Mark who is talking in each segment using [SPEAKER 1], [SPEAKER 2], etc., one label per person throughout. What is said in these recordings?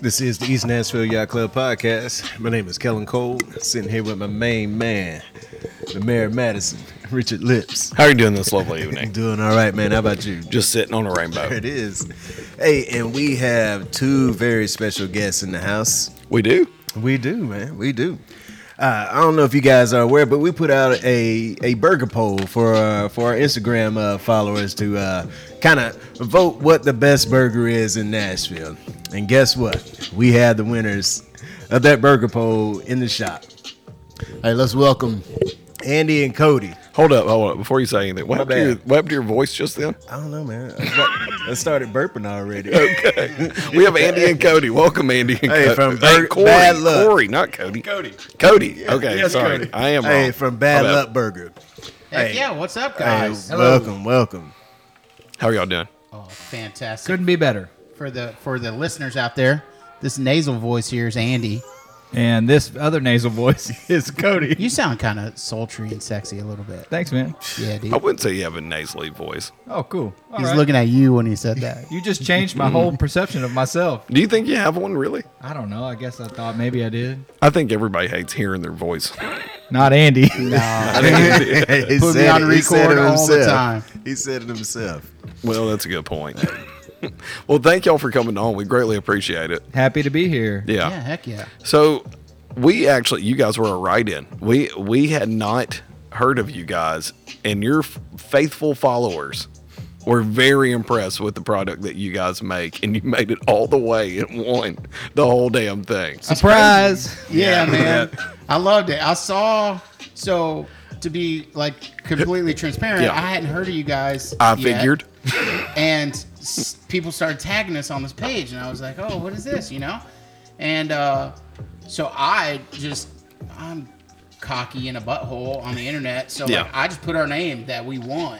[SPEAKER 1] This is the East Nashville Yacht Club podcast. My name is Kellen Cole, sitting here with my main man, the Mayor of Madison, Richard Lips.
[SPEAKER 2] How are you doing this lovely evening?
[SPEAKER 1] Doing all right, man. How about you?
[SPEAKER 2] Just sitting on a rainbow.
[SPEAKER 1] There it is. Hey, and we have two very special guests in the house.
[SPEAKER 2] We do.
[SPEAKER 1] We do, man. We do. Uh, I don't know if you guys are aware, but we put out a, a burger poll for uh, for our Instagram uh, followers to uh, kind of vote what the best burger is in Nashville. And guess what? We had the winners of that burger poll in the shop.
[SPEAKER 3] Hey, let's welcome.
[SPEAKER 1] Andy and Cody.
[SPEAKER 2] Hold up, hold up. Before you say anything, what happened,
[SPEAKER 1] bad.
[SPEAKER 2] to your, what happened to your voice just then?
[SPEAKER 1] I don't know, man. I got- I started burping already.
[SPEAKER 2] Okay. we have Andy and Cody. Welcome, Andy and
[SPEAKER 1] Hey,
[SPEAKER 2] Cody.
[SPEAKER 1] from
[SPEAKER 2] hey,
[SPEAKER 1] Bur-
[SPEAKER 2] Corey.
[SPEAKER 1] Bad Luck.
[SPEAKER 2] Corey, not Cody.
[SPEAKER 4] Cody.
[SPEAKER 2] Cody. Okay,
[SPEAKER 4] yes,
[SPEAKER 2] sorry.
[SPEAKER 4] Cody.
[SPEAKER 2] I am wrong.
[SPEAKER 1] Hey, from Bad
[SPEAKER 2] My bad.
[SPEAKER 1] Luck Burger.
[SPEAKER 4] Heck
[SPEAKER 1] Hey.
[SPEAKER 4] yeah, what's up,
[SPEAKER 1] Hey,
[SPEAKER 4] guys?
[SPEAKER 1] welcome, welcome.
[SPEAKER 2] How are y'all doing?
[SPEAKER 4] Oh, fantastic.
[SPEAKER 5] Couldn't be better.
[SPEAKER 4] For the for the listeners out there, this nasal voice here is Andy.
[SPEAKER 5] And this other nasal voice is Cody.
[SPEAKER 4] You sound kind of sultry and sexy a little bit.
[SPEAKER 5] Thanks, man.
[SPEAKER 4] Yeah, dude.
[SPEAKER 2] I wouldn't say you have a nasally voice.
[SPEAKER 5] Oh, cool. All
[SPEAKER 4] He's
[SPEAKER 5] right.
[SPEAKER 4] looking at you when he said that.
[SPEAKER 5] You just changed my whole perception of myself.
[SPEAKER 2] Do you think you have one, really?
[SPEAKER 5] I don't know. I guess I thought maybe I did.
[SPEAKER 2] I think everybody hates hearing their voice.
[SPEAKER 5] Not Andy.
[SPEAKER 4] No.
[SPEAKER 1] He
[SPEAKER 4] Put me
[SPEAKER 1] said
[SPEAKER 4] on
[SPEAKER 1] it- he said
[SPEAKER 4] record
[SPEAKER 1] it
[SPEAKER 4] all the
[SPEAKER 1] himself.
[SPEAKER 4] time.
[SPEAKER 1] He said it himself.
[SPEAKER 2] well, that's a good point. well, thank y'all for coming on. We greatly appreciate it.
[SPEAKER 5] Happy to be here.
[SPEAKER 2] Yeah.
[SPEAKER 4] Yeah, heck yeah.
[SPEAKER 2] So we actually, you guys were a write-in. We we had not heard of you guys, and your f- faithful followers were very impressed with the product that you guys make, and you made it all the way and won the whole damn thing.
[SPEAKER 5] Surprise.
[SPEAKER 4] Yeah, man. I loved it. I saw so to be like completely transparent,
[SPEAKER 2] Yeah.
[SPEAKER 4] I hadn't heard of you guys.
[SPEAKER 2] I
[SPEAKER 4] yet.
[SPEAKER 2] figured.
[SPEAKER 4] and s- people started tagging us on this page and i was like oh what is this you know and uh, so i just i'm cocky in a butthole on the internet so
[SPEAKER 2] Yeah.
[SPEAKER 4] like, i just put our name that we won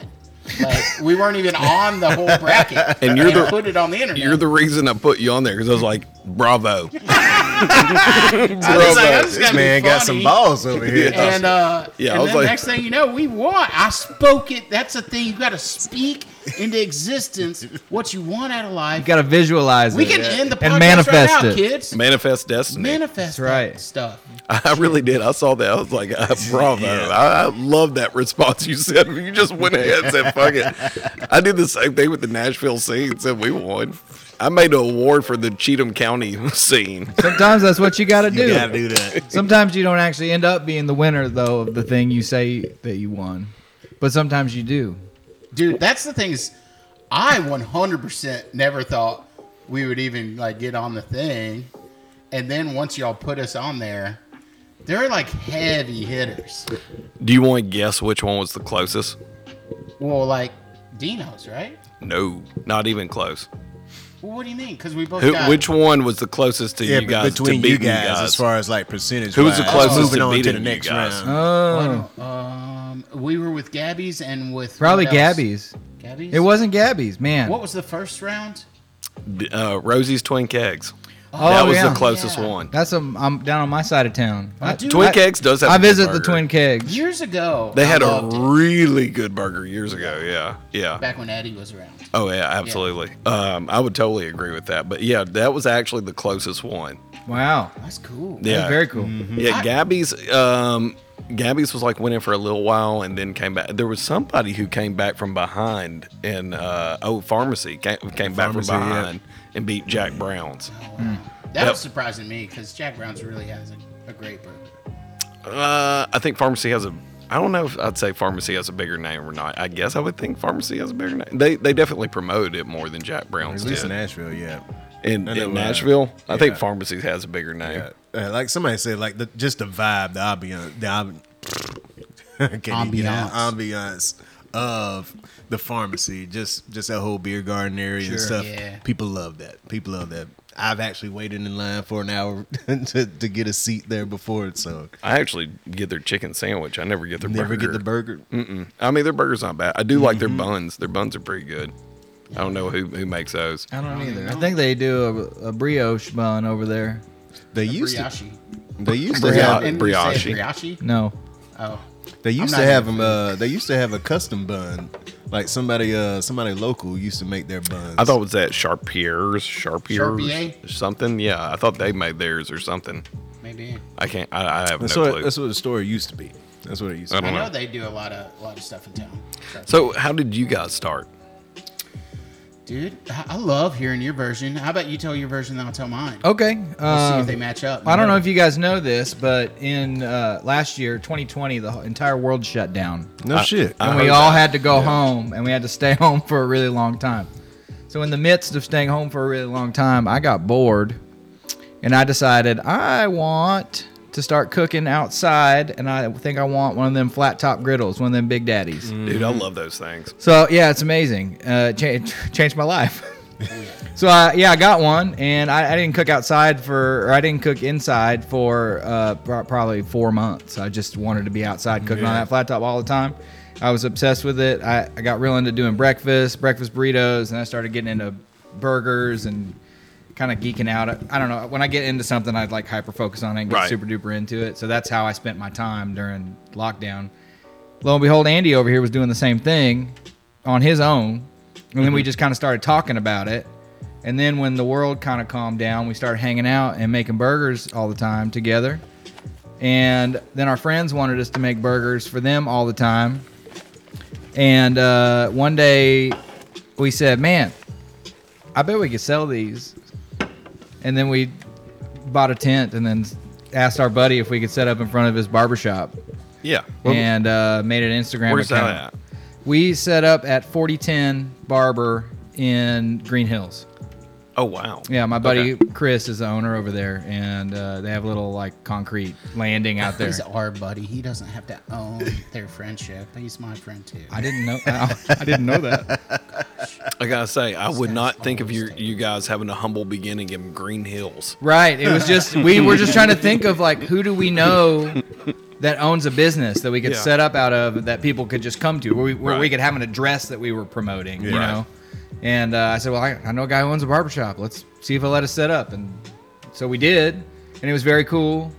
[SPEAKER 4] like we weren't even on the whole bracket
[SPEAKER 2] And you're the-
[SPEAKER 4] put it on the internet
[SPEAKER 2] You're the reason I put you on there because I was like, bravo.
[SPEAKER 4] I was like, I just
[SPEAKER 1] This
[SPEAKER 4] gotta be
[SPEAKER 1] man got some
[SPEAKER 4] funny.
[SPEAKER 1] balls over here.
[SPEAKER 4] and uh
[SPEAKER 2] Yeah, I
[SPEAKER 4] and
[SPEAKER 2] was
[SPEAKER 4] then
[SPEAKER 2] like-
[SPEAKER 4] next thing you know we won i spoke it that's the thing you got to speak into existence what you want out of life
[SPEAKER 5] You got to visualize
[SPEAKER 4] we
[SPEAKER 5] it.
[SPEAKER 4] can end the podcast
[SPEAKER 5] And manifest
[SPEAKER 4] right now
[SPEAKER 5] it.
[SPEAKER 4] kids
[SPEAKER 2] Manifest destiny.
[SPEAKER 4] manifest
[SPEAKER 5] That's right.
[SPEAKER 4] that stuff.
[SPEAKER 2] I really did. I saw that. I was like, ah, bravo. I, I love that response you said. You just went ahead and said, fuck it. I did the same thing with the Nashville scene. Said we won. I made an award for the Cheatham County scene.
[SPEAKER 5] Sometimes that's what you got to do.
[SPEAKER 1] You gotta do that.
[SPEAKER 5] Sometimes you don't actually end up being the winner, though, of the thing you say that you won. But sometimes you do.
[SPEAKER 4] Dude, that's the thing is I 100% never thought we would even like get on the thing. And then once y'all put us on there, they're like heavy hitters.
[SPEAKER 2] Do you want to guess which one was the closest?
[SPEAKER 4] Well, like Dino's, right?
[SPEAKER 2] No, not even close.
[SPEAKER 4] Well, what do you mean? Because we both
[SPEAKER 2] Who,
[SPEAKER 4] got
[SPEAKER 2] which one was the closest to you
[SPEAKER 1] but
[SPEAKER 2] guys to
[SPEAKER 1] between
[SPEAKER 2] beat
[SPEAKER 1] you guys, as far as like percentage.
[SPEAKER 2] Who was the
[SPEAKER 1] wise,
[SPEAKER 2] closest
[SPEAKER 1] moving
[SPEAKER 2] to
[SPEAKER 1] on to
[SPEAKER 2] beating
[SPEAKER 1] the
[SPEAKER 2] you
[SPEAKER 1] next
[SPEAKER 2] guys?
[SPEAKER 1] round?
[SPEAKER 5] Oh.
[SPEAKER 4] Um, we were with Gabby's and with
[SPEAKER 5] Probably
[SPEAKER 4] what else?
[SPEAKER 5] Gabby's.
[SPEAKER 4] Gabby's.
[SPEAKER 5] It wasn't Gabby's, man.
[SPEAKER 4] What was the first round?
[SPEAKER 2] uh, Rosie's Twin Kegs.
[SPEAKER 5] oh,
[SPEAKER 2] that was
[SPEAKER 5] yeah.
[SPEAKER 2] the closest
[SPEAKER 4] Yeah.
[SPEAKER 2] one.
[SPEAKER 5] That's um, I'm down on my side of town. I,
[SPEAKER 4] dude,
[SPEAKER 2] Twin
[SPEAKER 4] I-
[SPEAKER 2] Kegs does have.
[SPEAKER 5] I
[SPEAKER 2] a good
[SPEAKER 5] visit the
[SPEAKER 2] burger.
[SPEAKER 5] Twin Kegs.
[SPEAKER 4] Years ago,
[SPEAKER 2] They had
[SPEAKER 4] I
[SPEAKER 2] a
[SPEAKER 4] loved it,
[SPEAKER 2] really good burger years ago. Yeah, yeah.
[SPEAKER 4] back when Eddie was around.
[SPEAKER 2] Oh yeah, absolutely. Um, I would totally agree with that. But yeah, that was actually the closest one.
[SPEAKER 5] Wow,
[SPEAKER 4] That's cool.
[SPEAKER 2] Yeah,
[SPEAKER 5] very cool.
[SPEAKER 4] Mm-hmm.
[SPEAKER 1] Hmm.
[SPEAKER 2] Yeah, Gabby's. Um, Gabby's was like went in for a little while and then came back. There was somebody who came back from behind and uh, oh, pharmacy came, came back
[SPEAKER 1] Pharmacy,
[SPEAKER 2] from
[SPEAKER 1] yeah.
[SPEAKER 2] behind and beat Jack Brown's.
[SPEAKER 4] That
[SPEAKER 2] Yep.
[SPEAKER 4] was surprising to me because Jack Brown's really has a, a great burger.
[SPEAKER 2] Uh, I think pharmacy has a. I don't know if I'd say pharmacy has a bigger name or not. I guess I would think pharmacy has a bigger name. They they definitely promoted it more than Jack Brown's
[SPEAKER 1] At least in
[SPEAKER 2] did.
[SPEAKER 1] Nashville, yeah.
[SPEAKER 2] In,
[SPEAKER 1] I
[SPEAKER 2] in,
[SPEAKER 1] know, uh,
[SPEAKER 2] Nashville, I think
[SPEAKER 1] yeah.
[SPEAKER 2] pharmacy has a bigger name.
[SPEAKER 1] Uh, uh, like somebody said, like the, just the vibe, the ambiance, the ambiance,
[SPEAKER 4] Ambiance.
[SPEAKER 1] ambiance of the pharmacy, just just that whole beer garden area and stuff.
[SPEAKER 4] Yeah.
[SPEAKER 1] People love that. People love that. I've actually waited in line for an hour to, to get a seat there before, so
[SPEAKER 2] I actually get their chicken sandwich. I never get their
[SPEAKER 1] never
[SPEAKER 2] burger.
[SPEAKER 1] get
[SPEAKER 2] Mm.
[SPEAKER 1] Mm-hmm. the burger.
[SPEAKER 2] I mean, their burger's not bad. I do like their buns. Their buns are pretty good. I don't know who, who makes those.
[SPEAKER 5] I don't either. I think they do a, a brioche bun over there.
[SPEAKER 1] They used to,
[SPEAKER 4] Brioche.
[SPEAKER 1] they used to
[SPEAKER 2] Brioche.
[SPEAKER 1] have
[SPEAKER 4] Didn't you say
[SPEAKER 2] brioche.
[SPEAKER 4] brioche?
[SPEAKER 5] No,
[SPEAKER 4] Oh,
[SPEAKER 1] They used
[SPEAKER 4] not
[SPEAKER 1] to have
[SPEAKER 4] here
[SPEAKER 1] them. Uh, they used to have a custom bun, like somebody, uh, somebody local used to make their buns.
[SPEAKER 2] I thought it was that Sharpiers, Sharpiers,
[SPEAKER 4] Sharpie?
[SPEAKER 2] something. Yeah, I thought they made theirs or something.
[SPEAKER 4] maybe.
[SPEAKER 2] I can't. I, I have
[SPEAKER 1] that's
[SPEAKER 2] no
[SPEAKER 1] what
[SPEAKER 2] clue.
[SPEAKER 1] that's what the store used to be. That's what it used
[SPEAKER 2] I
[SPEAKER 1] to.
[SPEAKER 4] I
[SPEAKER 1] be.
[SPEAKER 2] don't
[SPEAKER 4] know
[SPEAKER 2] know.
[SPEAKER 4] they do a lot of a lot of stuff in town.
[SPEAKER 2] So, how did you guys start?
[SPEAKER 4] Dude, I I love hearing your version. How about you tell your version, then I'll tell mine.
[SPEAKER 5] okay.
[SPEAKER 4] We'll see
[SPEAKER 5] um,
[SPEAKER 4] if they match up.
[SPEAKER 5] I don't know if you guys know this, but in uh, last year, 2020, the whole- entire world shut down.
[SPEAKER 1] No shit.
[SPEAKER 2] I-
[SPEAKER 5] and
[SPEAKER 2] heard
[SPEAKER 5] we all
[SPEAKER 2] that.
[SPEAKER 5] had to go home and we had to stay home for a really long time so in the midst of staying home for a really long time i got bored and i decided i want to start cooking outside and i think i want one of them flat top griddles one of them big daddies
[SPEAKER 2] Dude, I love those things.
[SPEAKER 5] so yeah it's amazing uh, cha- changed my life so I, yeah i got one and I, I didn't cook outside for or i didn't cook inside for uh, pro- probably four months i just wanted to be outside cooking on that flat top all the time i was obsessed with it I, I got real into doing breakfast breakfast burritos and i started getting into burgers and kind of geeking out i don't know when i get into something i'd like hyper focus on it and get
[SPEAKER 2] Right.
[SPEAKER 5] super duper into it so that's how i spent my time during lockdown lo and behold, Andy over here was doing the same thing on his own. And then we just kind of started talking about it. And then when the world kind of calmed down, we started hanging out and making burgers all the time together. And then our friends wanted us to make burgers for them all the time. And uh, one day we said, man, I bet we could sell these. And then we bought a tent and then asked our buddy if we could set up in front of his barber shop
[SPEAKER 2] Yeah.
[SPEAKER 5] and uh, made an Instagram
[SPEAKER 2] Where's
[SPEAKER 5] account.
[SPEAKER 2] that at?
[SPEAKER 5] We set up at 4010 Barber in Green Hills.
[SPEAKER 2] Oh wow.
[SPEAKER 5] Yeah, my buddy
[SPEAKER 2] Okay.
[SPEAKER 5] Chris is the owner over there, and uh, they have a little like concrete landing out there.
[SPEAKER 4] He's our buddy. He doesn't have to own their friendship. He's my friend too.
[SPEAKER 5] I didn't know. I, I didn't know that.
[SPEAKER 2] I gotta say, I would not think of your
[SPEAKER 4] always
[SPEAKER 2] you guys having a humble beginning in Green Hills.
[SPEAKER 5] Right. It was just we were just trying to think of like who do we know that owns a business that we could
[SPEAKER 2] Yeah.
[SPEAKER 5] set up out of that people could just come to where we, where we
[SPEAKER 2] Right.
[SPEAKER 5] could have an address that we were promoting. You
[SPEAKER 2] Right.
[SPEAKER 5] know. And uh, I said, well, I, I know a guy who owns a barbershop. Let's see if he'll let us set up. And so we did, and it was very cool.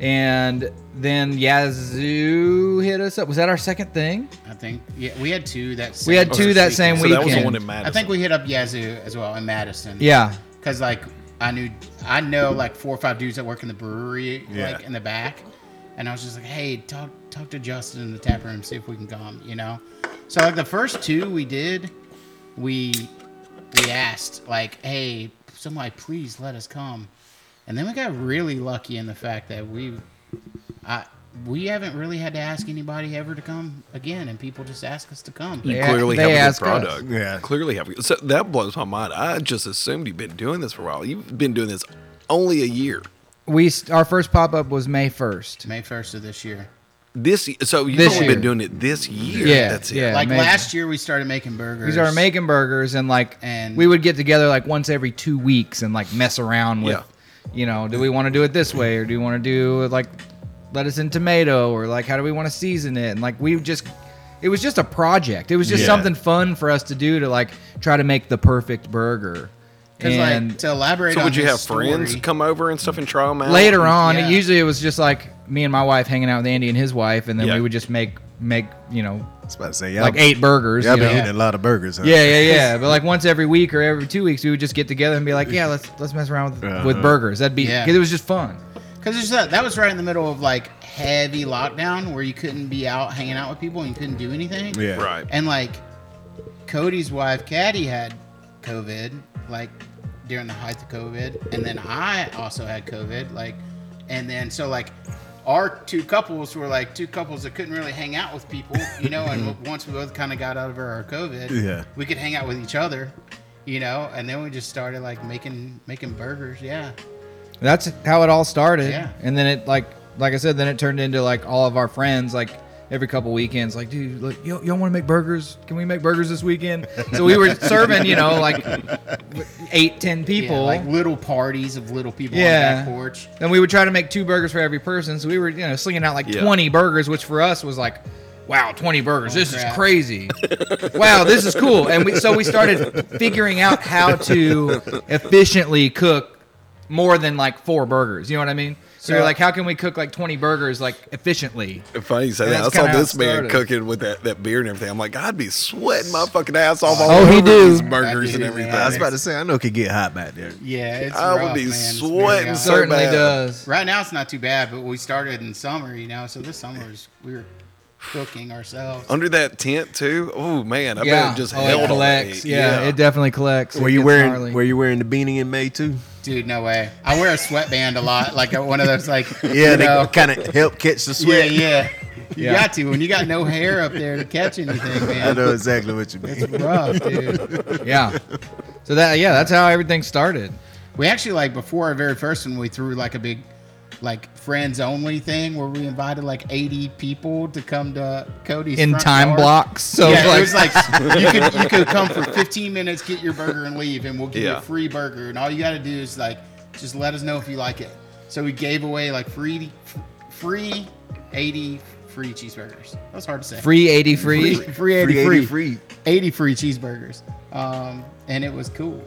[SPEAKER 5] And then Yazoo hit us up. Was that our second thing?
[SPEAKER 4] I think yeah, we had two that same
[SPEAKER 5] We had
[SPEAKER 4] two
[SPEAKER 5] two that same
[SPEAKER 2] So
[SPEAKER 5] weekend.
[SPEAKER 2] that was the one in Madison.
[SPEAKER 4] I think we hit up Yazoo as well in Madison.
[SPEAKER 5] yeah,
[SPEAKER 4] because like I knew I know like four or five dudes that work in the brewery
[SPEAKER 1] Yeah.
[SPEAKER 4] like in the back, and I was just like, hey, talk talk to Justin in the tap room, see if we can come, you know. So like the first two we did, we we asked like, hey, somebody please let us come, and then we got really lucky in the fact that we, I. We haven't really had to ask anybody ever to come again, and people just ask us to come.
[SPEAKER 5] Yeah.
[SPEAKER 2] clearly
[SPEAKER 5] they
[SPEAKER 2] have a
[SPEAKER 5] ask
[SPEAKER 2] good
[SPEAKER 5] us.
[SPEAKER 2] product.
[SPEAKER 1] Yeah.
[SPEAKER 2] Clearly have. So that blows my mind. I just assumed you've been doing this for a while. You've been doing this only a year.
[SPEAKER 5] we st- our first pop up was May first.
[SPEAKER 4] May first of this year.
[SPEAKER 2] This y- so you've
[SPEAKER 5] This
[SPEAKER 2] only
[SPEAKER 5] year.
[SPEAKER 2] been doing it this year.
[SPEAKER 5] Yeah,
[SPEAKER 2] That's it.
[SPEAKER 5] yeah.
[SPEAKER 4] Like
[SPEAKER 5] amazing.
[SPEAKER 4] last year, we started making burgers.
[SPEAKER 5] We started making burgers and like
[SPEAKER 4] And-
[SPEAKER 5] we would get together like once every two weeks and like mess around with
[SPEAKER 2] Yeah.
[SPEAKER 5] you know, do we want to do it this way or do we want to do like lettuce and tomato or like how do we want to season it? And like we just it was just a project. It was just
[SPEAKER 1] Yeah.
[SPEAKER 5] something fun for us to do to like try to make the perfect burger.
[SPEAKER 4] Because
[SPEAKER 5] And
[SPEAKER 4] like to elaborate
[SPEAKER 2] So
[SPEAKER 4] on
[SPEAKER 2] would you
[SPEAKER 4] his
[SPEAKER 2] have friends
[SPEAKER 4] story-
[SPEAKER 2] come over and stuff and try them out
[SPEAKER 5] later on,
[SPEAKER 4] Yeah.
[SPEAKER 5] it usually it was just like me and my wife hanging out with Andy and his wife and then
[SPEAKER 2] Yeah.
[SPEAKER 5] we would just make make, you know,
[SPEAKER 1] I was about to say y'all,
[SPEAKER 5] like eight burgers.
[SPEAKER 1] Y'all
[SPEAKER 5] you
[SPEAKER 1] been
[SPEAKER 5] know?
[SPEAKER 1] eating a lot of burgers. Huh?
[SPEAKER 5] Yeah, yeah, yeah. But like once every week or every two weeks, we would just get together and be like, yeah, let's let's mess around with, with
[SPEAKER 1] Uh-huh.
[SPEAKER 5] burgers. That'd be
[SPEAKER 4] Yeah.
[SPEAKER 5] 'cause it was just fun.
[SPEAKER 4] Because that, that was right in the middle of like heavy lockdown where you couldn't be out hanging out with people and you couldn't do anything.
[SPEAKER 1] Yeah.
[SPEAKER 2] Right.
[SPEAKER 4] And like Cody's wife, Caddy, had COVID like during the height of COVID. And then I also had COVID. Like, and then so like our two couples were like two couples that couldn't really hang out with people, you know. and w- once we both kind of got over our COVID,
[SPEAKER 1] Yeah.
[SPEAKER 4] we could hang out with each other. You know, and then we just started like making making burgers, yeah.
[SPEAKER 5] That's how it all started.
[SPEAKER 4] Yeah.
[SPEAKER 5] And then it like like I said, then it turned into like all of our friends like every couple weekends, like, dude, look, y'all, y'all want to make burgers? Can we make burgers this weekend? So we were serving, you know, like eight, ten people.
[SPEAKER 4] Yeah, like little parties of little people on the
[SPEAKER 5] Yeah.
[SPEAKER 4] back porch.
[SPEAKER 5] And we would try to make two burgers for every person. So we were, you know, slinging out like
[SPEAKER 2] Yeah.
[SPEAKER 5] 20 burgers, which for us was like, wow, 20 burgers. this
[SPEAKER 4] Oh, crap.
[SPEAKER 5] is crazy. wow, this is cool. And we, so we started figuring out how to efficiently cook more than like four burgers. You know what I mean? So you're
[SPEAKER 4] Yeah.
[SPEAKER 5] like, how can we cook like 20 burgers like efficiently?
[SPEAKER 2] Funny you say
[SPEAKER 5] And
[SPEAKER 2] that. I
[SPEAKER 5] that's
[SPEAKER 2] saw
[SPEAKER 5] kinda how it
[SPEAKER 2] this man
[SPEAKER 5] started.
[SPEAKER 2] cooking with that, that beer and everything. I'm like, I'd be sweating my fucking ass off all
[SPEAKER 5] Oh, he
[SPEAKER 2] over
[SPEAKER 5] do.
[SPEAKER 2] these
[SPEAKER 4] I
[SPEAKER 2] burgers and
[SPEAKER 4] do,
[SPEAKER 2] everything.
[SPEAKER 4] man.
[SPEAKER 1] I was about to say I know it could get hot back there.
[SPEAKER 4] Yeah, it's
[SPEAKER 2] I would
[SPEAKER 4] rough,
[SPEAKER 2] be
[SPEAKER 4] man. It's very
[SPEAKER 2] sweating
[SPEAKER 4] rough.
[SPEAKER 2] so
[SPEAKER 5] Certainly
[SPEAKER 2] bad.
[SPEAKER 5] does.
[SPEAKER 4] Right now it's not too bad, but we started in summer, you know. So this summer is we were cooking ourselves.
[SPEAKER 1] Oh.
[SPEAKER 2] Under that tent too. Oh man, I bet it just
[SPEAKER 5] Oh,
[SPEAKER 2] held
[SPEAKER 5] it
[SPEAKER 2] on
[SPEAKER 5] collects.
[SPEAKER 2] me.
[SPEAKER 5] Yeah, it definitely collects.
[SPEAKER 1] Were
[SPEAKER 5] It
[SPEAKER 1] you
[SPEAKER 5] gets
[SPEAKER 1] wearing
[SPEAKER 5] gnarly.
[SPEAKER 1] Were you wearing the beanie in May too?
[SPEAKER 4] Dude, no way. I wear a sweatband a lot, like uh, one of those, like
[SPEAKER 1] Yeah,
[SPEAKER 4] you
[SPEAKER 1] they
[SPEAKER 4] know,
[SPEAKER 1] kind of help catch the
[SPEAKER 4] yeah,
[SPEAKER 1] sweat.
[SPEAKER 4] yeah. You
[SPEAKER 5] Yeah.
[SPEAKER 4] got to when you got no hair up there to catch anything,
[SPEAKER 1] I
[SPEAKER 4] man.
[SPEAKER 1] know exactly what you mean.
[SPEAKER 4] Rough, dude.
[SPEAKER 5] yeah. So that yeah, that's how everything started.
[SPEAKER 4] We actually like before our very first one, we threw like a big, like friends only thing where we invited like eighty people to come to Cody's
[SPEAKER 5] In
[SPEAKER 4] front
[SPEAKER 5] time
[SPEAKER 4] yard.
[SPEAKER 5] blocks. So
[SPEAKER 4] yeah,
[SPEAKER 5] like,
[SPEAKER 4] it was like you could you could come for fifteen minutes, get your burger, and leave, and we'll give you
[SPEAKER 2] Yeah.
[SPEAKER 4] a free burger. And all you got to do is like just let us know if you like it. So we gave away like free free eighty free cheeseburgers. That was hard to say.
[SPEAKER 5] free 80 free.
[SPEAKER 4] free, free 80
[SPEAKER 1] Free,
[SPEAKER 4] free,
[SPEAKER 1] free, free.
[SPEAKER 4] 80 free cheeseburgers. Um, and it was cool.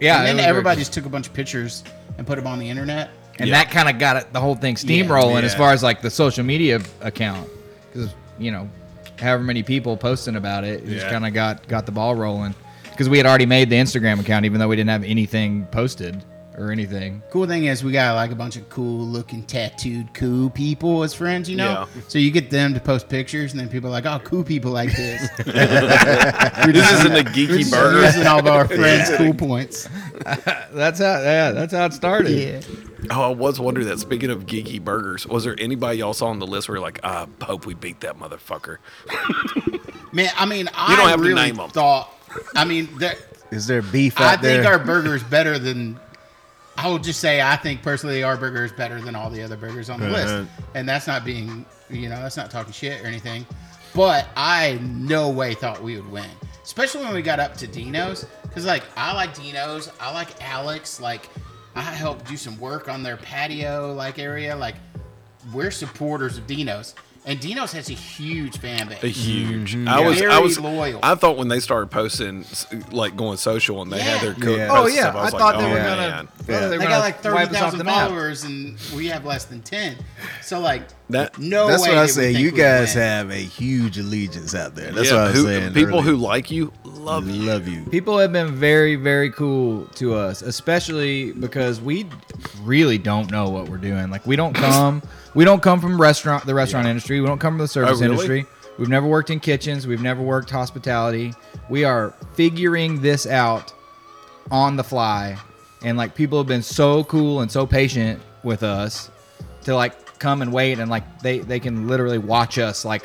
[SPEAKER 5] Yeah.
[SPEAKER 4] And
[SPEAKER 5] it was
[SPEAKER 4] then
[SPEAKER 5] very
[SPEAKER 4] everybody
[SPEAKER 5] cool.
[SPEAKER 4] just took a bunch of pictures and put them on the internet.
[SPEAKER 5] and
[SPEAKER 2] Yeah.
[SPEAKER 5] that kind of got it, the whole thing steamrolling as
[SPEAKER 2] Yeah.
[SPEAKER 5] far as like the social media account because you know however many people posting about it, it just
[SPEAKER 2] Yeah.
[SPEAKER 5] kind of got got the ball rolling because we had already made the Instagram account even though we didn't have anything posted or anything.
[SPEAKER 4] Cool thing is, we got like a bunch of cool looking tattooed cool people as friends, you know?
[SPEAKER 2] Yeah.
[SPEAKER 4] So you get them to post pictures, and then people are like, oh, cool people like this.
[SPEAKER 2] This isn't a geeky burger.
[SPEAKER 4] Using all of our friends' cool points.
[SPEAKER 5] That's how yeah, that's how it started.
[SPEAKER 4] Yeah.
[SPEAKER 2] Oh, I was wondering that. Speaking of geeky burgers, was there anybody y'all saw on the list where you're like, I hope we beat that motherfucker?
[SPEAKER 4] Man, I mean, I
[SPEAKER 2] don't have to
[SPEAKER 4] really
[SPEAKER 2] name 'em.
[SPEAKER 4] thought, I mean, there,
[SPEAKER 1] Is there beef out
[SPEAKER 4] I
[SPEAKER 1] there?
[SPEAKER 4] think our burger is better than. I would just say I think personally our burger is better than all the other burgers on the
[SPEAKER 1] Uh-huh.
[SPEAKER 4] list, and that's not being you know that's not talking shit or anything, but I no way thought we would win, especially when we got up to Dino's because like I like Dino's, I like Alex, like I helped do some work on their patio like area, like we're supporters of Dino's, and Dino's has a huge fan base.
[SPEAKER 2] A huge.
[SPEAKER 5] Mm-hmm.
[SPEAKER 2] I was. I
[SPEAKER 4] Very
[SPEAKER 2] was
[SPEAKER 4] loyal.
[SPEAKER 2] I thought when they started posting, s- like going social, and they had
[SPEAKER 4] Yeah.
[SPEAKER 2] their cook.
[SPEAKER 1] Yeah.
[SPEAKER 5] Oh
[SPEAKER 2] posts
[SPEAKER 5] yeah,
[SPEAKER 2] up,
[SPEAKER 5] I,
[SPEAKER 2] was like,
[SPEAKER 5] thought they
[SPEAKER 2] "Oh,
[SPEAKER 5] were
[SPEAKER 2] man."
[SPEAKER 5] gonna.
[SPEAKER 1] Yeah.
[SPEAKER 5] Yeah. They,
[SPEAKER 4] They
[SPEAKER 5] were
[SPEAKER 4] got like
[SPEAKER 5] gonna wipe
[SPEAKER 4] thirty
[SPEAKER 5] us off
[SPEAKER 4] thousand
[SPEAKER 5] the map.
[SPEAKER 4] followers, and we have less than ten. So like
[SPEAKER 2] That-
[SPEAKER 4] no.
[SPEAKER 1] That's
[SPEAKER 4] way
[SPEAKER 1] what
[SPEAKER 4] did
[SPEAKER 1] I
[SPEAKER 4] we
[SPEAKER 1] say.
[SPEAKER 4] think
[SPEAKER 1] You
[SPEAKER 4] we would
[SPEAKER 1] guys
[SPEAKER 4] win.
[SPEAKER 1] have a huge allegiance out there. That's
[SPEAKER 2] Yeah,
[SPEAKER 1] what I was
[SPEAKER 2] who-
[SPEAKER 1] saying.
[SPEAKER 2] People
[SPEAKER 1] earlier.
[SPEAKER 2] who like you love you.
[SPEAKER 1] love you.
[SPEAKER 5] People have been very, very cool to us, especially because we really don't know what we're doing. Like we don't come, we don't come from restaurant, the restaurant industry. We don't come from the service
[SPEAKER 2] really?
[SPEAKER 5] industry. We've never worked in kitchens. We've never worked hospitality. We are figuring this out on the fly, and like people have been so cool and so patient with us to like come and wait and like they they can literally watch us like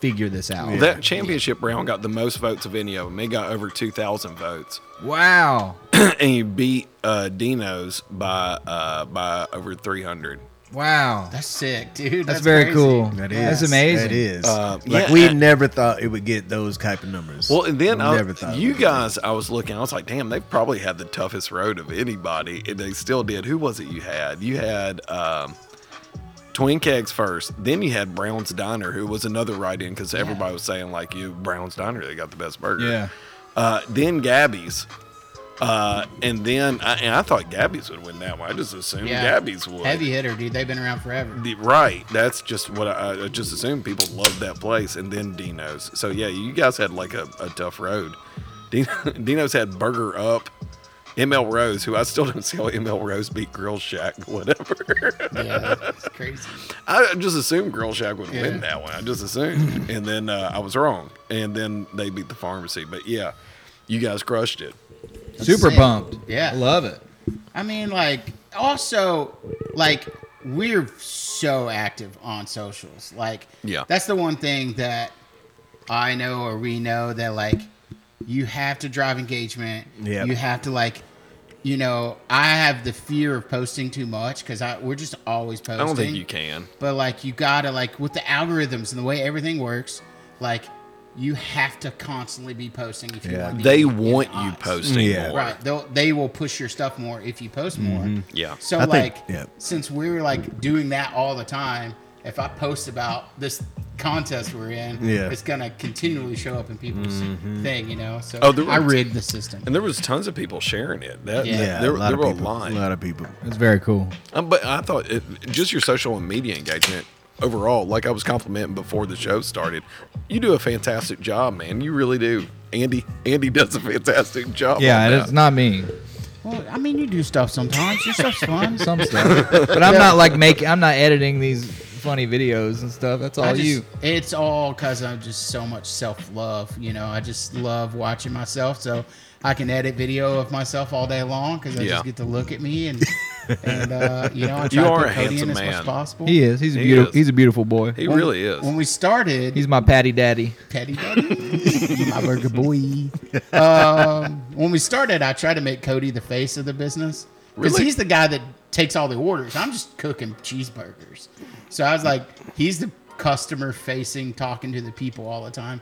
[SPEAKER 5] figure this out.
[SPEAKER 2] Well, That championship round got the most votes of any of them. It got over 2,000 votes.
[SPEAKER 5] Wow.
[SPEAKER 2] and you beat uh, Dino's by uh, by over 300.
[SPEAKER 5] Wow.
[SPEAKER 4] That's sick, dude.
[SPEAKER 5] That's, very
[SPEAKER 4] crazy.
[SPEAKER 5] cool.
[SPEAKER 1] That is.
[SPEAKER 5] That's amazing.
[SPEAKER 1] That is.
[SPEAKER 2] Uh,
[SPEAKER 1] like
[SPEAKER 2] yeah,
[SPEAKER 1] we
[SPEAKER 2] and-
[SPEAKER 1] never thought it would get those type of numbers.
[SPEAKER 2] Well, and then I,
[SPEAKER 1] never thought
[SPEAKER 2] you
[SPEAKER 1] it would.
[SPEAKER 2] guys, I was looking, I was like, damn, they probably had the toughest road of anybody, and they still did. Who was it you had? You had um, Twin Kegs first, then you had Brown's Diner, who was another write in because everybody was saying, like, you, Brown's Diner, they got the best burger.
[SPEAKER 5] Yeah.
[SPEAKER 2] Uh, then Gabby's. Uh, and then I, and I thought Gabby's would win that one. I just assumed
[SPEAKER 4] Yeah.
[SPEAKER 2] Gabby's would.
[SPEAKER 4] Heavy hitter, dude. They've been around forever.
[SPEAKER 2] The- Right. That's just what I, I just assume people love that place, and then Dino's. So yeah, you guys had like a, a tough road. Dino, Dino's had Burger Up, ML Rose, who I still don't see how ML Rose beat Grill Shack, whatever.
[SPEAKER 4] Yeah, it's crazy.
[SPEAKER 2] I just assumed Grill Shack would
[SPEAKER 4] Yeah.
[SPEAKER 2] win that one. I just assumed, and then uh, I was wrong, and then they beat the pharmacy. But yeah, you guys crushed it.
[SPEAKER 5] Super
[SPEAKER 4] sick.
[SPEAKER 5] bumped.
[SPEAKER 4] Yeah.
[SPEAKER 5] I love it.
[SPEAKER 4] I mean, like, also, like, we're so active on socials. Like,
[SPEAKER 2] Yeah.
[SPEAKER 4] that's the one thing that I know or we know that, like, you have to drive engagement.
[SPEAKER 1] Yep.
[SPEAKER 4] You have to, like, you know, I have the fear of posting too much because I we're just always posting.
[SPEAKER 2] I don't think you can.
[SPEAKER 4] But like you gotta like with the algorithms and the way everything works, like you have to constantly be posting if you
[SPEAKER 1] Yeah.
[SPEAKER 4] want. to
[SPEAKER 2] They
[SPEAKER 4] get
[SPEAKER 2] want you
[SPEAKER 4] odds.
[SPEAKER 2] posting
[SPEAKER 1] Yeah.
[SPEAKER 2] more.
[SPEAKER 4] Right. Mm-hmm. They'll, they will push your stuff more if you post more.
[SPEAKER 2] Yeah.
[SPEAKER 4] So
[SPEAKER 1] I think-
[SPEAKER 4] like
[SPEAKER 1] yeah.
[SPEAKER 4] since we were like doing that all the time, if I post about this contest we're in,
[SPEAKER 1] Yeah.
[SPEAKER 4] it's gonna continually show up in people's thing, you know. So
[SPEAKER 2] Oh, there
[SPEAKER 4] I
[SPEAKER 2] was-
[SPEAKER 4] rigged the system.
[SPEAKER 2] And there was tons of people sharing it. That,
[SPEAKER 4] Yeah.
[SPEAKER 1] Yeah,
[SPEAKER 2] there,
[SPEAKER 1] a lot
[SPEAKER 2] there
[SPEAKER 1] of
[SPEAKER 2] were
[SPEAKER 1] people.
[SPEAKER 2] a lot.
[SPEAKER 1] lot of people.
[SPEAKER 5] It's very cool.
[SPEAKER 2] Um, but I thought it, just your social and media engagement overall, like I was complimenting before the show started, you do a fantastic job, man. You really do. Andy Andy does a fantastic job.
[SPEAKER 5] Yeah,
[SPEAKER 2] on
[SPEAKER 5] and
[SPEAKER 2] that.
[SPEAKER 5] it's not me.
[SPEAKER 4] Well, I mean, you do stuff sometimes. Your stuff's fun.
[SPEAKER 5] Some stuff, but I'm not like making. I'm not editing these funny videos and stuff. That's all
[SPEAKER 4] I just-
[SPEAKER 5] you.
[SPEAKER 4] It's all because I'm just so much self love. You know, I just love watching myself. So I can edit video of myself all day long because I
[SPEAKER 2] Yeah.
[SPEAKER 4] just get to look at me and, and uh, you know, I
[SPEAKER 2] You
[SPEAKER 4] try
[SPEAKER 2] are
[SPEAKER 4] to
[SPEAKER 2] a
[SPEAKER 4] put Cody
[SPEAKER 2] handsome
[SPEAKER 4] in as much
[SPEAKER 2] man.
[SPEAKER 4] as possible.
[SPEAKER 5] He is. He's a
[SPEAKER 2] He
[SPEAKER 5] beautiful.
[SPEAKER 2] is.
[SPEAKER 5] He's a beautiful boy.
[SPEAKER 2] He
[SPEAKER 4] When-
[SPEAKER 2] really is.
[SPEAKER 4] When we started,
[SPEAKER 5] He's my patty daddy.
[SPEAKER 4] Petty Daddy, my burger boy. Um, when we started, I tried to make Cody the face of the business because
[SPEAKER 2] Really?
[SPEAKER 4] he's the guy that takes all the orders. I'm just cooking cheeseburgers, so I was like, he's the customer facing, talking to the people all the time.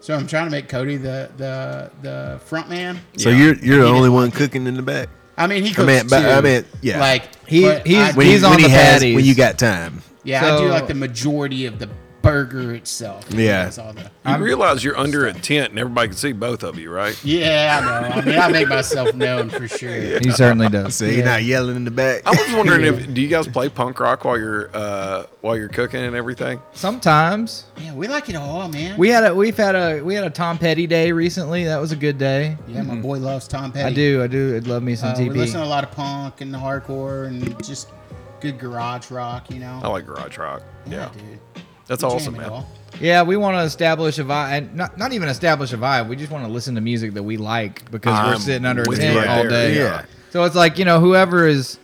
[SPEAKER 4] So I'm trying to make Cody the the the front man.
[SPEAKER 1] So
[SPEAKER 2] Yeah.
[SPEAKER 1] you're you're the
[SPEAKER 4] He
[SPEAKER 1] only
[SPEAKER 4] didn't
[SPEAKER 1] one cooking in the back.
[SPEAKER 4] I mean, he cooks
[SPEAKER 1] meant- but-
[SPEAKER 4] too.
[SPEAKER 1] I meant, yeah.
[SPEAKER 4] Like
[SPEAKER 5] He-
[SPEAKER 4] but
[SPEAKER 5] he's-
[SPEAKER 4] I-
[SPEAKER 5] When he- He's on the patties.
[SPEAKER 1] when you got time.
[SPEAKER 4] yeah, I
[SPEAKER 5] so-
[SPEAKER 4] do like the majority of the burger itself. He
[SPEAKER 1] Yeah.
[SPEAKER 4] does all the-
[SPEAKER 2] you realize you're under a tent and everybody can see both of you, right?
[SPEAKER 4] yeah, I know. I mean, I make myself known for sure.
[SPEAKER 5] He certainly does.
[SPEAKER 1] So you're not yelling in the back.
[SPEAKER 2] I was wondering if do you guys play punk rock while you're uh, while you're cooking and everything?
[SPEAKER 5] Sometimes
[SPEAKER 4] Yeah, we like it all, man.
[SPEAKER 5] we had a we've had a we had a Tom Petty day recently. That was a good day.
[SPEAKER 4] yeah, my boy loves Tom Petty.
[SPEAKER 5] I do. I do. I'd love me some
[SPEAKER 4] Uh, we listen to a
[SPEAKER 5] TP.
[SPEAKER 4] lot of punk and hardcore and just good garage rock, you know.
[SPEAKER 2] I like garage rock. Oh, Yeah.
[SPEAKER 4] dude.
[SPEAKER 2] That's
[SPEAKER 4] We jam
[SPEAKER 2] awesome,
[SPEAKER 4] it
[SPEAKER 2] man.
[SPEAKER 4] all.
[SPEAKER 5] Yeah, we want to establish a vibe, and not not even establish a vibe. We just want to listen to music that we like because we're
[SPEAKER 2] I'm
[SPEAKER 5] sitting under a
[SPEAKER 2] with
[SPEAKER 5] tent
[SPEAKER 2] you right
[SPEAKER 5] all
[SPEAKER 2] there,
[SPEAKER 5] day.
[SPEAKER 1] yeah.
[SPEAKER 5] So it's like you know whoever is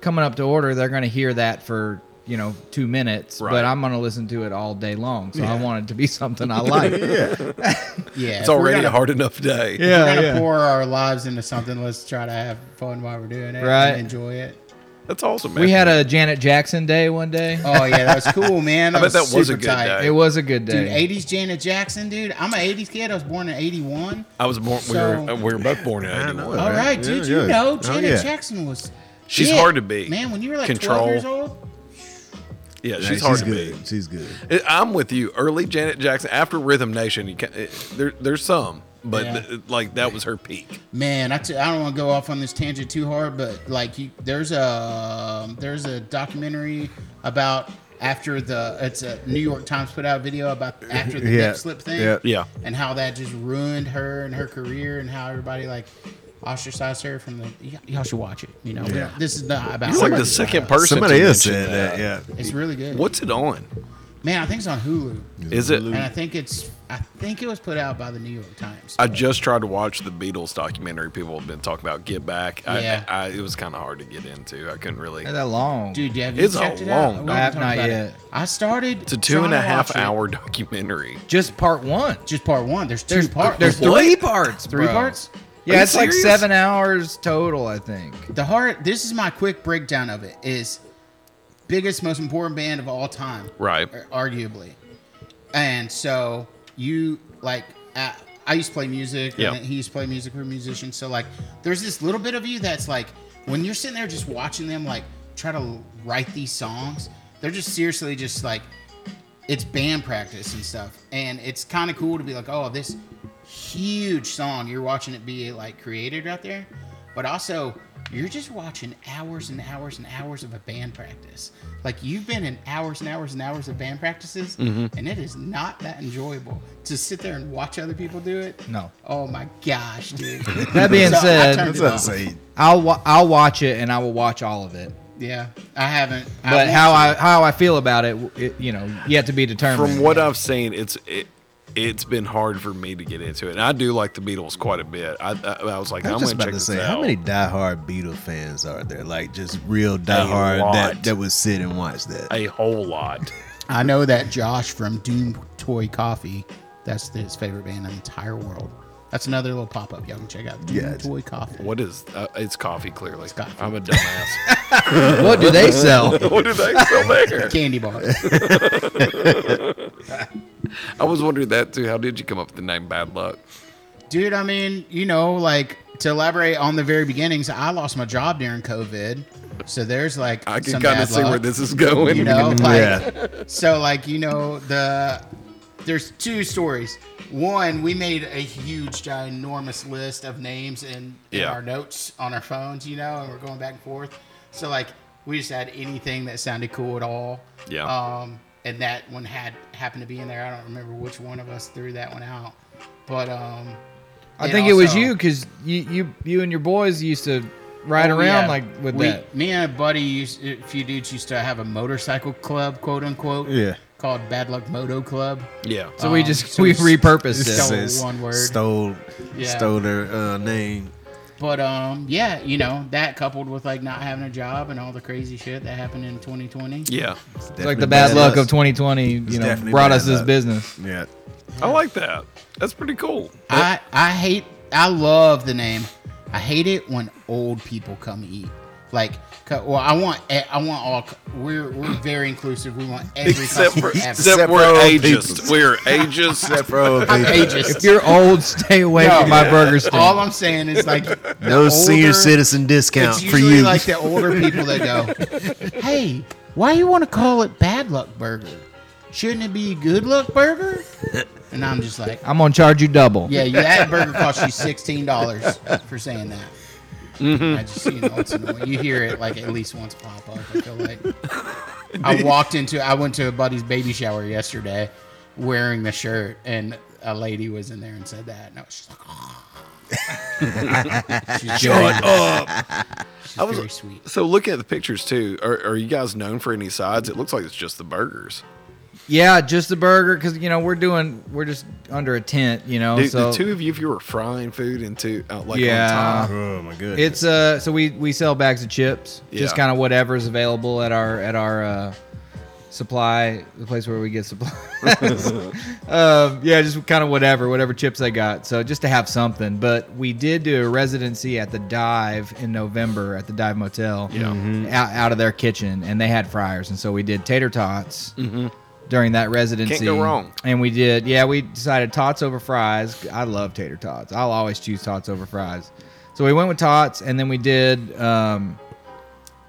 [SPEAKER 5] coming up to order, they're going to hear that for you know two minutes,
[SPEAKER 2] Right.
[SPEAKER 5] but I'm going to listen to it all day long. So I want it to be something I like. yeah,
[SPEAKER 4] Yeah,
[SPEAKER 2] It's
[SPEAKER 4] if we're
[SPEAKER 2] already
[SPEAKER 4] gonna-
[SPEAKER 2] a hard enough day.
[SPEAKER 4] if We're
[SPEAKER 5] yeah,
[SPEAKER 4] gonna pour our lives into something. Let's try to have fun while we're doing it.
[SPEAKER 5] Right.
[SPEAKER 4] And enjoy it.
[SPEAKER 2] That's awesome, man.
[SPEAKER 5] We had a Janet Jackson day one day.
[SPEAKER 4] Oh yeah, that was cool, man. That
[SPEAKER 2] I bet
[SPEAKER 4] was
[SPEAKER 2] that was a
[SPEAKER 4] super
[SPEAKER 2] good
[SPEAKER 4] tight.
[SPEAKER 2] day.
[SPEAKER 5] It was a good day.
[SPEAKER 4] Dude, 80s Janet Jackson, dude. I'm an 80s kid. I was born in 81.
[SPEAKER 2] I was born.
[SPEAKER 4] So- Oh,
[SPEAKER 2] we were we were both born in
[SPEAKER 1] I
[SPEAKER 2] eighty
[SPEAKER 1] know.
[SPEAKER 2] one.
[SPEAKER 4] All
[SPEAKER 1] Yeah,
[SPEAKER 4] right, dude.
[SPEAKER 1] yeah.
[SPEAKER 4] You know,
[SPEAKER 1] Oh,
[SPEAKER 4] Janet
[SPEAKER 1] yeah.
[SPEAKER 4] Jackson was.
[SPEAKER 2] She's
[SPEAKER 4] it.
[SPEAKER 2] hard to beat.
[SPEAKER 4] Man, when you were like
[SPEAKER 2] Control.
[SPEAKER 4] 12 years old,
[SPEAKER 2] Yeah,
[SPEAKER 1] Nah,
[SPEAKER 2] she's hard to
[SPEAKER 1] good.
[SPEAKER 2] beat.
[SPEAKER 1] She's good.
[SPEAKER 2] It- I'm with you. Early Janet Jackson after Rhythm Nation, you can, it, there, there's some, but
[SPEAKER 4] Yeah.
[SPEAKER 2] th- like that was her peak.
[SPEAKER 4] Man, I t- I don't want to go off on this tangent too hard, but like you, there's a there's a documentary about after the it's a New York Times put out a video about after the
[SPEAKER 1] Yeah,
[SPEAKER 4] lip slip thing,
[SPEAKER 1] yeah.
[SPEAKER 2] Yeah.
[SPEAKER 4] and how that just ruined her and her career, and how everybody like ostracized her from the. y- y'all should watch it. You know,
[SPEAKER 1] Yeah.
[SPEAKER 4] this is not about.
[SPEAKER 2] It's like the
[SPEAKER 4] her.
[SPEAKER 2] second person.
[SPEAKER 1] Somebody
[SPEAKER 2] to
[SPEAKER 1] else
[SPEAKER 2] mention
[SPEAKER 1] said that. Yeah.
[SPEAKER 4] It's really good.
[SPEAKER 2] What's it on?
[SPEAKER 4] man? I think it's on Hulu,
[SPEAKER 2] Is it?
[SPEAKER 4] and I think it's I think it was put out by the New York Times.
[SPEAKER 2] I just tried to watch the Beatles documentary. People have been talking about Get Back. I,
[SPEAKER 4] Yeah.
[SPEAKER 2] I, I, it was kind of hard to get into. I couldn't really.
[SPEAKER 5] Not that long.
[SPEAKER 4] Dude, have you
[SPEAKER 2] It's a
[SPEAKER 4] checked it
[SPEAKER 2] long doc.
[SPEAKER 4] out? We haven't
[SPEAKER 5] I have
[SPEAKER 4] talked
[SPEAKER 5] not
[SPEAKER 4] about it.
[SPEAKER 5] yet.
[SPEAKER 4] I started.
[SPEAKER 2] It's a two and a
[SPEAKER 4] trying to
[SPEAKER 2] half
[SPEAKER 4] watch it.
[SPEAKER 2] hour documentary.
[SPEAKER 5] just part one.
[SPEAKER 4] Just part one. There's two
[SPEAKER 5] There's
[SPEAKER 4] parts.
[SPEAKER 5] there's
[SPEAKER 2] What?
[SPEAKER 5] three parts.
[SPEAKER 4] three
[SPEAKER 5] bro.
[SPEAKER 4] parts.
[SPEAKER 2] Are
[SPEAKER 5] Yeah,
[SPEAKER 2] you
[SPEAKER 5] it's like
[SPEAKER 2] serious?
[SPEAKER 5] seven hours total, I think.
[SPEAKER 4] The hard. This is my quick breakdown of it. Is biggest, most important band of all time.
[SPEAKER 2] Right.
[SPEAKER 4] ar- Arguably, and so you like. I, I used to play music.
[SPEAKER 2] Yeah.
[SPEAKER 4] And he used to play music. We're musicians. So like, there's this little bit of you that's like, when you're sitting there just watching them like try to write these songs, they're just seriously just like it's band practice and stuff and it's kind of cool to be like oh this huge song you're watching it be like created out there but also you're just watching hours and hours and hours of a band practice like you've been in hours and hours and hours of band practices
[SPEAKER 5] Mm-hmm.
[SPEAKER 4] and it is not that enjoyable to sit there and watch other people do it
[SPEAKER 5] No.
[SPEAKER 4] oh my gosh dude
[SPEAKER 5] That being
[SPEAKER 4] So I
[SPEAKER 5] said-
[SPEAKER 4] turned
[SPEAKER 1] That's
[SPEAKER 4] it
[SPEAKER 1] what I
[SPEAKER 4] off.
[SPEAKER 1] say.
[SPEAKER 5] I'll wa- I'll watch it and I will watch all of it.
[SPEAKER 4] yeah i haven't I
[SPEAKER 5] But
[SPEAKER 4] want
[SPEAKER 5] how
[SPEAKER 4] to.
[SPEAKER 5] I how I feel about it, it you know, yet to be determined.
[SPEAKER 2] From what I've seen, it's it, it's been hard for me to get into it. And I do like the Beatles quite a bit. I, I, I was like,
[SPEAKER 1] I
[SPEAKER 2] I'm
[SPEAKER 1] was just
[SPEAKER 2] going to
[SPEAKER 1] about to
[SPEAKER 2] check this
[SPEAKER 1] say,
[SPEAKER 2] out.
[SPEAKER 1] how many diehard Beatle fans are there? Like just real
[SPEAKER 2] lot.
[SPEAKER 1] diehard that that would sit and watch that.
[SPEAKER 2] a whole lot.
[SPEAKER 4] I know that Josh from Doom Toy Coffee, that's his favorite band in the entire world, That's another little pop up. Y'all can check out.
[SPEAKER 1] Yeah,
[SPEAKER 4] Yeah,
[SPEAKER 1] it's-
[SPEAKER 4] toy coffee.
[SPEAKER 2] What is uh, it's coffee clearly.
[SPEAKER 4] coffee.
[SPEAKER 2] I'm a dumbass.
[SPEAKER 5] What do they sell?
[SPEAKER 2] what do they sell there?
[SPEAKER 4] Candy bar.
[SPEAKER 2] I was wondering that too. How did you come up with the name Bad Luck?
[SPEAKER 4] Dude, I mean, you know, like to elaborate on the very beginnings, I lost my job during COVID. So there's like
[SPEAKER 2] I can
[SPEAKER 4] some
[SPEAKER 2] kind of
[SPEAKER 4] bad
[SPEAKER 2] see
[SPEAKER 4] luck,
[SPEAKER 2] where this is going.
[SPEAKER 4] you know, like
[SPEAKER 1] Yeah.
[SPEAKER 4] so like, you know, the there's two stories. One, we made a huge ginormous list of names in, in
[SPEAKER 2] Yeah.
[SPEAKER 4] our notes on our phones, you know, and we're going back and forth. So like we just had anything that sounded cool at all.
[SPEAKER 2] Yeah.
[SPEAKER 4] Um, and that one had happened to be in there. I don't remember which one of us threw that one out. But um
[SPEAKER 5] I think it was
[SPEAKER 4] also-
[SPEAKER 5] you because you, you you and your boys used to ride
[SPEAKER 4] Oh,
[SPEAKER 5] around
[SPEAKER 4] yeah.
[SPEAKER 5] like with
[SPEAKER 4] we,
[SPEAKER 5] that.
[SPEAKER 4] Me and a buddy, used, a few dudes used to have a motorcycle club, quote unquote.
[SPEAKER 1] Yeah.
[SPEAKER 4] Called Bad Luck Moto Club.
[SPEAKER 2] yeah.
[SPEAKER 5] So we
[SPEAKER 4] Um,
[SPEAKER 5] just
[SPEAKER 4] so
[SPEAKER 5] we
[SPEAKER 4] it's-
[SPEAKER 5] repurposed
[SPEAKER 4] it's
[SPEAKER 5] it.
[SPEAKER 4] Stole so-
[SPEAKER 1] Says-
[SPEAKER 4] one word.
[SPEAKER 1] Stole,
[SPEAKER 4] Yeah.
[SPEAKER 1] stole their uh, name.
[SPEAKER 4] But um, yeah, you know that coupled with like not having a job and all the crazy shit that happened in 2020.
[SPEAKER 2] Yeah.
[SPEAKER 5] It's like the bad, luck of
[SPEAKER 1] twenty.
[SPEAKER 5] 2020, you know,
[SPEAKER 1] definitely
[SPEAKER 5] brought
[SPEAKER 1] bad
[SPEAKER 5] us this
[SPEAKER 1] luck.
[SPEAKER 5] business.
[SPEAKER 1] Yeah.
[SPEAKER 2] I like that. That's pretty cool.
[SPEAKER 4] I I hate. I love the name. I hate it when old people come eat. Like, cu- well, I want e- I want all. cu- We're we're very inclusive. We want every
[SPEAKER 2] Except
[SPEAKER 4] customer
[SPEAKER 2] for
[SPEAKER 4] ever.
[SPEAKER 2] except
[SPEAKER 1] for
[SPEAKER 2] we're
[SPEAKER 1] old
[SPEAKER 2] ageist.
[SPEAKER 1] people.
[SPEAKER 2] We're ageist.
[SPEAKER 1] Except for old
[SPEAKER 4] I'm
[SPEAKER 1] people.
[SPEAKER 4] ageist.
[SPEAKER 5] If you're old, stay away
[SPEAKER 4] No.
[SPEAKER 5] from my burger stand.
[SPEAKER 4] all I'm saying is like the
[SPEAKER 1] No senior
[SPEAKER 4] older-
[SPEAKER 1] citizen discount
[SPEAKER 4] It's
[SPEAKER 1] for
[SPEAKER 4] usually
[SPEAKER 1] you.
[SPEAKER 4] like the older people that go, "Hey, why you want to call it Bad Luck Burger? Shouldn't it be Good Luck Burger?" And I'm just like, "Oh,
[SPEAKER 5] I'm gonna charge you double.
[SPEAKER 4] "Yeah, you, that burger cost you sixteen dollars for saying that."
[SPEAKER 2] Mm-hmm.
[SPEAKER 4] I just you know it's annoying. You hear it like at least once pop up. I feel like I walked into I went to a buddy's baby shower yesterday, wearing the shirt, and a lady was in there and said that, and I was just like, She's very,
[SPEAKER 2] oh.
[SPEAKER 4] She's
[SPEAKER 2] I was-
[SPEAKER 4] very sweet.
[SPEAKER 2] So looking at the pictures too, are, are you guys known for any sides? It looks like it's just the burgers.
[SPEAKER 5] Yeah, just the burger because you know we're doing we're just under a tent, you
[SPEAKER 4] Oh,
[SPEAKER 5] know.
[SPEAKER 2] Dude,
[SPEAKER 5] so
[SPEAKER 2] the two of you, if you were frying food into out like
[SPEAKER 5] Yeah.
[SPEAKER 2] on top,
[SPEAKER 1] oh my goodness.
[SPEAKER 5] it's uh so we we sell bags of chips, just
[SPEAKER 2] Yeah.
[SPEAKER 5] kind of whatever's available at our at our uh, supply, the place where we get supplies. um, yeah, just kind of whatever, whatever chips they got. So just to have something. But we did do a residency at the Dive in November at the Dive Motel.
[SPEAKER 2] Yeah.
[SPEAKER 5] out, out of their kitchen, and they had fryers, and so we did tater tots.
[SPEAKER 2] Mm-hmm.
[SPEAKER 5] During that residency,
[SPEAKER 2] Can't go wrong.
[SPEAKER 5] And we did, yeah. We decided tots over fries. I love tater tots. I'll always choose tots over fries. So we went with tots, and then we did um,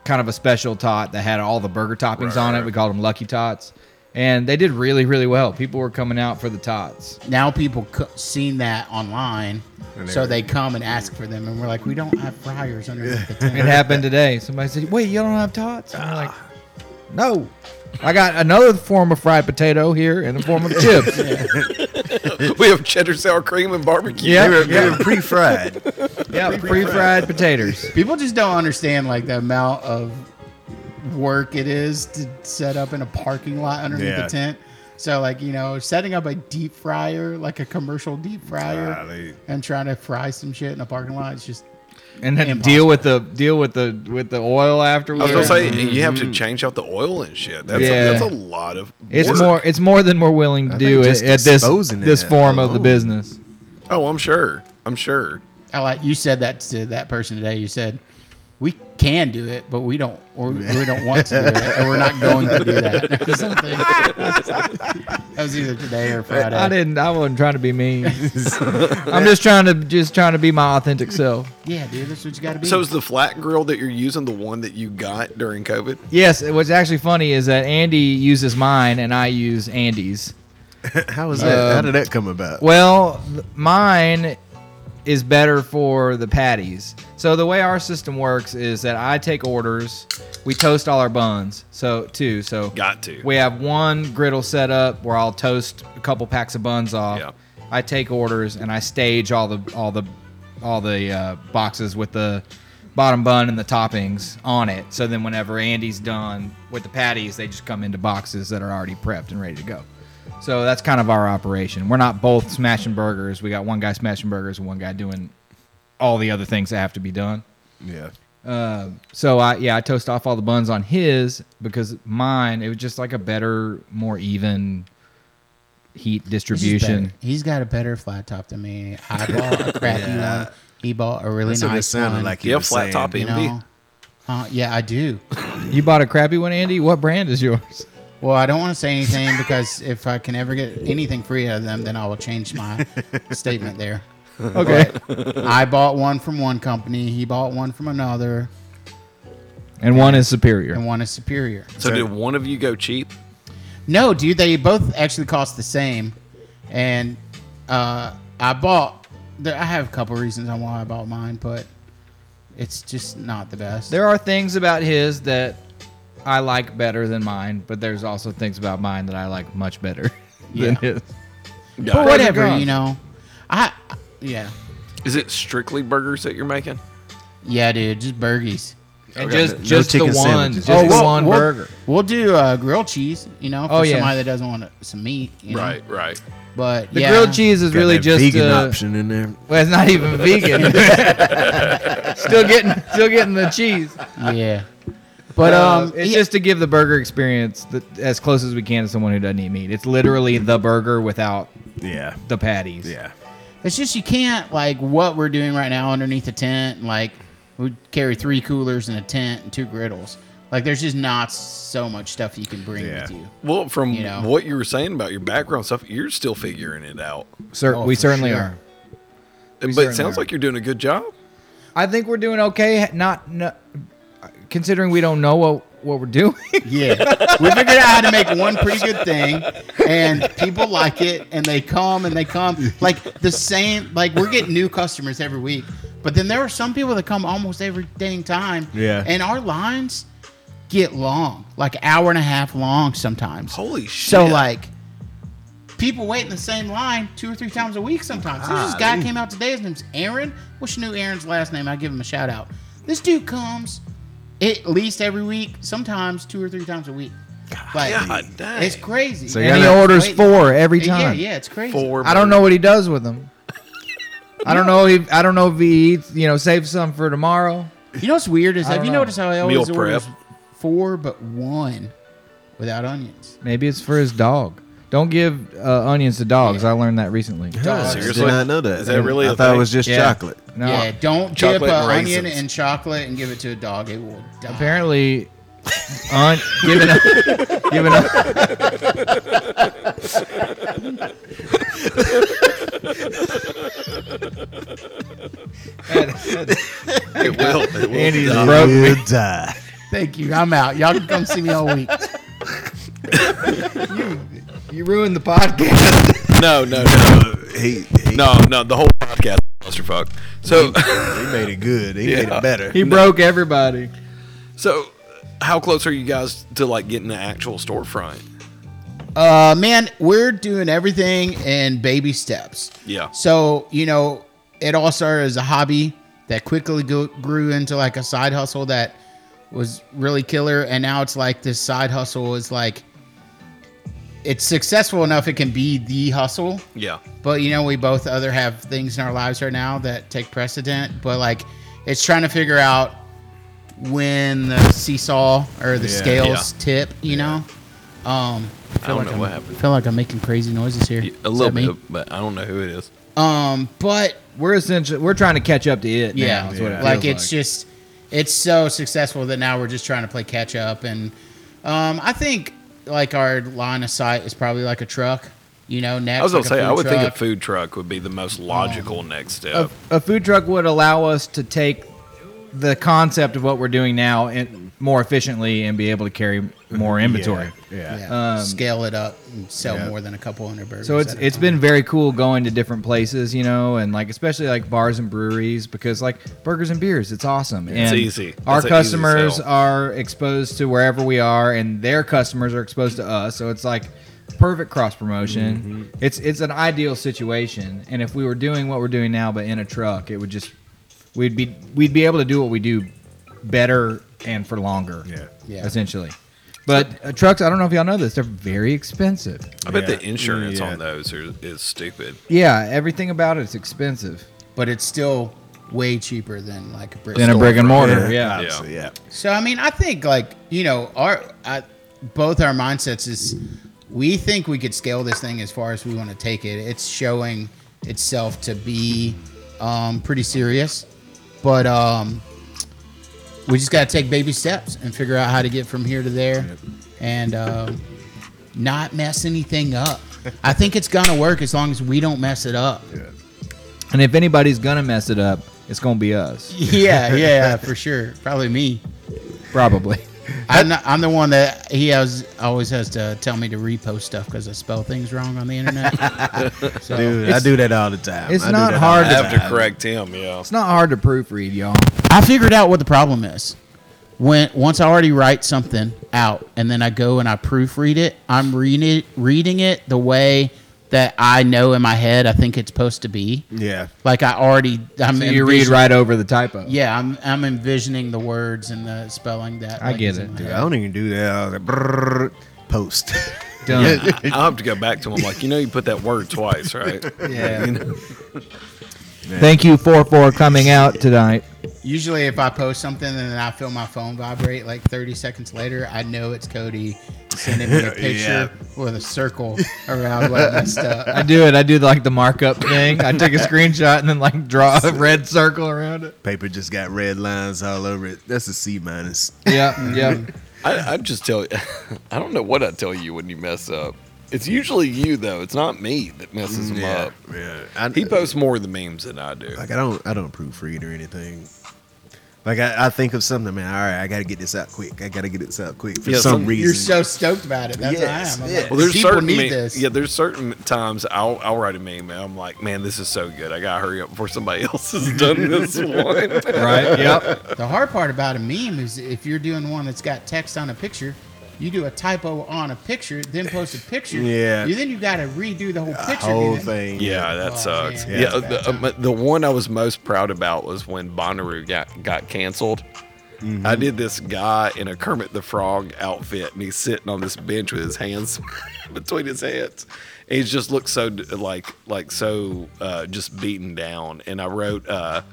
[SPEAKER 5] kind of a special tot that had all the burger toppings on it. We called them Lucky Tots, and they did really, really well. People were coming out for the tots.
[SPEAKER 4] now people co- seen that online,
[SPEAKER 1] And they
[SPEAKER 4] so
[SPEAKER 1] were-
[SPEAKER 4] they come and ask for them, and we're like, we don't have fryers underneath the tent.
[SPEAKER 5] It happened today. Somebody said, "Wait, you don't have tots?" And we're like,
[SPEAKER 2] Ah.
[SPEAKER 5] "No." I got another form of fried potato here in the form of chips.
[SPEAKER 2] we have cheddar sour cream and barbecue.
[SPEAKER 1] they
[SPEAKER 5] Yeah,
[SPEAKER 1] were,
[SPEAKER 5] yeah,
[SPEAKER 1] they were pre-fried.
[SPEAKER 5] yeah, pre-fried potatoes.
[SPEAKER 4] People just don't understand like the amount of work it is to set up in a parking lot underneath
[SPEAKER 1] Yeah.
[SPEAKER 4] the tent. So like you know, setting up a deep fryer, like a commercial deep fryer,
[SPEAKER 1] Golly.
[SPEAKER 4] and trying to fry some shit in a parking lot, it's just
[SPEAKER 5] And then
[SPEAKER 4] Impossible.
[SPEAKER 5] deal with the deal with the with the oil
[SPEAKER 2] I was
[SPEAKER 5] afterwards.
[SPEAKER 2] gonna say you have to change out the oil and shit. That's
[SPEAKER 5] Mm-hmm. Yeah.
[SPEAKER 2] a, that's a lot of.
[SPEAKER 5] it's
[SPEAKER 2] work.
[SPEAKER 5] more it's more than we're willing to
[SPEAKER 1] I
[SPEAKER 5] do
[SPEAKER 1] think
[SPEAKER 5] at,
[SPEAKER 1] just
[SPEAKER 5] at this
[SPEAKER 1] exposing it
[SPEAKER 5] this form of the
[SPEAKER 1] alone.
[SPEAKER 5] business.
[SPEAKER 2] Oh, I'm sure. I'm sure.
[SPEAKER 4] I like you said that to that person today. You said we can do it, but we don't or we don't want to do it, and we're not going to do that. Or something. that was either today or Friday.
[SPEAKER 5] I didn't. I wasn't trying to be mean. I'm just trying to just trying to be my authentic self.
[SPEAKER 4] Yeah, dude, that's what you got to be.
[SPEAKER 2] So is the flat grill that you're using the one that you got during COVID?
[SPEAKER 5] Yes. What's actually funny is that Andy uses mine and I use Andy's.
[SPEAKER 1] How was that?
[SPEAKER 5] Uh,
[SPEAKER 1] How did that come about?
[SPEAKER 5] Well, th- mine is better for the patties. So the way our system works is that I take orders. We toast all our buns. So two. So
[SPEAKER 2] Got to.
[SPEAKER 5] We have one griddle set up where I'll toast a couple packs of buns off.
[SPEAKER 2] Yeah.
[SPEAKER 5] I take orders and I stage all the all the all the uh, boxes with the bottom bun and the toppings on it. So then whenever Andy's done with the patties, they just come into boxes that are already prepped and ready to go. So that's kind of our operation. We're not both smashing burgers. We got one guy smashing burgers and one guy doing all the other things that have to be done.
[SPEAKER 1] yeah.
[SPEAKER 5] So I yeah, I toast off all the buns on his because mine it was just like a better, more even heat
[SPEAKER 4] He's just
[SPEAKER 5] distribution.
[SPEAKER 4] better. He's got a better flat top than me. I bought a crappy one. He bought a really
[SPEAKER 1] That's what it
[SPEAKER 4] nice
[SPEAKER 1] sounded
[SPEAKER 4] one.
[SPEAKER 1] like.
[SPEAKER 2] Yeah,
[SPEAKER 1] you were
[SPEAKER 2] flat
[SPEAKER 1] saying.
[SPEAKER 2] top
[SPEAKER 4] you
[SPEAKER 2] envy.
[SPEAKER 4] know. Uh, yeah, I do.
[SPEAKER 5] You bought a crappy one, Andy. What brand is yours?
[SPEAKER 4] Well, I don't want to say anything because if I can ever get anything free out of them, then I will change my statement there.
[SPEAKER 5] Okay.
[SPEAKER 4] I bought one from one company. He bought one from another,
[SPEAKER 5] and one is superior.
[SPEAKER 4] and one is superior.
[SPEAKER 2] So did one of you go cheap?
[SPEAKER 4] No, dude, they both actually cost the same. And uh, I bought. There, I have a couple reasons on why I bought mine, but it's just not the best.
[SPEAKER 5] There are things about his that I like better than mine, but there's also things about mine that I like much better than
[SPEAKER 4] Yeah.
[SPEAKER 5] his.
[SPEAKER 4] but
[SPEAKER 5] Pros and
[SPEAKER 4] whatever,
[SPEAKER 5] cons.
[SPEAKER 4] you know. I yeah,
[SPEAKER 2] Is it strictly burgers that you're making?
[SPEAKER 4] yeah, dude, just burgies.
[SPEAKER 5] And
[SPEAKER 2] Okay.
[SPEAKER 5] just
[SPEAKER 2] No
[SPEAKER 5] just the
[SPEAKER 1] chicken
[SPEAKER 5] one,
[SPEAKER 1] sandwiches,
[SPEAKER 5] just
[SPEAKER 1] just
[SPEAKER 5] the
[SPEAKER 1] the
[SPEAKER 5] one
[SPEAKER 4] we'll,
[SPEAKER 5] burger.
[SPEAKER 4] We'll do uh, grilled cheese, you know, for
[SPEAKER 5] Oh, yeah.
[SPEAKER 4] somebody that doesn't want some meat, you know?
[SPEAKER 2] Right, right.
[SPEAKER 4] But
[SPEAKER 5] The
[SPEAKER 4] yeah,
[SPEAKER 5] grilled cheese is
[SPEAKER 1] Got
[SPEAKER 5] really
[SPEAKER 1] that
[SPEAKER 5] just
[SPEAKER 1] vegan
[SPEAKER 5] uh,
[SPEAKER 1] option in there.
[SPEAKER 5] Well, it's not even vegan. still getting, still getting the cheese.
[SPEAKER 4] yeah. But um,
[SPEAKER 5] it's
[SPEAKER 4] yeah,
[SPEAKER 5] just to give the burger experience the, as close as we can to someone who doesn't eat meat. It's literally the burger without
[SPEAKER 1] Yeah,
[SPEAKER 5] the patties.
[SPEAKER 1] yeah.
[SPEAKER 4] it's just you can't like what we're doing right now underneath the tent. Like we carry three coolers and a tent and two griddles. Like there's just not so much stuff you can bring
[SPEAKER 1] Yeah.
[SPEAKER 4] with you.
[SPEAKER 2] Well, from
[SPEAKER 4] You know.
[SPEAKER 2] what you were saying about your background stuff, you're still figuring it out.
[SPEAKER 5] Cer-
[SPEAKER 4] Oh,
[SPEAKER 5] we
[SPEAKER 4] for
[SPEAKER 5] certainly
[SPEAKER 4] sure.
[SPEAKER 5] are.
[SPEAKER 2] but it
[SPEAKER 5] certainly
[SPEAKER 2] sounds
[SPEAKER 5] are.
[SPEAKER 2] like you're doing a good job.
[SPEAKER 5] I think we're doing okay. Not, no, considering we don't know what what we're doing.
[SPEAKER 4] Yeah, we figured out how to make one pretty good thing, and people like it, and they come and they come. Like the same, like we're getting new customers every week, but then there are some people that come almost every dang time.
[SPEAKER 1] Yeah.
[SPEAKER 4] and our lines get long, like hour and a half long sometimes.
[SPEAKER 2] Holy shit.
[SPEAKER 4] so like. People wait in the same line two or three times a week sometimes. There's this guy came out today. His name's Aaron. Wish I knew Aaron's last name. I give him a shout out. This dude comes at least every week, sometimes two or three times a week. Like,
[SPEAKER 2] God dang.
[SPEAKER 4] it's crazy.
[SPEAKER 1] So
[SPEAKER 4] And
[SPEAKER 1] you're
[SPEAKER 5] and he
[SPEAKER 1] Yeah, no,
[SPEAKER 5] orders
[SPEAKER 4] wait.
[SPEAKER 5] four every
[SPEAKER 4] he- yeah,
[SPEAKER 5] time.
[SPEAKER 4] yeah, it's crazy.
[SPEAKER 2] four
[SPEAKER 5] I don't know what he does with them. I don't know. If, I don't know if he eats. You know, saves some for tomorrow.
[SPEAKER 4] You know what's weird is
[SPEAKER 5] I
[SPEAKER 4] have
[SPEAKER 5] don't
[SPEAKER 4] you
[SPEAKER 5] know.
[SPEAKER 4] noticed how I always
[SPEAKER 2] Meal
[SPEAKER 4] orders
[SPEAKER 2] prep.
[SPEAKER 4] four but one without onions?
[SPEAKER 5] Maybe it's for his dog. Don't give uh, onions to dogs. I learned that recently.
[SPEAKER 1] I just
[SPEAKER 2] Seriously?
[SPEAKER 1] did not know that.
[SPEAKER 2] Is that really
[SPEAKER 1] I
[SPEAKER 2] a
[SPEAKER 1] thought
[SPEAKER 2] thing?
[SPEAKER 1] it was just
[SPEAKER 5] Yeah.
[SPEAKER 1] chocolate.
[SPEAKER 5] No,
[SPEAKER 4] yeah, don't dip
[SPEAKER 2] Chocolate
[SPEAKER 4] an
[SPEAKER 2] and
[SPEAKER 4] onion
[SPEAKER 2] raisins.
[SPEAKER 4] in chocolate and give it to a dog. It will die.
[SPEAKER 5] apparently, on giving up, giving up.
[SPEAKER 2] It will. It will.
[SPEAKER 5] Andy's
[SPEAKER 2] Yeah.
[SPEAKER 5] broke me.
[SPEAKER 1] You'll die.
[SPEAKER 4] Thank you. I'm out. Y'all can come see me all week.
[SPEAKER 5] You ruined the podcast.
[SPEAKER 2] No, no, no.
[SPEAKER 1] He, he,
[SPEAKER 2] No, no. The whole podcast is a clusterfuck. So,
[SPEAKER 1] he made it good. He made
[SPEAKER 2] Yeah.
[SPEAKER 1] it better.
[SPEAKER 5] He broke everybody.
[SPEAKER 2] so how close are you guys to like getting the actual storefront?
[SPEAKER 4] Uh, man, we're doing everything in baby steps.
[SPEAKER 2] Yeah.
[SPEAKER 4] So you know, it all started as a hobby that quickly go- grew into like a side hustle that was really killer, and now it's like this side hustle is like it's successful enough it can be the hustle.
[SPEAKER 2] Yeah.
[SPEAKER 4] But you know, we both other have things in our lives right now that take precedent. But like, it's trying to figure out when the seesaw or the
[SPEAKER 1] Yeah.
[SPEAKER 4] scales tip. You know, um, I,
[SPEAKER 2] don't
[SPEAKER 4] like
[SPEAKER 2] know
[SPEAKER 4] I'm,
[SPEAKER 2] what happened.
[SPEAKER 4] feel like I'm making crazy noises here.
[SPEAKER 2] A
[SPEAKER 4] Is
[SPEAKER 2] little
[SPEAKER 4] that me?
[SPEAKER 2] bit, but I don't know who it is.
[SPEAKER 4] Um, but
[SPEAKER 5] We're essentially we're trying to catch up to it.
[SPEAKER 4] yeah,
[SPEAKER 5] now, is what it
[SPEAKER 4] like
[SPEAKER 5] feels
[SPEAKER 4] it's just it's so successful that now we're just trying to play catch up, and um, I think like our line of sight is probably like a truck. You know, next
[SPEAKER 2] I was
[SPEAKER 4] like
[SPEAKER 2] gonna
[SPEAKER 4] a
[SPEAKER 2] say I
[SPEAKER 4] food
[SPEAKER 2] would think
[SPEAKER 4] truck.
[SPEAKER 2] a food truck would be the most logical next step.
[SPEAKER 5] a, a food truck would allow us to take the concept of what we're doing now and more efficiently and be able to carry more inventory.
[SPEAKER 1] Yeah.
[SPEAKER 4] Yeah,
[SPEAKER 5] Um,
[SPEAKER 4] scale it up and sell
[SPEAKER 1] yeah.
[SPEAKER 4] more than a couple hundred burgers.
[SPEAKER 5] So it's
[SPEAKER 4] at a
[SPEAKER 5] it's
[SPEAKER 4] time.
[SPEAKER 5] been very cool going to different places, you know, and like especially like bars and breweries because like burgers and beers, it's awesome. and
[SPEAKER 2] easy.
[SPEAKER 5] Our
[SPEAKER 2] That's an easy
[SPEAKER 5] customers
[SPEAKER 2] sell.
[SPEAKER 5] are exposed to wherever we are, and their customers are exposed to us. So it's like perfect cross promotion.
[SPEAKER 2] Mm-hmm.
[SPEAKER 5] It's it's an ideal situation. And if we were doing what we're doing now, but in a truck, it would just we'd be we'd be able to do what we do better and for longer.
[SPEAKER 1] Yeah.
[SPEAKER 4] Yeah.
[SPEAKER 5] essentially. But uh, trucks, I don't know if y'all know this, they're very expensive.
[SPEAKER 2] I bet the
[SPEAKER 1] Yeah.
[SPEAKER 2] insurance
[SPEAKER 1] Yeah.
[SPEAKER 2] on those are, is stupid.
[SPEAKER 5] Yeah, everything about it's expensive.
[SPEAKER 4] but it's still way cheaper than like a brick.
[SPEAKER 5] Than a
[SPEAKER 4] store.
[SPEAKER 5] brick and mortar. Yeah.
[SPEAKER 1] obviously, yeah.
[SPEAKER 4] So I mean, I think like you know, our I, both our mindsets is we think we could scale this thing as far as we want to take it. It's showing itself to be um, pretty serious, but um, we just got to take baby steps and figure out how to get from here to there, and um, not mess anything up. I think it's gonna work as long as we don't mess it up.
[SPEAKER 5] And if anybody's gonna mess it up, it's gonna be us,
[SPEAKER 4] Yeah, yeah, for sure. Probably me.
[SPEAKER 5] probably.
[SPEAKER 4] I'm, not, I'm the one that he has always has to tell me to repost stuff because I spell things wrong on the internet. so,
[SPEAKER 1] Dude, I
[SPEAKER 5] It's-
[SPEAKER 1] do that all the time.
[SPEAKER 5] it's
[SPEAKER 1] I do
[SPEAKER 5] not
[SPEAKER 1] that
[SPEAKER 5] hard
[SPEAKER 2] I
[SPEAKER 1] all the
[SPEAKER 2] have to
[SPEAKER 1] time.
[SPEAKER 2] correct him. Yeah.
[SPEAKER 5] It's not hard to proofread, y'all.
[SPEAKER 4] I figured out what the problem is. When once I already write something out and then I go and I proofread it, I'm reading it, reading it the way that I know in my head I think it's supposed to be.
[SPEAKER 1] Yeah.
[SPEAKER 4] Like I already, I'm
[SPEAKER 5] So you read
[SPEAKER 4] envision-
[SPEAKER 5] right over the typo.
[SPEAKER 4] Yeah, I'm I'm envisioning the words and the spelling that
[SPEAKER 5] I
[SPEAKER 4] like,
[SPEAKER 5] get
[SPEAKER 4] is in
[SPEAKER 5] it,
[SPEAKER 4] my
[SPEAKER 5] dude.
[SPEAKER 1] Dude,
[SPEAKER 4] head.
[SPEAKER 1] I don't even do that. I was like, brrrr, post.
[SPEAKER 5] Done.
[SPEAKER 2] I'll have to go back to him. Like, you know, you put that word twice, right?
[SPEAKER 5] Yeah. Thank you for for coming out tonight.
[SPEAKER 4] Usually, if I post something and then I feel my phone vibrate like 30 seconds later, I know it's Cody sending me a picture with a circle around what I messed
[SPEAKER 5] I
[SPEAKER 4] up.
[SPEAKER 5] do it. I do like the markup thing. I take a screenshot and then like draw a red circle around it.
[SPEAKER 1] Paper just got red lines all over it. That's a C minus.
[SPEAKER 5] Yeah, yeah.
[SPEAKER 2] I, I just tell you, I don't know what I tell you when you mess up. It's usually you though. It's not me that messes him
[SPEAKER 1] Yeah.
[SPEAKER 2] up.
[SPEAKER 1] yeah. I,
[SPEAKER 2] He posts more of the memes than I do.
[SPEAKER 1] like I don't I don't proofread or anything. Like I, I think of something, man. All right, I got to get this out quick. I got to get this out quick for
[SPEAKER 2] Yeah,
[SPEAKER 1] some
[SPEAKER 2] some-
[SPEAKER 1] reason.
[SPEAKER 4] You're so stoked about it. That's
[SPEAKER 1] Yes,
[SPEAKER 4] what I am. I'm
[SPEAKER 1] yes.
[SPEAKER 4] like,
[SPEAKER 2] Well, there's
[SPEAKER 4] people
[SPEAKER 2] certain
[SPEAKER 4] need
[SPEAKER 2] me-
[SPEAKER 4] this.
[SPEAKER 2] yeah, there's certain times I'll I'll write a meme and I'm like, man, this is so good. I gotta hurry up before somebody else has done this one.
[SPEAKER 5] Right. Yep.
[SPEAKER 4] The hard part about a meme is if you're doing one that's got text on a picture, you do a typo on a picture, then post a picture.
[SPEAKER 1] Yeah.
[SPEAKER 4] You, then you got to redo the whole
[SPEAKER 1] the
[SPEAKER 4] picture.
[SPEAKER 1] whole
[SPEAKER 4] dude.
[SPEAKER 1] thing.
[SPEAKER 2] yeah, that
[SPEAKER 4] Oh,
[SPEAKER 2] sucks.
[SPEAKER 4] man.
[SPEAKER 2] Yeah,
[SPEAKER 4] Yeah.
[SPEAKER 2] the, um, the one I was most proud about was when Bonnaroo got got canceled.
[SPEAKER 4] Mm-hmm.
[SPEAKER 2] I did this guy in a Kermit the Frog outfit, and he's sitting on this bench with his hands between his hands. And he's just looked so d- like like so uh, just beaten down. And I wrote uh,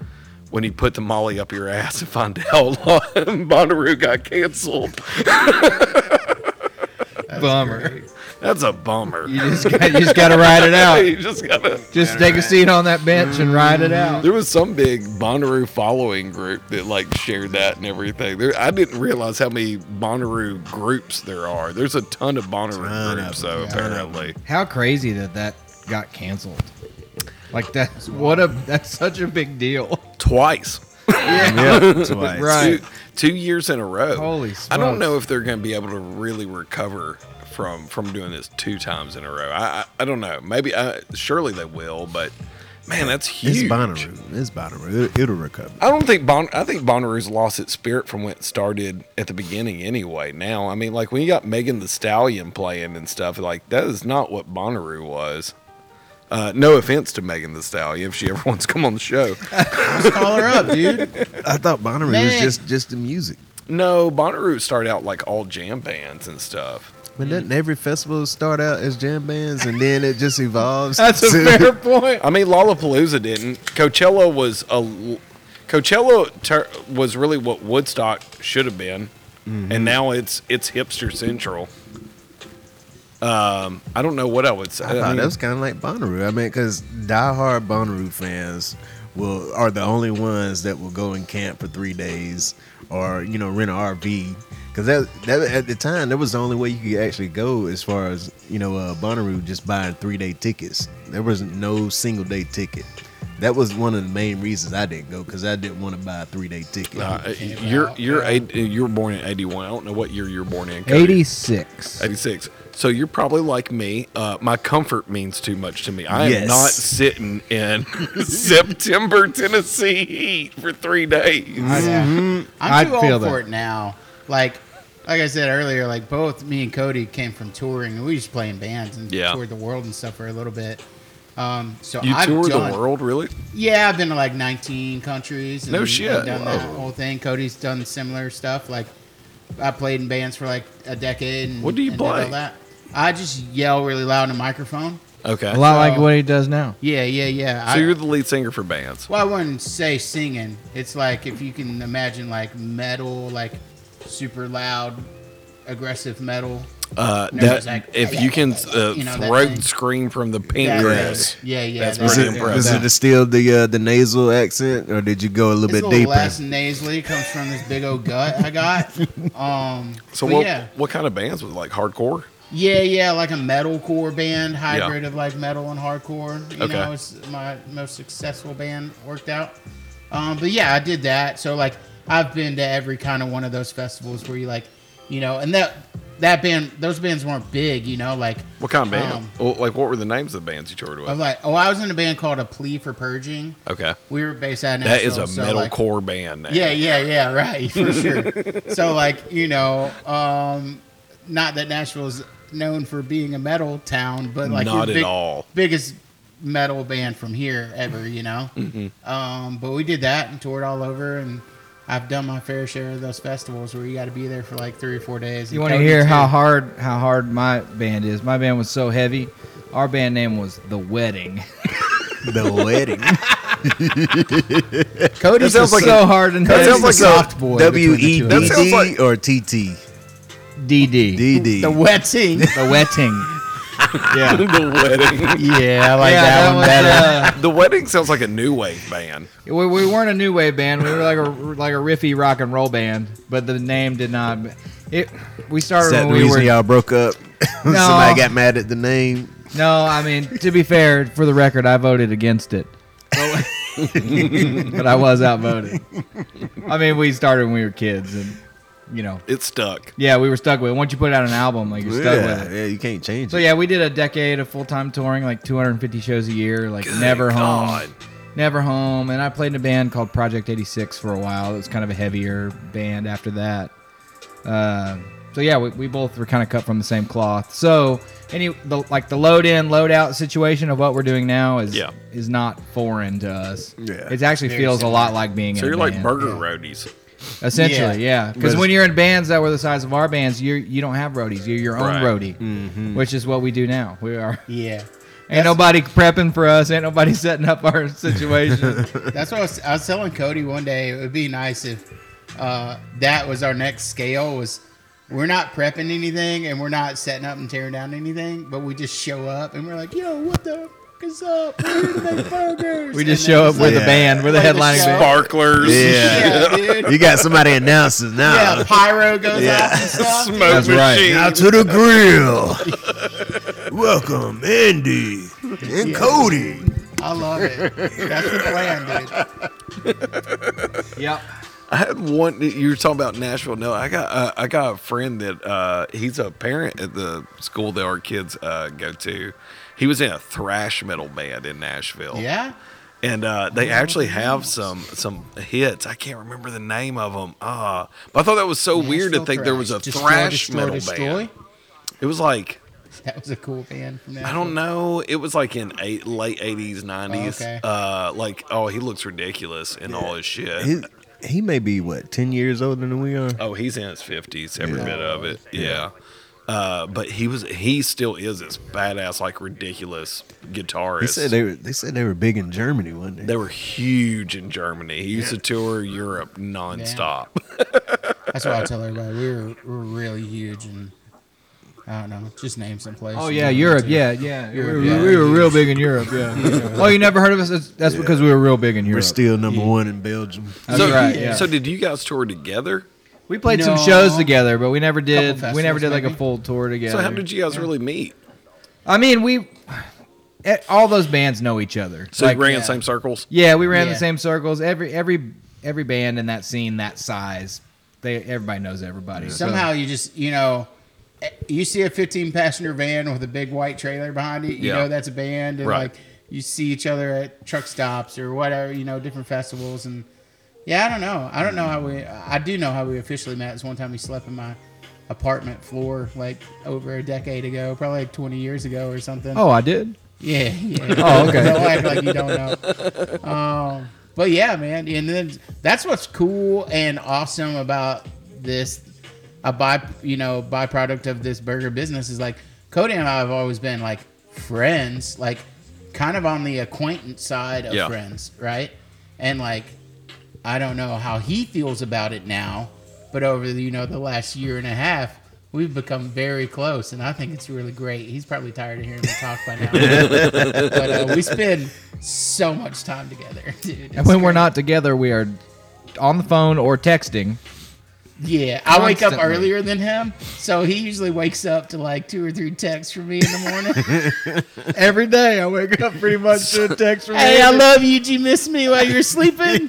[SPEAKER 2] when he put the Molly up your ass and find out Bonnaroo got canceled.
[SPEAKER 5] Bummer.
[SPEAKER 2] That's a bummer.
[SPEAKER 5] You just got, you just got to ride it out.
[SPEAKER 2] you just gotta.
[SPEAKER 5] Just take a seat on that bench and ride it out.
[SPEAKER 2] There was some big Bonnaroo following group that like shared that and everything. There, I didn't realize how many Bonnaroo groups there are. There's a ton of Bonnaroo
[SPEAKER 1] Ton of
[SPEAKER 2] groups, though.
[SPEAKER 1] them, ton of
[SPEAKER 2] apparently,
[SPEAKER 5] How crazy that that got canceled. Like that's what a that's such a big deal.
[SPEAKER 2] twice,
[SPEAKER 1] yeah. Twice.
[SPEAKER 5] Right.
[SPEAKER 2] two, two years in a row.
[SPEAKER 5] Holy
[SPEAKER 2] I don't
[SPEAKER 5] smokes.
[SPEAKER 2] know if they're going to be able to really recover from from doing this two times in a row. I I, I don't know. Maybe I, surely they will, but man, that's
[SPEAKER 1] It's
[SPEAKER 2] huge.
[SPEAKER 1] Bonnaroo. It's Bonnaroo. It, it'll recover.
[SPEAKER 2] I don't think Bon. I think Bonnaroo's lost its spirit from when it started at the beginning. Anyway, now I mean, like when you got Megan the Stallion playing and stuff, like that is not what Bonnaroo was. Uh, no offense to Megan the Stallion if she ever wants to come on the show.
[SPEAKER 4] Just call her up, dude.
[SPEAKER 1] I thought Bonnaroo was
[SPEAKER 4] Man.
[SPEAKER 1] just just the music.
[SPEAKER 2] No, Bonnaroo started out like all jam bands and stuff.
[SPEAKER 1] But doesn't every festival start out as jam bands and then it just evolves?
[SPEAKER 5] That's a
[SPEAKER 1] to-
[SPEAKER 5] fair point.
[SPEAKER 2] I mean, Lollapalooza didn't. Coachella was a l- Coachella tur was really what Woodstock should have been, and now it's it's hipster central. Um, I don't know what I would say.
[SPEAKER 1] I thought
[SPEAKER 2] mean-
[SPEAKER 1] that was kind of like Bonnaroo. I mean, because diehard Bonnaroo fans will are the only ones that will go and camp for three days or you know rent an RV. Because that, that at the time that was the only way you could actually go as far as you know uh, Bonnaroo just buying three day tickets. There was no single day ticket. That was one of the main reasons I didn't go because I didn't want to buy a three day ticket.
[SPEAKER 2] Uh, you're you're eight, you're born in eighty one. I don't know what year you're born in. Cody.
[SPEAKER 5] Eighty six.
[SPEAKER 2] 86. So you're probably like me. Uh, my comfort means too much to me. I am
[SPEAKER 1] Yes.
[SPEAKER 2] not sitting in September Tennessee heat for three days.
[SPEAKER 5] I'd
[SPEAKER 2] Mm-hmm.
[SPEAKER 4] I'm too
[SPEAKER 5] feel
[SPEAKER 4] old
[SPEAKER 5] that.
[SPEAKER 4] for it now. Like, like I said earlier, like both me and Cody came from touring, and we used to play in bands and
[SPEAKER 2] Yeah.
[SPEAKER 4] toured the world and stuff for a little bit. Um, so
[SPEAKER 2] you
[SPEAKER 4] I've
[SPEAKER 2] tour
[SPEAKER 4] done,
[SPEAKER 2] the world, really?
[SPEAKER 4] Yeah, I've been to like 19 countries. And,
[SPEAKER 2] No shit.
[SPEAKER 4] and done that
[SPEAKER 2] Whoa.
[SPEAKER 4] whole thing. Cody's done similar stuff. Like I played in bands for like a decade. And,
[SPEAKER 2] What do you
[SPEAKER 4] and did all
[SPEAKER 2] play?
[SPEAKER 4] that. I just yell really loud in a microphone.
[SPEAKER 2] Okay.
[SPEAKER 5] A lot like
[SPEAKER 4] So-
[SPEAKER 5] what he does now.
[SPEAKER 4] Yeah, yeah, yeah.
[SPEAKER 2] So
[SPEAKER 4] I,
[SPEAKER 2] you're the lead singer for bands.
[SPEAKER 4] well, I wouldn't say singing. It's like if you can imagine like metal, like super loud aggressive metal.
[SPEAKER 2] Uh,
[SPEAKER 4] And there's
[SPEAKER 2] that,
[SPEAKER 4] like-
[SPEAKER 2] if you can uh,
[SPEAKER 4] You know, that thing.
[SPEAKER 2] throat scream from the
[SPEAKER 4] That- uh,
[SPEAKER 2] pancreas,
[SPEAKER 4] Yeah, yeah.
[SPEAKER 2] That's
[SPEAKER 4] that-
[SPEAKER 1] Is
[SPEAKER 2] pretty
[SPEAKER 1] it,
[SPEAKER 2] impressive.
[SPEAKER 1] is it still the uh, the nasal accent, or did you go a little
[SPEAKER 4] It's a
[SPEAKER 1] bit
[SPEAKER 4] little
[SPEAKER 1] deeper?
[SPEAKER 4] less nasally. Comes from this big old gut I got. Um,
[SPEAKER 2] So
[SPEAKER 4] but
[SPEAKER 2] what?
[SPEAKER 4] yeah,
[SPEAKER 2] What kind of bands was it, like hardcore?
[SPEAKER 4] yeah, yeah, like a metalcore band, hybrid of like metal and hardcore. You
[SPEAKER 2] Okay.
[SPEAKER 4] know, it's my most successful band worked out. Um, but yeah, I did that. So like, I've been to every kind of one of those festivals where you like, you know, and that that band, those bands weren't big. You know, like
[SPEAKER 2] What kind of band?
[SPEAKER 4] Um,
[SPEAKER 2] well, like what were the names of the bands you toured
[SPEAKER 4] I was
[SPEAKER 2] with?
[SPEAKER 4] like, oh, I was in a band called A Plea for Purging.
[SPEAKER 2] Okay,
[SPEAKER 4] We were based out in
[SPEAKER 2] that is a
[SPEAKER 4] Nashville, so, like-
[SPEAKER 2] metalcore band. Name.
[SPEAKER 4] Yeah, yeah, yeah, right, for sure. so like, you know, um not that Nashville's known for being a metal town, but like
[SPEAKER 2] Not
[SPEAKER 4] we're
[SPEAKER 2] at all.
[SPEAKER 4] Biggest metal band from here ever, you know.
[SPEAKER 5] Mm-hmm.
[SPEAKER 4] Um but we did that and toured all over and I've done my fair share of those festivals where you got to be there for like 3 or 4 days.
[SPEAKER 5] You
[SPEAKER 4] and
[SPEAKER 5] want to
[SPEAKER 4] Cody,
[SPEAKER 5] hear
[SPEAKER 4] too.
[SPEAKER 5] how hard how hard my band is? My band was so heavy. Our band name was The Wedding.
[SPEAKER 1] The wedding.
[SPEAKER 5] Cody's
[SPEAKER 2] sounds
[SPEAKER 5] was
[SPEAKER 2] like
[SPEAKER 5] so
[SPEAKER 2] a-
[SPEAKER 5] hard and
[SPEAKER 2] that sounds like a
[SPEAKER 5] soft boy. between
[SPEAKER 1] W
[SPEAKER 5] the
[SPEAKER 1] E
[SPEAKER 5] two
[SPEAKER 1] D
[SPEAKER 5] of us.
[SPEAKER 2] That sounds
[SPEAKER 1] D
[SPEAKER 2] like-
[SPEAKER 1] or T T
[SPEAKER 5] DD.
[SPEAKER 1] D E D.
[SPEAKER 4] the wetting.
[SPEAKER 5] The Wetting.
[SPEAKER 2] yeah. the wedding.
[SPEAKER 4] yeah, I like
[SPEAKER 5] yeah,
[SPEAKER 4] that,
[SPEAKER 5] that
[SPEAKER 4] one
[SPEAKER 5] was,
[SPEAKER 4] better.
[SPEAKER 5] uh,
[SPEAKER 2] The wedding sounds like a new wave band.
[SPEAKER 5] We, we weren't a new wave band. We were like a like a riffy rock and roll band, but the name did not. It we
[SPEAKER 1] Is
[SPEAKER 5] started
[SPEAKER 1] that the
[SPEAKER 5] when we
[SPEAKER 1] reason
[SPEAKER 5] were
[SPEAKER 1] y'all broke up? Somebody got mad at the name.
[SPEAKER 5] no. I mean, to be fair, for the record, I voted against it, but I was outvoted. I mean, we started when we were kids, and you know,
[SPEAKER 2] It stuck.
[SPEAKER 5] yeah, we were stuck with it. Once you put out an album, like you're stuck
[SPEAKER 1] Yeah,
[SPEAKER 5] with it.
[SPEAKER 1] yeah, you can't change
[SPEAKER 5] So
[SPEAKER 1] it.
[SPEAKER 5] yeah, we did a decade of full time touring, like 250 shows a year, like never
[SPEAKER 2] God.
[SPEAKER 5] home. Never Home, and I played in a band called Project 86 for a while. It was kind of a heavier band after that. Uh, so yeah, we, we both were kind of cut from the same cloth. So any the, like the load in, load out situation of what we're doing now is
[SPEAKER 2] Yeah.
[SPEAKER 5] is not foreign to us.
[SPEAKER 1] Yeah.
[SPEAKER 5] it actually feels a lot like being.
[SPEAKER 2] So
[SPEAKER 5] in a
[SPEAKER 2] you're like
[SPEAKER 5] band.
[SPEAKER 2] burger roadies.
[SPEAKER 5] essentially, yeah.
[SPEAKER 1] But
[SPEAKER 5] Because
[SPEAKER 1] it's-
[SPEAKER 5] when you're in bands that were the size of our bands, you you don't have roadies. You're your own
[SPEAKER 2] Right.
[SPEAKER 5] roadie, which is what we do now. We are.
[SPEAKER 4] Yeah.
[SPEAKER 5] Ain't nobody prepping for us. Ain't nobody setting up our situation.
[SPEAKER 4] That's what I was, I was telling Cody one day. It would be nice if uh, that was our next scale. Was we're not prepping anything and we're not setting up and tearing down anything, but we just show up and we're like, "Yo, what the fuck is up? We're here to make burgers."
[SPEAKER 5] We
[SPEAKER 4] And
[SPEAKER 5] just
[SPEAKER 4] then
[SPEAKER 5] show up
[SPEAKER 4] it's
[SPEAKER 5] with a
[SPEAKER 1] Yeah.
[SPEAKER 5] band. We're the
[SPEAKER 4] Play the
[SPEAKER 5] headlining
[SPEAKER 4] show.
[SPEAKER 5] band.
[SPEAKER 2] Sparklers.
[SPEAKER 1] Yeah.
[SPEAKER 4] like, yeah, dude.
[SPEAKER 1] You got somebody announcing now.
[SPEAKER 2] Uh,
[SPEAKER 4] Yeah, pyro goes
[SPEAKER 1] Yeah.
[SPEAKER 4] off and stuff.
[SPEAKER 2] Smoke
[SPEAKER 5] That's right.
[SPEAKER 2] machine.
[SPEAKER 1] Now to the grill. Welcome, Andy and Cody.
[SPEAKER 4] I love it. That's the plan, dude.
[SPEAKER 5] Yep.
[SPEAKER 2] I had one. You were talking about Nashville. No, I got uh, I got a friend that uh, he's a parent at the school that our kids uh, go to. He was in a thrash metal band in Nashville.
[SPEAKER 4] Yeah.
[SPEAKER 2] and uh, they actually have some some hits. I can't remember the name of them. Uh, but I thought that was so weird to
[SPEAKER 4] Nashville
[SPEAKER 2] think there was a
[SPEAKER 4] Destroy,
[SPEAKER 2] thrash
[SPEAKER 4] Destroy,
[SPEAKER 2] metal band.
[SPEAKER 4] Destroy?
[SPEAKER 2] It was like
[SPEAKER 4] That was a cool band. From
[SPEAKER 2] I don't know. It was like in eight, late eighties, nineties.
[SPEAKER 4] Okay.
[SPEAKER 2] Uh, like oh, he looks ridiculous and all his shit.
[SPEAKER 1] He, he may be what ten years older than we are.
[SPEAKER 2] Oh, he's in his fifties, every bit of it. Yeah. Uh, but he was he still is this badass, like ridiculous guitarist.
[SPEAKER 1] They said they were. They said they were big in Germany, wasn't they?
[SPEAKER 2] They were huge in Germany. He used to tour Europe nonstop.
[SPEAKER 4] That's what I tell everybody. We were, we were really huge and I don't know. Just name some places.
[SPEAKER 5] Oh yeah,
[SPEAKER 4] You know,
[SPEAKER 5] Europe.
[SPEAKER 4] too.
[SPEAKER 5] Yeah, yeah. We were,
[SPEAKER 4] yeah.
[SPEAKER 5] we were real big in Europe. Yeah. oh, you never heard of us? That's, that's because we were real big in
[SPEAKER 1] We're
[SPEAKER 5] Europe.
[SPEAKER 1] still number one in Belgium.
[SPEAKER 5] That's
[SPEAKER 2] so,
[SPEAKER 5] right. Yeah.
[SPEAKER 2] so did you guys tour together?
[SPEAKER 5] we played some
[SPEAKER 4] No.
[SPEAKER 5] shows together, but we never did.
[SPEAKER 4] Couple
[SPEAKER 5] We never
[SPEAKER 4] festivals,
[SPEAKER 5] did like a
[SPEAKER 4] maybe.
[SPEAKER 5] full tour together.
[SPEAKER 2] So how did you guys really meet?
[SPEAKER 5] I mean, we. eh, All those bands know each other.
[SPEAKER 2] So
[SPEAKER 5] Like,
[SPEAKER 2] you ran in
[SPEAKER 4] yeah.
[SPEAKER 2] the same circles?
[SPEAKER 5] Yeah, we ran in
[SPEAKER 4] Yeah.
[SPEAKER 5] the same circles. Every every every band in that scene, that size, they everybody knows everybody. so-
[SPEAKER 4] Somehow you just you know, eh, you see a 15 passenger van with a big white trailer behind it. You
[SPEAKER 2] Yeah.
[SPEAKER 4] know that's a band, and
[SPEAKER 2] Right.
[SPEAKER 4] like you see each other at truck stops or whatever. You know different festivals and yeah, I don't know. I don't know how we. I do know how we officially met. It's one time we slept in my apartment floor like over a decade ago, probably like 20 years ago or something.
[SPEAKER 5] Oh, I did.
[SPEAKER 4] Yeah, yeah.
[SPEAKER 5] Oh, okay.
[SPEAKER 4] Don't act like you don't know. Um, but yeah, man, and then that's what's cool and awesome about this. A by you know byproduct of this burger business is like Cody and I have always been like friends, like kind of on the acquaintance side of
[SPEAKER 2] Yeah.
[SPEAKER 4] friends, right? And like I don't know how he feels about it now, but over the, you know the last year and a half, We've become very close, and I think it's really great. He's probably tired of hearing me talk by now. but uh, we spend so much time together, dude.
[SPEAKER 5] And when we're not together, we are on the phone or texting.
[SPEAKER 4] Yeah, I wake up
[SPEAKER 5] Constantly.
[SPEAKER 4] earlier than him, so he usually wakes up to like two or three texts from me in the morning.
[SPEAKER 5] Every day, I wake up pretty much to a text from
[SPEAKER 4] hey, I
[SPEAKER 5] Andy.
[SPEAKER 4] love you. Did you miss me while you were sleeping?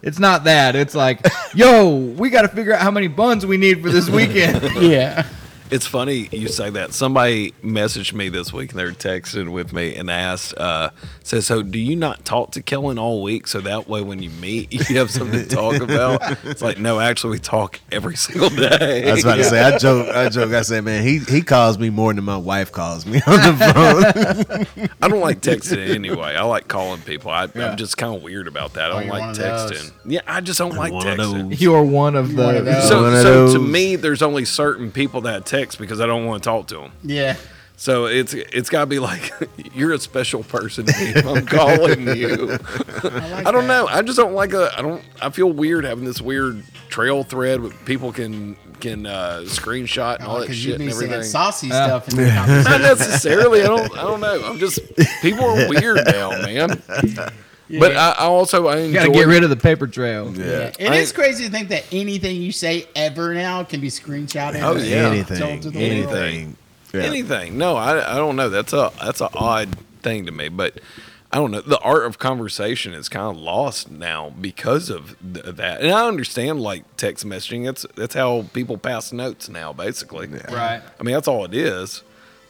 [SPEAKER 5] It's not that. It's like, yo, we got to figure out how many buns we need for this weekend.
[SPEAKER 4] yeah.
[SPEAKER 2] It's funny you say that. Somebody messaged me this week and they're texting with me and asked, uh, says, So do you not talk to Kellen all week so that way when you meet you have something to talk about? It's like, no, actually we talk every single day.
[SPEAKER 1] I was about to say, I joke, I joke, I say, man, he he calls me more than my wife calls me on the phone.
[SPEAKER 2] I don't like texting anyway. I like calling people. I,
[SPEAKER 5] Yeah.
[SPEAKER 2] I'm just kind of weird about that. I don't
[SPEAKER 4] you're one
[SPEAKER 2] like
[SPEAKER 4] of
[SPEAKER 2] texting.
[SPEAKER 4] those.
[SPEAKER 2] Yeah, I just don't like
[SPEAKER 1] one of
[SPEAKER 2] texting.
[SPEAKER 1] those.
[SPEAKER 5] you are one of
[SPEAKER 4] one of
[SPEAKER 5] the.
[SPEAKER 4] those.
[SPEAKER 1] One
[SPEAKER 2] So,
[SPEAKER 1] of
[SPEAKER 2] so
[SPEAKER 1] those.
[SPEAKER 2] to me, there's only certain people that I text because I don't want to talk to them.
[SPEAKER 4] Yeah.
[SPEAKER 2] So it's it's got to be like you're a special person. to me. I'm calling you.
[SPEAKER 4] I, like
[SPEAKER 2] I don't
[SPEAKER 4] that.
[SPEAKER 2] know. I just don't like a. I don't. I feel weird having this weird trail thread where people can can uh, screenshot and all that
[SPEAKER 4] Because you'd
[SPEAKER 2] shit
[SPEAKER 4] Oh, be
[SPEAKER 2] and
[SPEAKER 4] saying
[SPEAKER 2] everything.
[SPEAKER 4] saucy stuff in the conversation.
[SPEAKER 2] Not necessarily. I don't. I don't know. I'm just people are weird now, man. But I, I also I
[SPEAKER 5] You got
[SPEAKER 2] enjoy.
[SPEAKER 5] to get rid of the paper trail.
[SPEAKER 4] Yeah. It is
[SPEAKER 2] I-
[SPEAKER 4] crazy to think that anything you say ever now can be screenshotted.
[SPEAKER 2] Oh,
[SPEAKER 4] and
[SPEAKER 2] yeah.
[SPEAKER 4] sold to
[SPEAKER 1] Anything,
[SPEAKER 4] the world.
[SPEAKER 1] anything. Yeah.
[SPEAKER 2] anything. No, I, I don't know. That's a that's a odd thing to me, but I don't know. The art of conversation is kind of lost now because of th- that. And I understand like text messaging. That's that's how people pass notes now, basically.
[SPEAKER 5] Right.
[SPEAKER 2] I mean, that's all it is.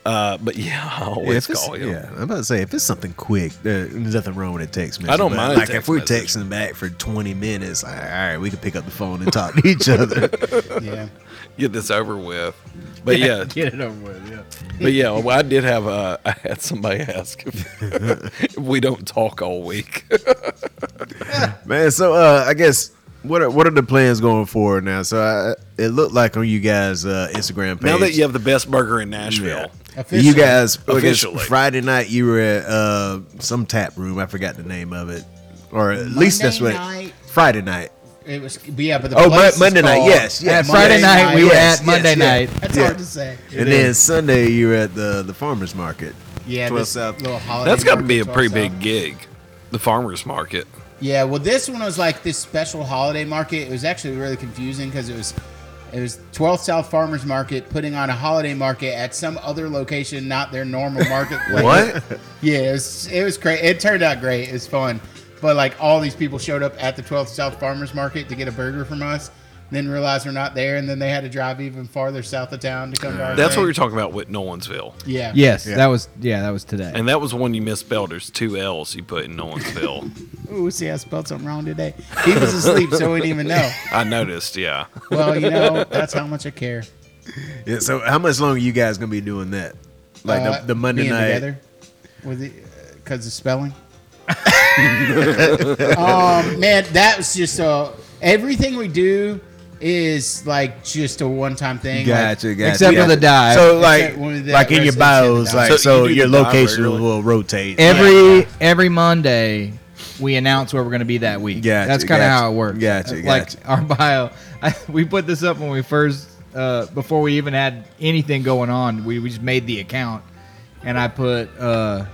[SPEAKER 2] Uh, but yeah, I
[SPEAKER 1] Yeah,
[SPEAKER 2] always
[SPEAKER 1] if it's,
[SPEAKER 2] call you.
[SPEAKER 1] yeah, I'm about to say if it's something quick, there- there's nothing wrong with a text message.
[SPEAKER 2] I don't
[SPEAKER 1] but,
[SPEAKER 2] mind a
[SPEAKER 1] Like if
[SPEAKER 2] text
[SPEAKER 1] we're
[SPEAKER 2] message.
[SPEAKER 1] texting back for 20 minutes, like, all right, we can pick up the phone and talk to each other.
[SPEAKER 4] Yeah.
[SPEAKER 2] Get this over with. But yeah,
[SPEAKER 5] Get it over with. Yeah.
[SPEAKER 2] but yeah, well, I did have uh, I had somebody ask if, if we don't talk all week.
[SPEAKER 1] Man, so uh, I guess what are what are the plans going forward now? So I, it looked like on you guys' uh, Instagram page.
[SPEAKER 2] now that you have the best burger in Nashville,
[SPEAKER 1] Yeah.
[SPEAKER 4] Officially.
[SPEAKER 1] You guys, I guess
[SPEAKER 2] Officially.
[SPEAKER 1] Friday night you were at uh, some tap room. I forgot the name of it, or at least that's what.
[SPEAKER 4] Monday night.
[SPEAKER 1] Friday night.
[SPEAKER 4] It was, but yeah, but the
[SPEAKER 1] Oh, Mon-
[SPEAKER 4] place is
[SPEAKER 1] Monday night,
[SPEAKER 4] called-
[SPEAKER 1] yes, yes.
[SPEAKER 5] At
[SPEAKER 1] At
[SPEAKER 5] Friday
[SPEAKER 1] Monday
[SPEAKER 5] night,
[SPEAKER 1] night,
[SPEAKER 5] we were
[SPEAKER 1] yes,
[SPEAKER 5] at Monday
[SPEAKER 1] yes, yeah.
[SPEAKER 5] night.
[SPEAKER 4] That's
[SPEAKER 1] Yeah.
[SPEAKER 4] hard to say.
[SPEAKER 1] and then Sunday you were at the the farmers market.
[SPEAKER 4] yeah,
[SPEAKER 1] 12
[SPEAKER 4] this
[SPEAKER 1] South.
[SPEAKER 4] little holiday
[SPEAKER 2] That's got to
[SPEAKER 4] market,
[SPEAKER 2] be a
[SPEAKER 4] 12
[SPEAKER 2] pretty
[SPEAKER 4] South.
[SPEAKER 2] big gig. The farmers market.
[SPEAKER 4] Yeah, well, this one was like this special holiday market. It was actually really confusing because it was it was 12th South Farmers Market putting on a holiday market at some other location, not their normal market. place. Yeah, it was it was great. It turned out great. It was fun, but like all these people showed up at the 12th South Farmers Market to get a burger from us, then realized we're not there, and then they had to drive even farther south of town to come to our.
[SPEAKER 2] That's what
[SPEAKER 4] thing.
[SPEAKER 2] we were talking about with Nolansville.
[SPEAKER 4] Yeah.
[SPEAKER 5] Yes,
[SPEAKER 1] Yeah.
[SPEAKER 5] that was yeah, that was today.
[SPEAKER 2] And that was one you misspelled. There's two L's you put in Nolansville.
[SPEAKER 4] Ooh, see, I spelled something wrong today. He was asleep, so we didn't even know.
[SPEAKER 2] I noticed, yeah.
[SPEAKER 4] Well, you know, that's how much I care.
[SPEAKER 1] Yeah. So how much longer you guys gonna be doing that? Like
[SPEAKER 4] Uh,
[SPEAKER 1] the, the Monday
[SPEAKER 4] being
[SPEAKER 1] night.
[SPEAKER 4] together with the because of spelling. um, man, that was just a everything we do is like just a one time thing. Like,
[SPEAKER 1] Gotcha, gotcha.
[SPEAKER 5] Except for the dive.
[SPEAKER 1] So
[SPEAKER 4] Except
[SPEAKER 1] like,
[SPEAKER 4] when we did
[SPEAKER 1] like
[SPEAKER 4] that
[SPEAKER 1] in your
[SPEAKER 4] rest and shit,
[SPEAKER 1] bios,
[SPEAKER 4] the
[SPEAKER 1] like
[SPEAKER 2] dive.
[SPEAKER 1] so,
[SPEAKER 2] So you do
[SPEAKER 1] your
[SPEAKER 2] the dive
[SPEAKER 1] location
[SPEAKER 2] regularly.
[SPEAKER 1] will rotate.
[SPEAKER 5] every every Monday we announce where we're going to be that week.
[SPEAKER 1] Gotcha,
[SPEAKER 5] that's kind of
[SPEAKER 1] gotcha,
[SPEAKER 5] how it works.
[SPEAKER 1] gotcha,
[SPEAKER 5] Like our bio, I, we put this up when we first uh, before we even had anything going on. We, we just made the account, and I put uh,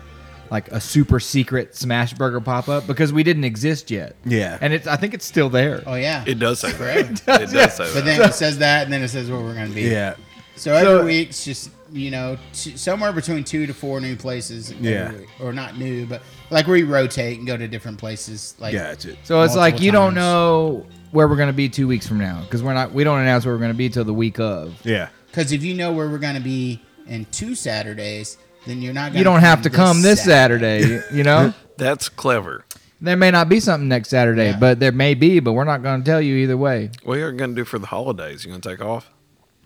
[SPEAKER 5] like a super secret smash burger pop up because we didn't exist yet.
[SPEAKER 1] Yeah.
[SPEAKER 5] and it's I think it's still there.
[SPEAKER 4] Oh yeah,
[SPEAKER 2] It does say that.
[SPEAKER 4] Correct.
[SPEAKER 2] It does say
[SPEAKER 4] But
[SPEAKER 2] that.
[SPEAKER 4] then it says that, and then it says where we're gonna be.
[SPEAKER 1] Yeah.
[SPEAKER 4] So every
[SPEAKER 5] So-
[SPEAKER 4] week's just you know t- somewhere between two to four new places. every
[SPEAKER 1] Yeah.
[SPEAKER 4] week. Or not new, but like we rotate and go to different places. Like
[SPEAKER 1] Gotcha.
[SPEAKER 5] So it's like
[SPEAKER 4] multiple
[SPEAKER 5] you don't
[SPEAKER 4] times.
[SPEAKER 5] know where we're going to be two weeks from now because we're not we don't announce where we're going to be till the week of.
[SPEAKER 1] Yeah.
[SPEAKER 4] Because if you know where we're going to be in two Saturdays, then you're not. Gonna
[SPEAKER 5] You don't have to come this Saturday, you know.
[SPEAKER 2] That's clever.
[SPEAKER 5] There may not be something next Saturday,
[SPEAKER 4] Yeah.
[SPEAKER 5] but there may be, but we're not going to tell you either way.
[SPEAKER 2] What are you going to do for the holidays? You going to take off?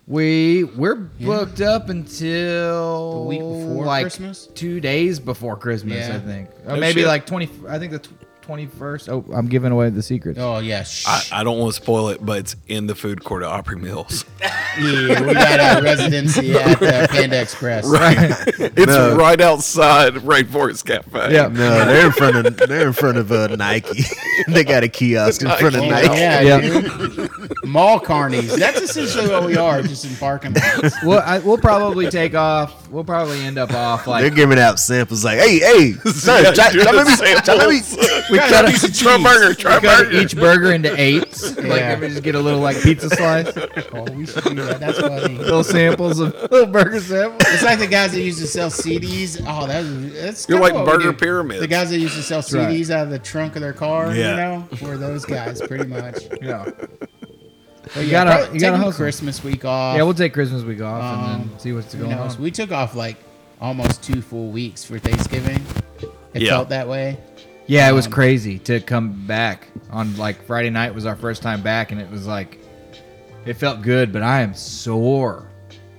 [SPEAKER 5] We we're booked up until
[SPEAKER 4] The week before
[SPEAKER 5] like
[SPEAKER 4] Christmas?
[SPEAKER 5] two days before Christmas,
[SPEAKER 4] Yeah.
[SPEAKER 5] I think, or
[SPEAKER 2] No
[SPEAKER 5] maybe
[SPEAKER 2] shit.
[SPEAKER 5] like twenty. I think the twenty first. Oh, I'm giving away the secret.
[SPEAKER 4] Oh yeah, shh.
[SPEAKER 2] I, I don't want to spoil it, but it's in the food court at Opry Mills.
[SPEAKER 4] yeah, we got a residency at the Panda Express.
[SPEAKER 2] Right. it's
[SPEAKER 1] No.
[SPEAKER 2] right outside Rainforest Cafe.
[SPEAKER 5] Yeah.
[SPEAKER 1] No, they're in front of they're in front of uh, Nike. they got a kiosk in front of
[SPEAKER 4] Oh,
[SPEAKER 1] Nike.
[SPEAKER 4] yeah,
[SPEAKER 5] Yeah.
[SPEAKER 4] dude. mall carnies. That's essentially what we are, just in parking lots.
[SPEAKER 5] We'll, I, we'll probably take off. We'll probably end up off
[SPEAKER 1] They're
[SPEAKER 5] like
[SPEAKER 1] giving out samples like, hey, hey, sir, try, try maybe, try maybe.
[SPEAKER 5] we cut,
[SPEAKER 2] Piece of try burger, try
[SPEAKER 5] cut
[SPEAKER 2] burger.
[SPEAKER 5] each burger into eights. Like
[SPEAKER 4] Yeah.
[SPEAKER 5] we just get a little like pizza slice,
[SPEAKER 4] Oh, we should do that. That's funny.
[SPEAKER 5] little samples of little burger samples.
[SPEAKER 4] It's like the guys that used to sell CDs. Oh, that was, that's
[SPEAKER 2] You're like
[SPEAKER 4] kinda what we
[SPEAKER 2] burger
[SPEAKER 4] do.
[SPEAKER 2] pyramids.
[SPEAKER 4] The guys that used to sell
[SPEAKER 5] right.
[SPEAKER 4] CDs out of the trunk of their car,
[SPEAKER 1] Yeah.
[SPEAKER 4] you know, were those guys pretty much.
[SPEAKER 5] Yeah,
[SPEAKER 4] But
[SPEAKER 5] You
[SPEAKER 4] yeah,
[SPEAKER 5] gotta-
[SPEAKER 4] probably
[SPEAKER 5] you gotta
[SPEAKER 4] taking
[SPEAKER 5] hustle.
[SPEAKER 4] Christmas week off.
[SPEAKER 5] yeah. We'll take Christmas week off and
[SPEAKER 4] Um,
[SPEAKER 5] then see what's
[SPEAKER 4] who
[SPEAKER 5] going
[SPEAKER 4] knows?
[SPEAKER 5] on.
[SPEAKER 4] We took off like almost two full weeks for Thanksgiving. It
[SPEAKER 2] Yeah.
[SPEAKER 4] felt that way.
[SPEAKER 5] Yeah, it was
[SPEAKER 4] Um,
[SPEAKER 5] crazy to come back on like Friday night was our first time back, and it was like it felt good, but I am sore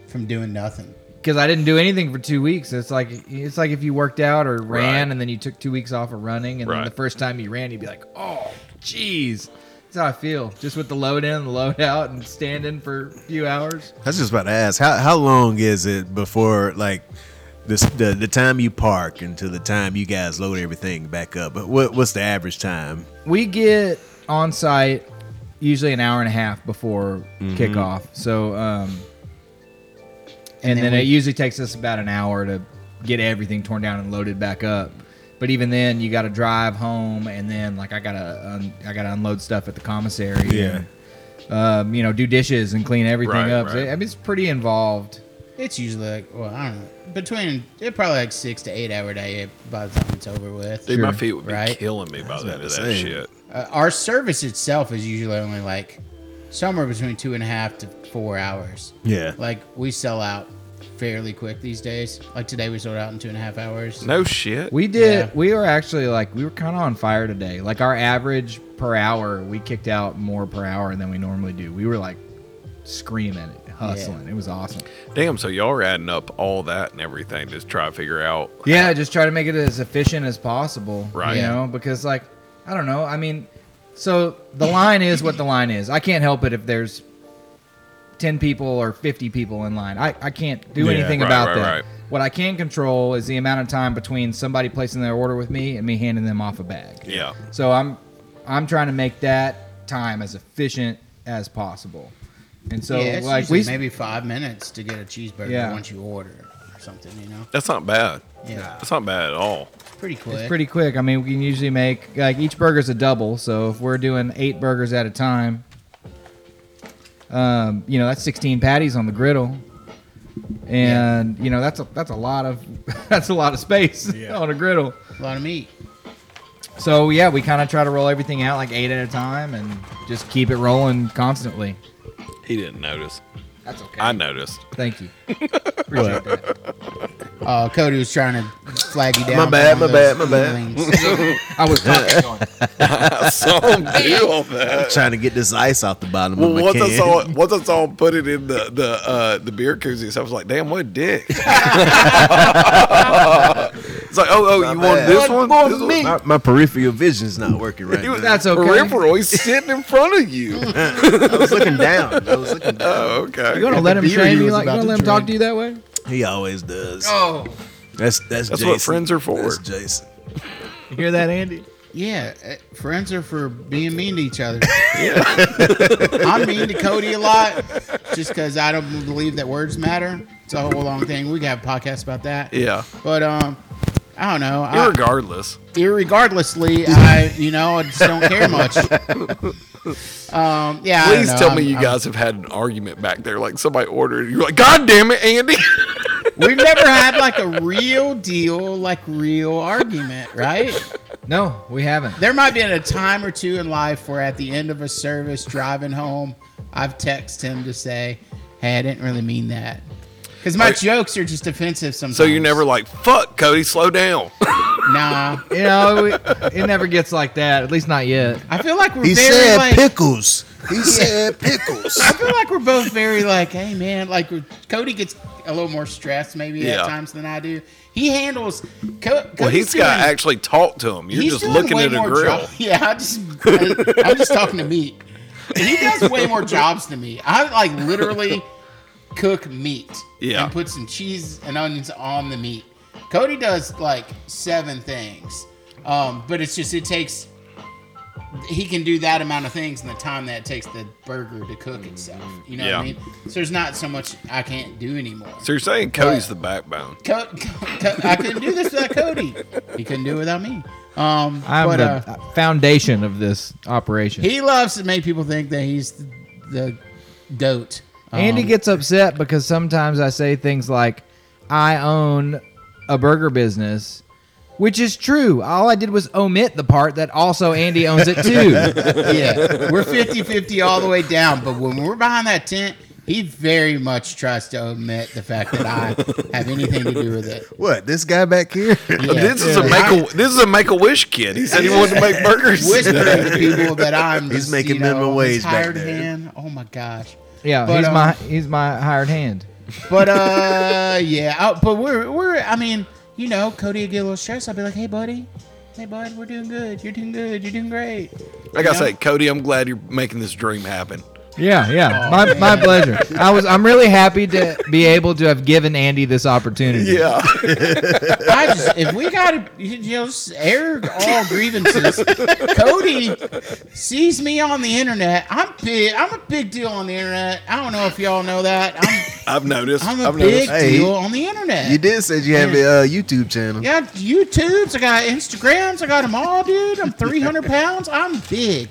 [SPEAKER 4] from doing nothing.
[SPEAKER 5] because I didn't do anything for two weeks. It's like it's like if you worked out or ran, and then you took two weeks off of running, and then
[SPEAKER 2] Right.
[SPEAKER 5] the first time you ran, you'd be like, oh, jeez. That's how I feel, just with the load in and the load out, and standing for a few hours.
[SPEAKER 1] I was just about to ask, how how long is it before like this the the time you park until the time you guys load everything back up? But what what's the average time?
[SPEAKER 5] We get on site usually an hour and a half before
[SPEAKER 2] Mm-hmm.
[SPEAKER 5] kickoff. So, um, and,
[SPEAKER 4] And
[SPEAKER 5] then,
[SPEAKER 4] then
[SPEAKER 5] it
[SPEAKER 4] we-
[SPEAKER 5] usually takes us about an hour to get everything torn down and loaded back up. But even then, you got to drive home, and then like I gotta un- I gotta unload stuff at the commissary.
[SPEAKER 1] Yeah.
[SPEAKER 5] and, um, you know, do dishes and clean everything
[SPEAKER 2] Right,
[SPEAKER 5] up. So,
[SPEAKER 2] right.
[SPEAKER 5] I mean, it's pretty involved.
[SPEAKER 4] It's usually like, well, I don't know, between it probably like six to eight hour day by the time it's over with.
[SPEAKER 2] Dude, my feet would be
[SPEAKER 4] Right.
[SPEAKER 2] killing me by the
[SPEAKER 1] about
[SPEAKER 2] end of that
[SPEAKER 1] to say.
[SPEAKER 2] shit.
[SPEAKER 4] Uh, our service itself is usually only like somewhere between two and a half to four hours.
[SPEAKER 1] Yeah.
[SPEAKER 4] Like we sell out fairly quick these days. Like today we sold out in two and a half hours.
[SPEAKER 2] No shit.
[SPEAKER 5] We did.
[SPEAKER 4] Yeah.
[SPEAKER 5] We were actually like we were kind of on fire today. Like our average per hour, we kicked out more per hour than we normally do. We were like screaming, hustling. It was awesome.
[SPEAKER 2] Damn, so y'all are adding up all that and everything to try to figure out.
[SPEAKER 5] Yeah, just try to make it as efficient as possible.
[SPEAKER 2] Right.
[SPEAKER 5] You know, because like I don't know. I mean, so the line is what the line is. I can't help it if there's ten people or fifty people in line. I, I can't do
[SPEAKER 1] Yeah,
[SPEAKER 5] anything
[SPEAKER 2] right,
[SPEAKER 5] about
[SPEAKER 2] right,
[SPEAKER 5] that.
[SPEAKER 2] right.
[SPEAKER 5] What I can control is the amount of time between somebody placing their order with me and me handing them off a bag.
[SPEAKER 2] Yeah.
[SPEAKER 5] So I'm I'm trying to make that time as efficient as possible. And so
[SPEAKER 4] yeah, it's
[SPEAKER 5] like
[SPEAKER 4] usually
[SPEAKER 5] we
[SPEAKER 4] maybe five minutes to get a cheeseburger
[SPEAKER 5] Yeah.
[SPEAKER 4] once you order it or something, you know?
[SPEAKER 2] That's not bad.
[SPEAKER 4] Yeah.
[SPEAKER 2] That's not bad at all.
[SPEAKER 4] It's pretty quick.
[SPEAKER 5] it's pretty quick. I mean, we can usually make like each burger's a double. So if we're doing 8 burgers at a time, um, you know, that's 16 patties on the griddle. And you know, that's a that's a lot of that's a lot of space on a griddle.
[SPEAKER 4] a lot of meat.
[SPEAKER 5] So yeah, we kind of try to roll everything out like 8 at a time and just keep it rolling constantly.
[SPEAKER 2] He didn't notice.
[SPEAKER 5] That's okay.
[SPEAKER 2] I noticed.
[SPEAKER 5] Thank you. Appreciate that.
[SPEAKER 4] Uh, Cody was trying to flag you down. for
[SPEAKER 1] bad,
[SPEAKER 4] one of
[SPEAKER 1] my
[SPEAKER 4] those
[SPEAKER 1] bad, my bad.
[SPEAKER 4] feelings.
[SPEAKER 5] I was talking to him.
[SPEAKER 2] I saw him do all that.
[SPEAKER 1] Trying to get this ice off the bottom
[SPEAKER 2] Well,
[SPEAKER 1] of my
[SPEAKER 2] once I
[SPEAKER 1] can.
[SPEAKER 2] saw it, once I saw him put it in the the uh, the beer koozies, I was like, "Damn, what a dick!" it's like, "Oh, oh, you want
[SPEAKER 1] bad.
[SPEAKER 2] this one? This one?
[SPEAKER 1] My, my peripheral vision's not working right
[SPEAKER 2] He
[SPEAKER 1] now.
[SPEAKER 2] was
[SPEAKER 5] That's okay.
[SPEAKER 2] peripheral. He's sitting in front of you.
[SPEAKER 1] I was looking down. I was looking down.
[SPEAKER 2] oh, okay.
[SPEAKER 5] You gonna let him
[SPEAKER 4] beer
[SPEAKER 5] shame
[SPEAKER 4] he
[SPEAKER 5] you
[SPEAKER 4] was
[SPEAKER 5] like you
[SPEAKER 4] about
[SPEAKER 5] gonna
[SPEAKER 4] to
[SPEAKER 5] let him talk
[SPEAKER 4] drink.
[SPEAKER 5] to you that way?
[SPEAKER 1] He always does.
[SPEAKER 5] Oh,
[SPEAKER 1] That's that's
[SPEAKER 2] That's
[SPEAKER 1] Jason.
[SPEAKER 2] what friends are for.
[SPEAKER 1] That's Jason.
[SPEAKER 5] you hear that, Andy?
[SPEAKER 4] Yeah, eh, friends are for being mean to each other. I'm mean to Cody a lot just because I don't believe that words matter. It's a whole long thing. We got a podcast about that.
[SPEAKER 2] Yeah.
[SPEAKER 4] But um, I don't know. I,
[SPEAKER 2] Irregardless,
[SPEAKER 4] irregardlessly, I you know I just don't care much. Um, yeah. I don't
[SPEAKER 2] please
[SPEAKER 4] know.
[SPEAKER 2] tell me
[SPEAKER 4] I'm-
[SPEAKER 2] you
[SPEAKER 4] I'm-
[SPEAKER 2] guys have had an argument back there. Like somebody ordered, you're like, "God damn it, Andy!"
[SPEAKER 4] We've never had like a real deal, like real argument, right?
[SPEAKER 5] No, we haven't.
[SPEAKER 4] There might be a time or two in life where at the end of a service driving home, I've texted him to say, "Hey, I didn't really mean that," because my
[SPEAKER 2] Are-
[SPEAKER 4] jokes are just offensive sometimes.
[SPEAKER 2] so you're never like, "Fuck, Cody, slow down."
[SPEAKER 4] nah.
[SPEAKER 5] You know, we, it never gets like that. At least not yet.
[SPEAKER 4] I feel like we're
[SPEAKER 1] He
[SPEAKER 4] very
[SPEAKER 1] said
[SPEAKER 4] like.
[SPEAKER 1] pickles. He said pickles.
[SPEAKER 4] I feel like we're both very like, hey man, like Cody gets a little more stressed maybe
[SPEAKER 2] Yeah.
[SPEAKER 4] at times than I do. He handles. Co-
[SPEAKER 2] Well,
[SPEAKER 4] Cody's
[SPEAKER 2] he's got to
[SPEAKER 4] doing-
[SPEAKER 2] actually talk to him. You're
[SPEAKER 4] he's
[SPEAKER 2] just
[SPEAKER 4] doing
[SPEAKER 2] looking
[SPEAKER 4] way
[SPEAKER 2] at a
[SPEAKER 4] more
[SPEAKER 2] grill.
[SPEAKER 4] job- yeah, I just I, am just talking to meat. He does way more jobs than me. I like literally cook meat
[SPEAKER 2] Yeah.
[SPEAKER 4] and put some cheese and onions on the meat. Cody does like seven things, um, but it's just it takes he can do that amount of things in the time that it takes the burger to cook itself. You know what I
[SPEAKER 2] Yeah.
[SPEAKER 4] mean? So there's not so much I can't do anymore.
[SPEAKER 2] So you're saying Cody's the backbone?
[SPEAKER 4] Co- co- co- I couldn't do this without Cody. He couldn't do it without me. Um,
[SPEAKER 5] I'm
[SPEAKER 4] but, uh,
[SPEAKER 5] the foundation of this operation.
[SPEAKER 4] he loves to make people think that he's the, the goat. Um,
[SPEAKER 5] Andy gets upset because sometimes I say things like, I own a burger business, which is true. All I did was omit the part that also Andy owns it too.
[SPEAKER 4] yeah, we're 50-50 all the way down. But when we're behind that tent, he very much tries to omit the fact that I have anything to do with it.
[SPEAKER 1] What this guy back here?
[SPEAKER 4] Yeah.
[SPEAKER 2] This is a make a this is a make a wish kid. He said he wanted to make burgers.
[SPEAKER 4] whispering to people that I'm.
[SPEAKER 1] He's
[SPEAKER 4] just,
[SPEAKER 1] making
[SPEAKER 4] you know,
[SPEAKER 1] minimum wage
[SPEAKER 4] his
[SPEAKER 1] back
[SPEAKER 4] hired
[SPEAKER 1] there.
[SPEAKER 4] hand. Oh my gosh.
[SPEAKER 5] yeah,
[SPEAKER 4] But,
[SPEAKER 5] he's
[SPEAKER 4] um,
[SPEAKER 5] my he's my hired hand.
[SPEAKER 4] But uh, yeah. I, but we're we're. I mean, you know, Cody would get a little stressed. I'd be like, hey, buddy. Hey, bud, we're doing good. You're doing good. You're doing great.
[SPEAKER 2] Like I
[SPEAKER 4] Yeah.
[SPEAKER 2] say, Cody, I'm glad you're making this dream happen.
[SPEAKER 5] Yeah,
[SPEAKER 4] Oh,
[SPEAKER 5] yeah. my, my pleasure. I was I'm really happy to be able to have given Andy this opportunity.
[SPEAKER 2] Yeah,
[SPEAKER 4] I just, if we got to you know, just air all grievances, Cody sees me on the internet. I'm big. I'm a big deal on the internet. I don't know if y'all know that. I'm,
[SPEAKER 2] I've noticed.
[SPEAKER 4] I'm a
[SPEAKER 2] have
[SPEAKER 4] big
[SPEAKER 2] noticed.
[SPEAKER 1] Hey,
[SPEAKER 4] deal on the internet.
[SPEAKER 1] You did said you have a uh, YouTube channel.
[SPEAKER 4] Yeah, YouTubes. I got Instagrams. I got them all, dude. I'm 300 pounds. I'm big.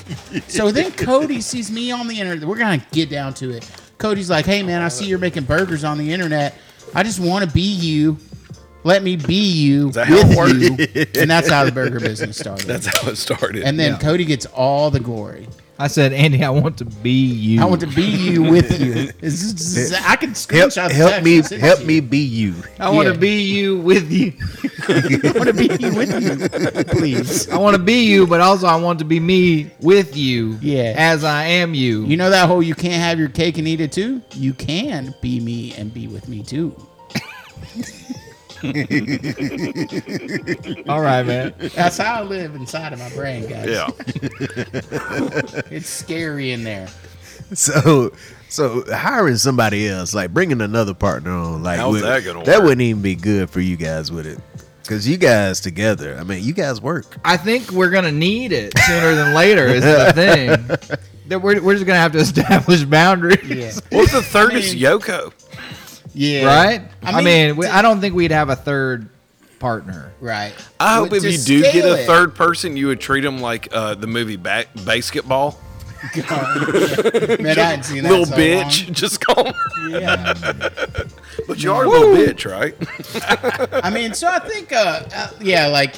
[SPEAKER 4] So then Cody sees me on the internet. We're gonna get down to it. Cody's like, "Hey, man, I see you're making burgers on the internet. I just want to be you. Let me be you
[SPEAKER 2] that how it
[SPEAKER 4] with
[SPEAKER 2] worked?
[SPEAKER 4] you." And that's how the burger business started.
[SPEAKER 2] That's how it started.
[SPEAKER 4] and then Cody gets all the glory.
[SPEAKER 5] I said, Andy, I want to be you.
[SPEAKER 4] I want to be you with you. It's just- I can
[SPEAKER 1] Help,
[SPEAKER 4] screenshot. the
[SPEAKER 1] help
[SPEAKER 4] text
[SPEAKER 1] me,
[SPEAKER 4] and send it
[SPEAKER 1] help
[SPEAKER 4] to
[SPEAKER 1] me
[SPEAKER 4] you.
[SPEAKER 1] be you.
[SPEAKER 5] I want
[SPEAKER 4] Yeah.
[SPEAKER 5] to be you with you.
[SPEAKER 4] I want to be you with you, please.
[SPEAKER 5] I want to be you, but also I want to be me with you.
[SPEAKER 4] Yeah.
[SPEAKER 5] As I am you.
[SPEAKER 4] You know that whole you can't have your cake and eat it too? You can be me and be with me too.
[SPEAKER 5] All right, man.
[SPEAKER 4] That's how I live inside of my brain, guys.
[SPEAKER 2] yeah,
[SPEAKER 4] It's scary in there.
[SPEAKER 1] So, so hiring somebody else, like bringing another partner on, like
[SPEAKER 2] How's
[SPEAKER 1] would-
[SPEAKER 2] that gonna
[SPEAKER 1] That
[SPEAKER 2] work?
[SPEAKER 1] wouldn't even be good for you guys, would it? Because you guys together, I mean, you guys work.
[SPEAKER 5] I think we're gonna need it sooner than later. Is the thing that we're, we're just gonna have to establish boundaries,
[SPEAKER 4] Yeah.
[SPEAKER 2] well, the third is
[SPEAKER 4] mean-
[SPEAKER 2] Yoko.
[SPEAKER 4] Yeah.
[SPEAKER 5] right?
[SPEAKER 4] I
[SPEAKER 5] I
[SPEAKER 4] mean,
[SPEAKER 5] mean, we, I don't think we'd have a third partner.
[SPEAKER 4] Right.
[SPEAKER 2] I hope
[SPEAKER 4] Well,
[SPEAKER 2] if you
[SPEAKER 4] just
[SPEAKER 2] do get
[SPEAKER 4] scale
[SPEAKER 2] a
[SPEAKER 4] it.
[SPEAKER 2] third person, you would treat them like uh, the movie ba- Basketball.
[SPEAKER 4] Man, I hadn't seen that in
[SPEAKER 2] little
[SPEAKER 4] so
[SPEAKER 2] bitch, just call. Her.
[SPEAKER 4] long. Yeah.
[SPEAKER 2] But you are a little bitch, right?
[SPEAKER 4] I mean, so I think, uh, uh, yeah, like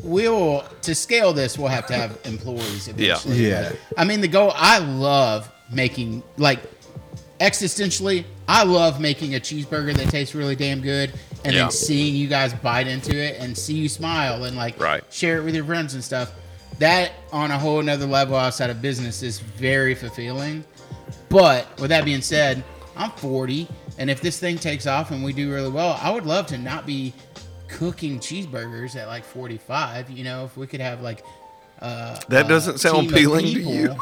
[SPEAKER 4] we'll to scale this, we'll have to have employees eventually.
[SPEAKER 1] Yeah. Yeah.
[SPEAKER 4] I mean, the goal. I love making like existentially. I love making a cheeseburger that tastes really damn good, and
[SPEAKER 2] Yeah.
[SPEAKER 4] then seeing you guys bite into it and see you smile and like
[SPEAKER 2] Right.
[SPEAKER 4] share it with your friends and stuff. That on a whole another level outside of business is very fulfilling. But with that being said, I'm 40, and if this thing takes off and we do really well, I would love to not be cooking cheeseburgers at like 45. You know, if we could have like uh,
[SPEAKER 2] That
[SPEAKER 4] a
[SPEAKER 2] doesn't sound
[SPEAKER 4] team of
[SPEAKER 2] appealing to
[SPEAKER 4] people
[SPEAKER 2] you.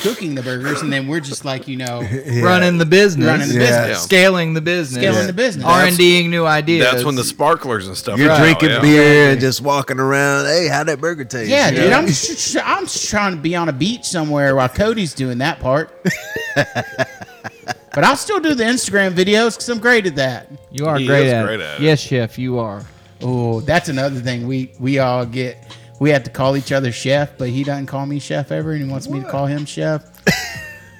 [SPEAKER 4] Cooking the burgers, and then we're just like you know
[SPEAKER 5] Running the business,
[SPEAKER 4] running the
[SPEAKER 1] Yeah.
[SPEAKER 4] business.
[SPEAKER 5] scaling the business,
[SPEAKER 4] Scaling the business.
[SPEAKER 5] R and Ding new ideas.
[SPEAKER 2] That's when the sparklers and stuff.
[SPEAKER 1] You're
[SPEAKER 2] come out,
[SPEAKER 1] drinking
[SPEAKER 2] Oh, yeah.
[SPEAKER 1] beer and just walking around. Hey, how that burger taste?
[SPEAKER 4] Yeah,
[SPEAKER 1] You
[SPEAKER 4] dude,
[SPEAKER 1] know?
[SPEAKER 4] I'm just, tr- I'm just trying to be on a beach somewhere while Cody's doing that part. but I'll still do the Instagram videos because I'm great at that.
[SPEAKER 5] you are
[SPEAKER 2] He
[SPEAKER 5] great
[SPEAKER 2] is
[SPEAKER 5] at,
[SPEAKER 2] great
[SPEAKER 5] it.
[SPEAKER 2] at it.
[SPEAKER 5] Yes, chef, you are.
[SPEAKER 4] Oh, that's another thing. We we all get we have to call each other chef, but he doesn't call me chef ever, and he wants me to call him chef.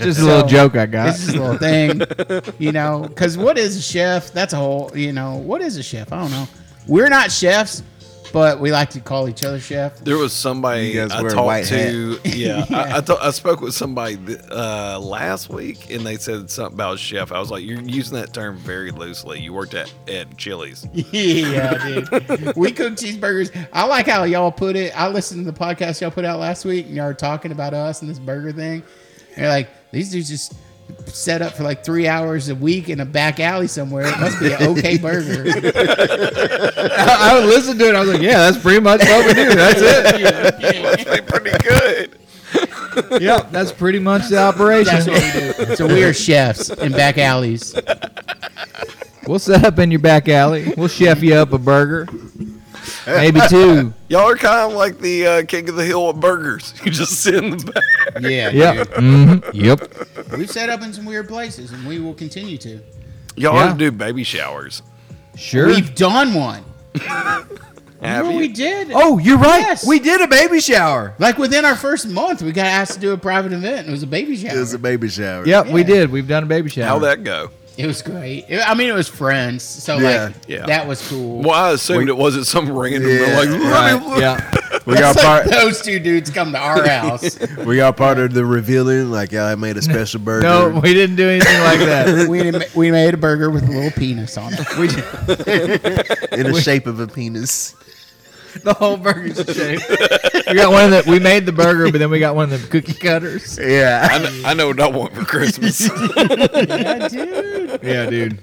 [SPEAKER 5] Just a little joke I got.
[SPEAKER 4] This is a little thing, you know. Because what is a chef? That's a whole, you know. What is a chef? I don't know. We're not chefs, but we like to call each other chef.
[SPEAKER 2] There was somebody
[SPEAKER 1] You
[SPEAKER 2] I
[SPEAKER 1] guys wear a white
[SPEAKER 2] talked to. Yeah, I, I, thought I spoke with somebody th- uh, last week, and they said something about chef. I was like, "You're using that term very loosely. You worked at at Chili's."
[SPEAKER 4] yeah, dude. We cook cheeseburgers. I like how y'all put it. I listened to the podcast y'all put out last week, and y'all were talking about us and this burger thing. And you're like, these dudes just set up for like three hours a week in a back alley somewhere. It must be an okay burger.
[SPEAKER 5] I, I would listen to it. I was like, yeah, that's pretty much what we do. That's it.
[SPEAKER 2] They're pretty good.
[SPEAKER 5] Yep, that's pretty much the operation.
[SPEAKER 4] That's what we do. So we are chefs in back alleys.
[SPEAKER 5] We'll set up in your back alley. We'll chef you up a burger. maybe two.
[SPEAKER 2] Y'all are kind of like the uh, king of the hill with burgers. You just sit in the back.
[SPEAKER 4] Yeah,
[SPEAKER 5] Yep. Mhm. Yep.
[SPEAKER 4] dude. We've set up in some weird places, and we will continue to.
[SPEAKER 2] Y'all
[SPEAKER 5] Yeah.
[SPEAKER 2] ought to do baby showers.
[SPEAKER 5] Sure.
[SPEAKER 4] We've done one.
[SPEAKER 2] Have
[SPEAKER 4] Well,
[SPEAKER 2] you?
[SPEAKER 4] we did.
[SPEAKER 5] oh, you're right.
[SPEAKER 4] Yes.
[SPEAKER 5] We did a baby shower.
[SPEAKER 4] Like within our first month, we got asked to do a private event. It was a baby shower.
[SPEAKER 1] It was a baby shower.
[SPEAKER 5] Yep, we
[SPEAKER 4] Yeah.
[SPEAKER 5] did. We've done a baby shower.
[SPEAKER 2] How that go?
[SPEAKER 4] great. It- I mean, it was friends, so
[SPEAKER 1] Yeah,
[SPEAKER 4] like
[SPEAKER 2] yeah.
[SPEAKER 4] that was cool.
[SPEAKER 2] Well, I assumed it wasn't some random.
[SPEAKER 1] Yeah.
[SPEAKER 2] Like,
[SPEAKER 5] Right. Yeah.
[SPEAKER 1] We
[SPEAKER 4] That's
[SPEAKER 1] got
[SPEAKER 4] like
[SPEAKER 1] part.
[SPEAKER 4] those two dudes come to our house.
[SPEAKER 1] We got part of the revealing. Like y'all had made a special burger.
[SPEAKER 5] No, we didn't do anything like that.
[SPEAKER 4] we, we made a burger with a little penis on it.
[SPEAKER 5] We did,
[SPEAKER 1] in the shape of a penis.
[SPEAKER 5] the whole burger's shaped. We got one that we made the burger, but then we got one of the cookie cutters.
[SPEAKER 1] Yeah.
[SPEAKER 2] I know, I know what I want for Christmas.
[SPEAKER 4] Yeah, dude.
[SPEAKER 5] Yeah, dude.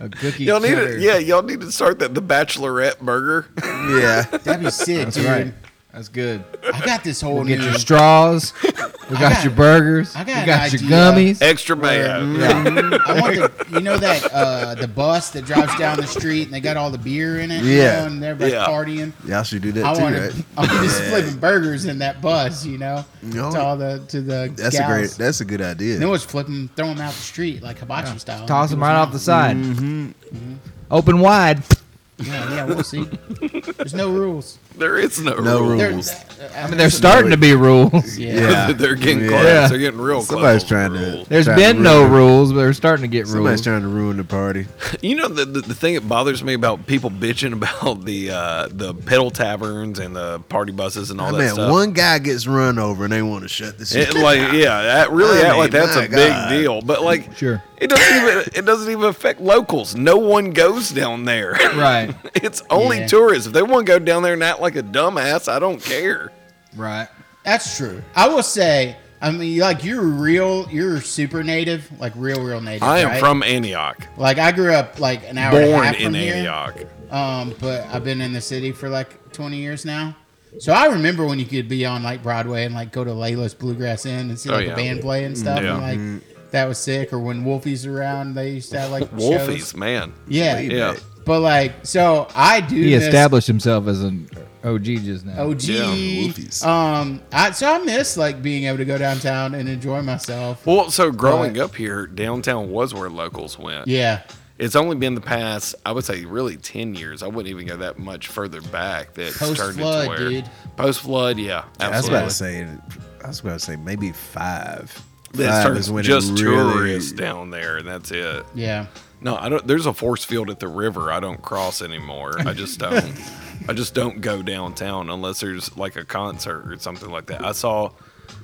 [SPEAKER 5] A cookie
[SPEAKER 2] y'all need
[SPEAKER 5] cutter.
[SPEAKER 2] to, yeah, y'all need to start that the Bachelorette burger.
[SPEAKER 1] Yeah.
[SPEAKER 4] That'd be sick,
[SPEAKER 5] That's
[SPEAKER 4] dude.
[SPEAKER 5] right. That's good.
[SPEAKER 4] I got this whole
[SPEAKER 5] Get
[SPEAKER 4] new.
[SPEAKER 5] your straws. We got,
[SPEAKER 4] got-
[SPEAKER 5] your burgers.
[SPEAKER 4] I
[SPEAKER 5] I
[SPEAKER 4] got
[SPEAKER 5] got
[SPEAKER 4] an
[SPEAKER 5] we got your
[SPEAKER 4] idea.
[SPEAKER 5] gummies.
[SPEAKER 2] Extra mayo.
[SPEAKER 5] Yeah.
[SPEAKER 4] I want the, you know that uh, the bus that drives down the street and they got all the beer in it. you
[SPEAKER 1] Yeah.
[SPEAKER 4] know, and everybody's
[SPEAKER 2] Yeah.
[SPEAKER 4] partying.
[SPEAKER 1] Y'all should do
[SPEAKER 4] I
[SPEAKER 1] that too,
[SPEAKER 4] want
[SPEAKER 1] right?
[SPEAKER 4] to. I'm just flipping burgers in that bus, you know,
[SPEAKER 1] No.
[SPEAKER 4] to all the to the.
[SPEAKER 1] That's
[SPEAKER 4] gals.
[SPEAKER 1] a great. That's a good idea.
[SPEAKER 4] Then was flipping, throwing them out the street like hibachi style.
[SPEAKER 5] Toss them
[SPEAKER 4] People's
[SPEAKER 5] right off the
[SPEAKER 4] mouth.
[SPEAKER 5] side. Mm-hmm. Open wide.
[SPEAKER 4] Yeah, yeah, we'll see. There's no rules.
[SPEAKER 2] There is no,
[SPEAKER 1] No
[SPEAKER 2] rule.
[SPEAKER 1] rule.
[SPEAKER 4] There,
[SPEAKER 1] Rules.
[SPEAKER 5] I mean, there's starting to be rules.
[SPEAKER 4] yeah.
[SPEAKER 1] Yeah.
[SPEAKER 2] They're getting
[SPEAKER 1] Yeah.
[SPEAKER 2] close.
[SPEAKER 5] Yeah.
[SPEAKER 2] They're getting real
[SPEAKER 1] Somebody's
[SPEAKER 2] close.
[SPEAKER 1] trying
[SPEAKER 2] the rule.
[SPEAKER 1] to.
[SPEAKER 5] There's
[SPEAKER 1] trying to
[SPEAKER 5] been no
[SPEAKER 1] ruin-
[SPEAKER 5] rules, but they're starting to get
[SPEAKER 1] Somebody's
[SPEAKER 5] rules.
[SPEAKER 1] trying to ruin the party.
[SPEAKER 2] You know the, the the thing that bothers me about people bitching about the uh, the pedal taverns and the party buses and all
[SPEAKER 1] I
[SPEAKER 2] that
[SPEAKER 1] mean,
[SPEAKER 2] stuff.
[SPEAKER 1] one guy gets run over and they want to shut this.
[SPEAKER 2] It, like yeah, that really
[SPEAKER 1] I
[SPEAKER 2] act
[SPEAKER 1] mean,
[SPEAKER 2] like that's
[SPEAKER 1] my
[SPEAKER 2] a
[SPEAKER 1] God.
[SPEAKER 2] big deal. But like
[SPEAKER 5] Sure.
[SPEAKER 2] it doesn't even it doesn't even affect locals. No one goes down there.
[SPEAKER 5] Right.
[SPEAKER 2] It's only
[SPEAKER 4] Yeah.
[SPEAKER 2] tourists. If they want to go down there and act like a dumbass, I don't care.
[SPEAKER 5] Right.
[SPEAKER 4] That's true. I will say, I mean, like you're real, you're super native, like real, real native.
[SPEAKER 2] I am
[SPEAKER 4] right?
[SPEAKER 2] from Antioch.
[SPEAKER 4] Like I grew up like an hour and a
[SPEAKER 2] Born
[SPEAKER 4] half
[SPEAKER 2] in
[SPEAKER 4] from here,
[SPEAKER 2] Antioch.
[SPEAKER 4] Um, but I've been in the city for like 20 years now. So I remember when you could be on like Broadway and like go to Layla's Bluegrass Inn and see
[SPEAKER 2] Oh,
[SPEAKER 4] like
[SPEAKER 2] yeah.
[SPEAKER 4] a band play and stuff.
[SPEAKER 2] Yeah.
[SPEAKER 4] And
[SPEAKER 5] Mm-hmm.
[SPEAKER 4] like that was sick. Or when Wolfie's around, they used to have like
[SPEAKER 2] Wolfies,
[SPEAKER 4] shows.
[SPEAKER 2] man.
[SPEAKER 4] Yeah.
[SPEAKER 2] Yeah.
[SPEAKER 4] But like, so I do
[SPEAKER 5] He
[SPEAKER 4] miss
[SPEAKER 5] established himself as an OG just now.
[SPEAKER 4] OG.
[SPEAKER 2] Yeah,
[SPEAKER 1] Wolfies.
[SPEAKER 4] um, I, so I miss like being able to go downtown and enjoy myself.
[SPEAKER 2] Well, so growing
[SPEAKER 4] Right.
[SPEAKER 2] up here, downtown was where locals went.
[SPEAKER 4] Yeah.
[SPEAKER 2] It's only been the past, I would say, really ten years. I wouldn't even go that much further back. That's
[SPEAKER 4] Post
[SPEAKER 2] turned
[SPEAKER 4] flood,
[SPEAKER 2] into where
[SPEAKER 4] dude.
[SPEAKER 2] post flood, yeah,
[SPEAKER 1] I was about
[SPEAKER 2] absolutely.
[SPEAKER 1] to say. I was about to say maybe five.
[SPEAKER 2] That's
[SPEAKER 1] Five
[SPEAKER 2] turned
[SPEAKER 1] is when it
[SPEAKER 2] just
[SPEAKER 1] really-
[SPEAKER 2] tourists down there, and that's it.
[SPEAKER 4] Yeah.
[SPEAKER 2] No, I don't. There's a force field at the river. I don't cross anymore. I just don't. I just don't go downtown unless there's like a concert or something like that. I saw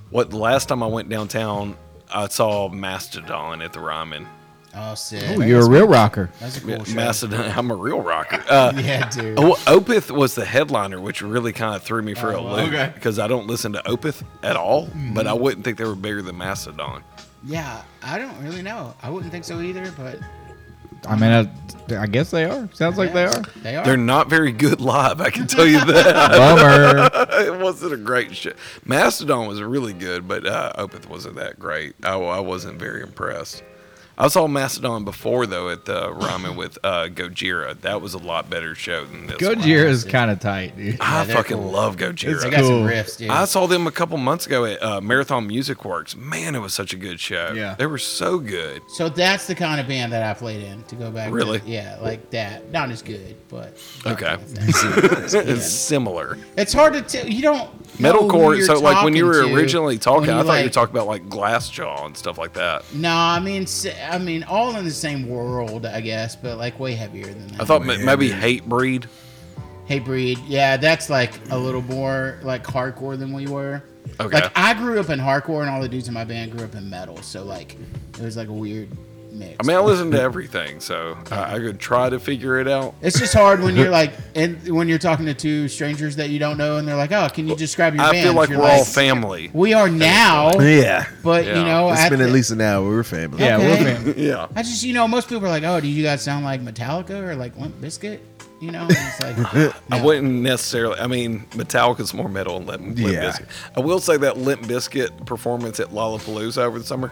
[SPEAKER 2] what the last time I went downtown, I saw Mastodon at the Ryman.
[SPEAKER 4] Oh, sick.
[SPEAKER 5] Oh, you're a real rocker.
[SPEAKER 4] That's a cool
[SPEAKER 2] Yeah,
[SPEAKER 4] show.
[SPEAKER 2] Mastodon. I'm a real rocker. Uh,
[SPEAKER 4] Yeah, dude.
[SPEAKER 2] Oh, Opeth was the headliner, which really kind of threw me for
[SPEAKER 1] Oh,
[SPEAKER 2] a loop because I don't listen to Opeth at all. But
[SPEAKER 1] Hmm.
[SPEAKER 2] I wouldn't think they were bigger than Mastodon.
[SPEAKER 4] Yeah, I don't really know. I wouldn't think so either, but
[SPEAKER 5] I mean, I, I guess they are. Sounds like they are.
[SPEAKER 4] They are.
[SPEAKER 2] They're not very good live. I can tell you that.
[SPEAKER 5] Bummer.
[SPEAKER 2] it wasn't a great show. Mastodon was really good, but uh, Opeth wasn't that great. I, I wasn't very impressed. I saw Mastodon before though at the Ramen with uh, Gojira. That was a lot better show than this. one.
[SPEAKER 5] Gojira is kind of tight, dude.
[SPEAKER 2] I
[SPEAKER 4] they're
[SPEAKER 2] fucking
[SPEAKER 4] cool.
[SPEAKER 2] love
[SPEAKER 4] They
[SPEAKER 2] Gojira.
[SPEAKER 4] got some
[SPEAKER 5] Cool.
[SPEAKER 4] riffs, dude.
[SPEAKER 2] I saw them a couple months ago at uh, Marathon Music Works. Man, it was such a good show.
[SPEAKER 5] Yeah.
[SPEAKER 2] they were so good.
[SPEAKER 4] so that's the kind of band that I played in. To go back, to-
[SPEAKER 2] Really?
[SPEAKER 4] yeah, like that. Not as good, but
[SPEAKER 2] Okay,
[SPEAKER 4] Yeah.
[SPEAKER 2] it's similar.
[SPEAKER 4] it's hard to tell. You don't know who
[SPEAKER 2] Metalcore.
[SPEAKER 4] you're
[SPEAKER 2] So, like when you were
[SPEAKER 4] talking to
[SPEAKER 2] originally talking,
[SPEAKER 4] when
[SPEAKER 2] I thought you were
[SPEAKER 4] like-
[SPEAKER 2] talking about like Glassjaw and stuff like that.
[SPEAKER 4] No, I mean, s- I mean, all in the same world, I guess, but like way heavier than that.
[SPEAKER 2] I thought ma- maybe Hate Breed.
[SPEAKER 4] Hey Breed, yeah, that's like a little more like hardcore than we were.
[SPEAKER 2] Okay.
[SPEAKER 4] Like I grew up in hardcore, and all the dudes in my band grew up in metal, so like it was like a weird mix.
[SPEAKER 2] I mean, I listen to everything, so I, I could try to figure it out.
[SPEAKER 4] It's just hard when you're like, and when you're talking to two strangers that you don't know, and they're like, "Oh, can you describe your
[SPEAKER 2] I
[SPEAKER 4] band?"
[SPEAKER 2] feel like
[SPEAKER 4] You're
[SPEAKER 2] we're all family.
[SPEAKER 4] We are now,
[SPEAKER 1] Yeah.
[SPEAKER 4] but
[SPEAKER 2] Yeah.
[SPEAKER 4] you know,
[SPEAKER 1] It's
[SPEAKER 4] at
[SPEAKER 1] been
[SPEAKER 4] the-
[SPEAKER 1] at least an hour. We're family.
[SPEAKER 5] Yeah,
[SPEAKER 4] Okay.
[SPEAKER 5] we're fam-
[SPEAKER 2] Yeah.
[SPEAKER 4] I just, you know, most people are like, "Oh, do you guys sound like Metallica or like Limp Bizkit?" You know, and it's like,
[SPEAKER 2] I wouldn't necessarily. I mean, Metallica's more metal than Limp, Limp
[SPEAKER 1] Yeah.
[SPEAKER 2] Bizkit. I will say that Limp Biscuit performance at Lollapalooza over the summer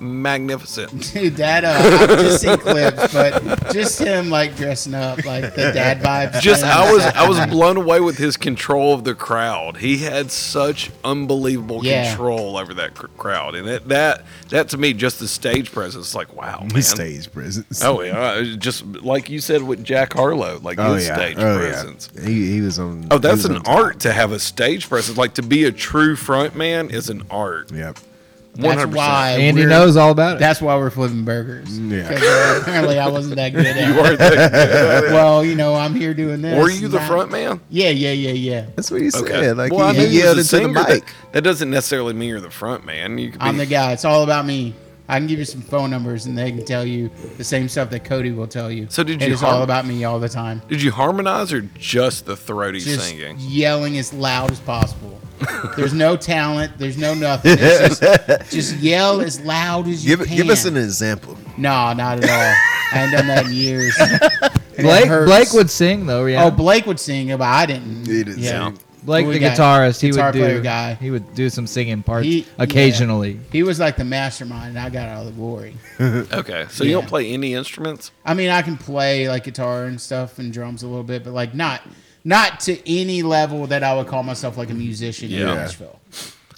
[SPEAKER 2] magnificent.
[SPEAKER 4] Dude, that uh, I've just seen clips, but just him like dressing up like the dad vibes.
[SPEAKER 2] Just
[SPEAKER 4] thing.
[SPEAKER 2] I was I was blown away with his control of the crowd. He had such unbelievable
[SPEAKER 4] Yeah.
[SPEAKER 2] control over that cr- crowd, and that that that to me just the stage presence. is Like wow, man.
[SPEAKER 1] stage presence.
[SPEAKER 2] Oh yeah, it was just like you said with Jack Harlow, like
[SPEAKER 1] Oh,
[SPEAKER 2] his
[SPEAKER 1] yeah.
[SPEAKER 2] stage
[SPEAKER 1] Oh, yeah.
[SPEAKER 2] presence.
[SPEAKER 1] He, he was on.
[SPEAKER 2] Oh, that's
[SPEAKER 1] he was
[SPEAKER 2] an
[SPEAKER 1] on top.
[SPEAKER 2] art to have a stage presence. Like to be a true front man is an art.
[SPEAKER 1] Yep.
[SPEAKER 4] That's
[SPEAKER 2] 100%.
[SPEAKER 4] why
[SPEAKER 5] Andy
[SPEAKER 4] we're-
[SPEAKER 5] knows all about it.
[SPEAKER 4] That's why we're flipping burgers.
[SPEAKER 1] Yeah.
[SPEAKER 4] 'Cause, uh, apparently, I wasn't that good at
[SPEAKER 2] You are the,
[SPEAKER 4] it. Well, you know, I'm here doing this.
[SPEAKER 2] were you the
[SPEAKER 4] not-
[SPEAKER 2] front man?
[SPEAKER 4] Yeah, yeah, yeah, yeah.
[SPEAKER 1] That's what he said. Like
[SPEAKER 2] well,
[SPEAKER 1] he,
[SPEAKER 2] I mean,
[SPEAKER 1] he yelled into the
[SPEAKER 2] singer,
[SPEAKER 1] mic.
[SPEAKER 2] That, that doesn't necessarily mean you're the front man. You could be,
[SPEAKER 4] I'm the guy. It's all about me. I can give you some phone numbers, and they can tell you the same stuff that Cody will tell you.
[SPEAKER 2] So did
[SPEAKER 4] And
[SPEAKER 2] you
[SPEAKER 4] It's
[SPEAKER 2] harm-
[SPEAKER 4] all about me all the time.
[SPEAKER 2] Did you harmonize or just the throaty
[SPEAKER 4] Just
[SPEAKER 2] singing?
[SPEAKER 4] yelling as loud as possible. There's no talent. There's no nothing. It's just, just yell as loud as you
[SPEAKER 1] Give it-
[SPEAKER 4] can.
[SPEAKER 1] give us an example.
[SPEAKER 4] No, not at all. I ain't done that in years.
[SPEAKER 5] Blake
[SPEAKER 4] hurts.
[SPEAKER 5] Blake would sing though. Yeah.
[SPEAKER 4] Oh, Blake would sing, but I didn't.
[SPEAKER 1] He didn't sing.
[SPEAKER 5] Blake
[SPEAKER 4] We
[SPEAKER 5] the
[SPEAKER 4] got
[SPEAKER 5] guitarist. He
[SPEAKER 4] guitar
[SPEAKER 5] would
[SPEAKER 4] player
[SPEAKER 5] do.
[SPEAKER 4] guy.
[SPEAKER 5] He would do some singing parts
[SPEAKER 4] He-
[SPEAKER 5] occasionally.
[SPEAKER 4] He was like the mastermind, and I got all the glory.
[SPEAKER 2] Okay, so you
[SPEAKER 4] Yeah.
[SPEAKER 2] don't play any instruments.
[SPEAKER 4] I mean, I can play like guitar and stuff and drums a little bit, but like not not to any level that I would call myself like a musician in
[SPEAKER 2] Yeah.
[SPEAKER 4] Nashville.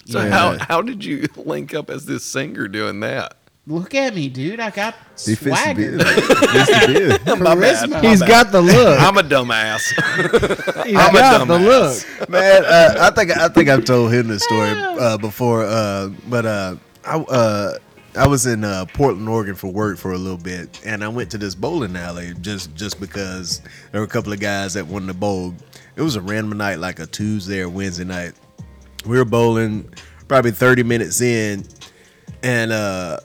[SPEAKER 2] So
[SPEAKER 1] Yeah.
[SPEAKER 2] how how did you link up as this singer doing that?
[SPEAKER 4] Look at me, dude. I got
[SPEAKER 1] He fits the
[SPEAKER 4] swagger.
[SPEAKER 1] bill. Fits the bill.
[SPEAKER 4] Charisma.
[SPEAKER 5] He's got the look.
[SPEAKER 2] I'm a dumbass.
[SPEAKER 5] He's
[SPEAKER 2] I'm a
[SPEAKER 5] got the
[SPEAKER 2] dumbass.
[SPEAKER 5] look.
[SPEAKER 1] Man, uh, I think I think I've told him this story uh, before, uh, but uh, I uh, I was in uh, Portland, Oregon for work for a little bit, and I went to this bowling alley just just because there were a couple of guys that wanted to bowl. It was a random night, like a Tuesday or Wednesday night. We were bowling, probably thirty minutes in, and uh,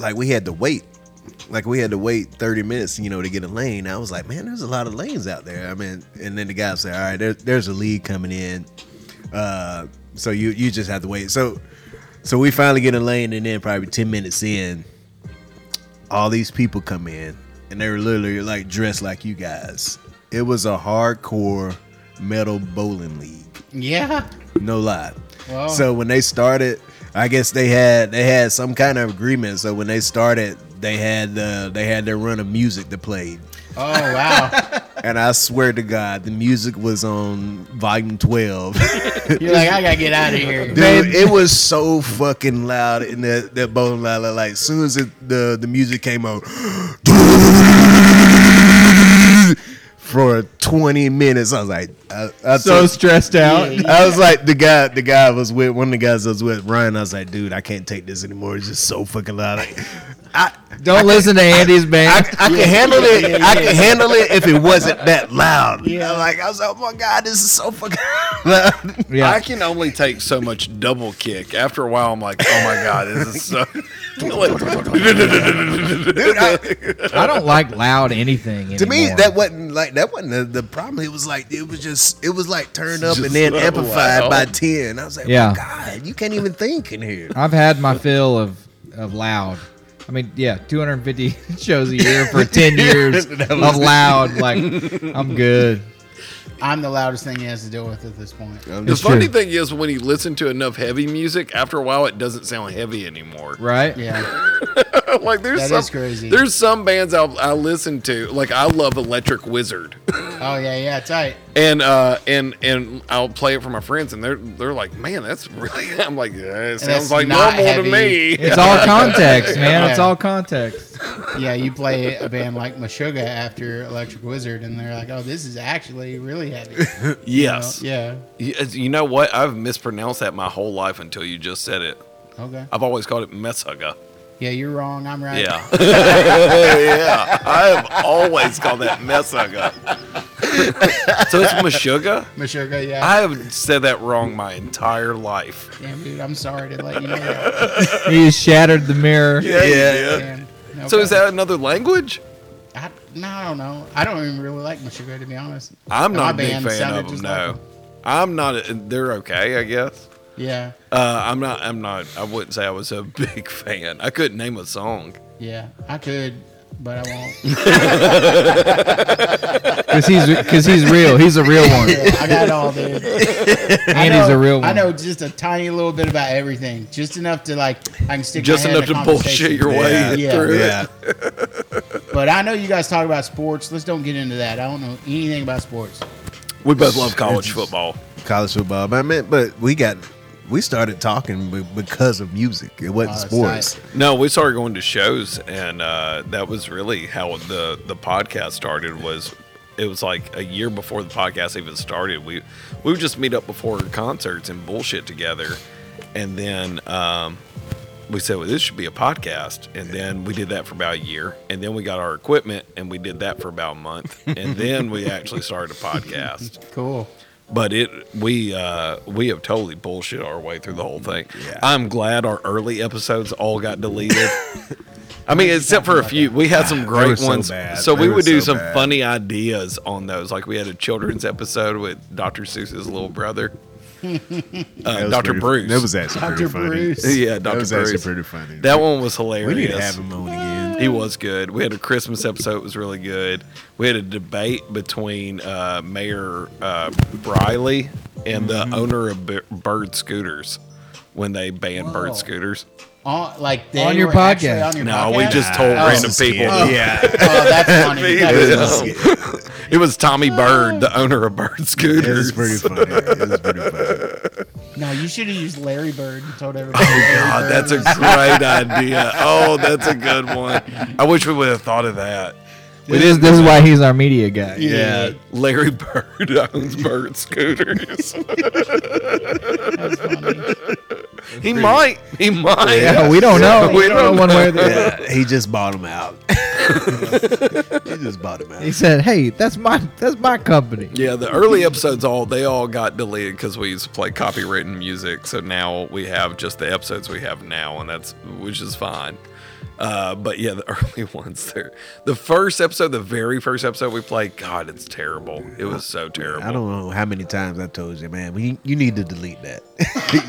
[SPEAKER 1] like we had to wait. Like we had to wait 30 minutes, you know, to get a lane. I was like, man, there's a lot of lanes out there. I mean, and then the guy said, all right, there, there's a lead coming in. Uh, so you you just have to wait. So so we finally get a lane, and then probably 10 minutes in, all these people come in, and they were literally like dressed like you guys. It was a hardcore metal bowling league
[SPEAKER 4] Yeah.
[SPEAKER 1] no lie.
[SPEAKER 4] Wow.
[SPEAKER 1] So when they started, I guess they had they had some kind of agreement. So when they started, they had the they had their run of music that played,
[SPEAKER 4] Oh wow.
[SPEAKER 1] and I swear to God, the music was on volume twelve.
[SPEAKER 4] You're like, I gotta get out of here.
[SPEAKER 1] Dude, it was so fucking loud in that that bowling alley. Like as soon as it, the the music came on, for twenty minutes, I was like, I, I
[SPEAKER 5] So
[SPEAKER 1] took-
[SPEAKER 5] stressed out.
[SPEAKER 1] I was like the guy. The guy I was with one of the guys I was with, Ryan. I was like, dude, I can't take this anymore. It's just so fucking loud. Like, I
[SPEAKER 5] Don't listen to Andy's
[SPEAKER 1] I,
[SPEAKER 5] band.
[SPEAKER 1] I can handle it. I can handle it if it wasn't that loud.
[SPEAKER 4] Yeah.
[SPEAKER 1] Yeah. Like I was like, oh my god, this is so fucking loud.
[SPEAKER 5] yeah.
[SPEAKER 2] I can only take so much double kick. After a while, I'm like, oh my god, this is so.
[SPEAKER 5] I don't like loud anything.
[SPEAKER 1] to me,
[SPEAKER 5] anymore.
[SPEAKER 1] that wasn't like that wasn't the, the problem. It was like it was just it was like turned up and then
[SPEAKER 2] Just
[SPEAKER 1] amplified
[SPEAKER 2] loud.
[SPEAKER 1] by ten. I was like,
[SPEAKER 5] Yeah.
[SPEAKER 1] yeah, god, you can't even think in here.
[SPEAKER 5] I've had my fill of of loud. I mean, yeah, 250 shows a year for 10 years of loud. Like, I'm good.
[SPEAKER 4] I'm the loudest thing he has to deal with at this point.
[SPEAKER 2] the
[SPEAKER 5] It's
[SPEAKER 2] funny
[SPEAKER 5] true.
[SPEAKER 2] thing is, when you listen to enough heavy music, after a while, it doesn't sound heavy anymore.
[SPEAKER 5] Right?
[SPEAKER 4] Yeah.
[SPEAKER 2] like there's
[SPEAKER 4] That
[SPEAKER 2] some
[SPEAKER 4] is crazy.
[SPEAKER 2] there's some bands I, I listen to. Like I love Electric Wizard,
[SPEAKER 4] Oh yeah, yeah, tight.
[SPEAKER 2] and uh and and I'll play it for my friends, and they're they're like, man, that's really. I'm like, yeah, it sounds
[SPEAKER 4] that's
[SPEAKER 2] like
[SPEAKER 4] not
[SPEAKER 2] normal
[SPEAKER 4] heavy.
[SPEAKER 2] to me.
[SPEAKER 5] It's all context, man. It's
[SPEAKER 4] Yeah.
[SPEAKER 5] all context.
[SPEAKER 4] Yeah, you play a band like Meshuggah after Electric Wizard, and they're like, "Oh, this is actually really heavy." You know?
[SPEAKER 2] yes,
[SPEAKER 4] Yeah.
[SPEAKER 2] Y- You know what? I've mispronounced that my whole life until you just said it.
[SPEAKER 4] Okay.
[SPEAKER 2] I've always called it Meshuggah.
[SPEAKER 4] Yeah, you're wrong. I'm right.
[SPEAKER 2] Yeah. yeah. I have always called that Meshuggah. so it's Meshuggah?
[SPEAKER 4] Meshuggah, yeah.
[SPEAKER 2] I have said that wrong my entire life.
[SPEAKER 4] Damn, dude, I'm sorry to let you know that.
[SPEAKER 5] He shattered the mirror.
[SPEAKER 1] Yeah.
[SPEAKER 4] Damn.
[SPEAKER 2] So
[SPEAKER 4] Okay.
[SPEAKER 2] is that another language?
[SPEAKER 4] I, no, I don't know. I don't even really like Meshuggah, to be honest.
[SPEAKER 2] I'm
[SPEAKER 4] My
[SPEAKER 2] not a big
[SPEAKER 4] band
[SPEAKER 2] fan
[SPEAKER 4] sounded
[SPEAKER 2] of them.
[SPEAKER 4] just like
[SPEAKER 2] No, I'm not. A, they're okay, I guess.
[SPEAKER 4] Yeah,
[SPEAKER 2] Uh, I'm not. I'm not. I wouldn't say I was a big fan. I couldn't name a song.
[SPEAKER 4] yeah. I could. but I won't.
[SPEAKER 5] Because he's because he's real. He's a real one.
[SPEAKER 4] I got it all, dude. I
[SPEAKER 5] Andy's
[SPEAKER 4] know-
[SPEAKER 5] a real one.
[SPEAKER 4] I know just a tiny little bit about everything, just enough to like I can stick.
[SPEAKER 2] Just
[SPEAKER 4] my head
[SPEAKER 2] enough
[SPEAKER 4] in a
[SPEAKER 2] to bullshit your way
[SPEAKER 1] Yeah,
[SPEAKER 4] yeah.
[SPEAKER 2] through it.
[SPEAKER 1] Yeah.
[SPEAKER 4] But I know you guys talk about sports. Let's don't get into that. I don't know anything about sports.
[SPEAKER 2] We both love college football.
[SPEAKER 1] college football. But I meant, but we got we started talking be- because of music. It wasn't
[SPEAKER 4] Oh, that's
[SPEAKER 1] sports.
[SPEAKER 2] No, we started going to shows, and uh, that was really how the the podcast started. Was it was like a year before the podcast even started. We we would just meet up before concerts and bullshit together, and then um, we said, "Well, this should be a podcast." And then we did that for about a year, and then we got our equipment, and we did that for about a month, and then we actually started a podcast.
[SPEAKER 4] Cool.
[SPEAKER 2] But it we uh we have totally bullshit our way through the whole thing.
[SPEAKER 1] Yeah.
[SPEAKER 2] I'm glad our early episodes all got deleted. I mean, except for a few, we had some
[SPEAKER 1] were
[SPEAKER 2] great
[SPEAKER 1] so
[SPEAKER 2] ones. So,
[SPEAKER 1] bad. They
[SPEAKER 2] we
[SPEAKER 1] were
[SPEAKER 2] would do
[SPEAKER 1] so
[SPEAKER 2] some
[SPEAKER 1] bad.
[SPEAKER 2] funny ideas on those. Like we had a children's episode with Dr. Seuss's little brother,
[SPEAKER 1] That
[SPEAKER 2] uh,
[SPEAKER 1] was
[SPEAKER 2] Dr.
[SPEAKER 1] pretty-
[SPEAKER 2] Bruce.
[SPEAKER 1] That was actually
[SPEAKER 4] Dr.
[SPEAKER 1] pretty funny.
[SPEAKER 4] Bruce.
[SPEAKER 2] yeah,
[SPEAKER 1] That
[SPEAKER 2] Dr.
[SPEAKER 1] was
[SPEAKER 2] Bruce.
[SPEAKER 1] actually pretty funny.
[SPEAKER 2] That one was hilarious.
[SPEAKER 1] we need to have him on again.
[SPEAKER 2] He was good. We had a Christmas episode. It was really good. We had a debate between uh, Mayor uh, Briley and
[SPEAKER 4] Mm-hmm.
[SPEAKER 2] the owner of B- Bird Scooters when they banned
[SPEAKER 4] Whoa.
[SPEAKER 2] Bird Scooters.
[SPEAKER 4] On like they
[SPEAKER 5] On your
[SPEAKER 4] were actually
[SPEAKER 5] podcast.
[SPEAKER 4] On your
[SPEAKER 2] No, we
[SPEAKER 4] podcast?
[SPEAKER 2] just told
[SPEAKER 1] I was
[SPEAKER 2] random
[SPEAKER 1] scared.
[SPEAKER 2] people.
[SPEAKER 1] Yeah.
[SPEAKER 4] Oh, that's funny.
[SPEAKER 2] Me
[SPEAKER 4] That
[SPEAKER 2] too.
[SPEAKER 4] is-
[SPEAKER 2] It was Tommy Bird, the owner of Bird
[SPEAKER 1] It was
[SPEAKER 2] Scooters.
[SPEAKER 1] pretty funny. It was pretty funny.
[SPEAKER 4] no, you should have used Larry Bird and told everybody.
[SPEAKER 2] Oh God, that's a great idea. Oh, that's a good one. I wish we would have thought of that.
[SPEAKER 5] This is, this is why he's our media guy.
[SPEAKER 2] Yeah, Larry Bird owns Bird Scooters. he might. He might.
[SPEAKER 5] Yeah, we don't know.
[SPEAKER 2] We
[SPEAKER 5] we don't know one way or the other.
[SPEAKER 1] Yeah, he just bought him out. he just bought him out.
[SPEAKER 5] He said, "Hey, that's my that's my company."
[SPEAKER 2] Yeah, the early episodes all they all got deleted because we used to play copywritten music. So now we have just the episodes we have now, and that's which is fine. Uh, but yeah, the early ones there. The first episode, the very first episode we played, God, it's terrible. It was so terrible.
[SPEAKER 1] I don't know how many times I told you, man. We, you need to delete that.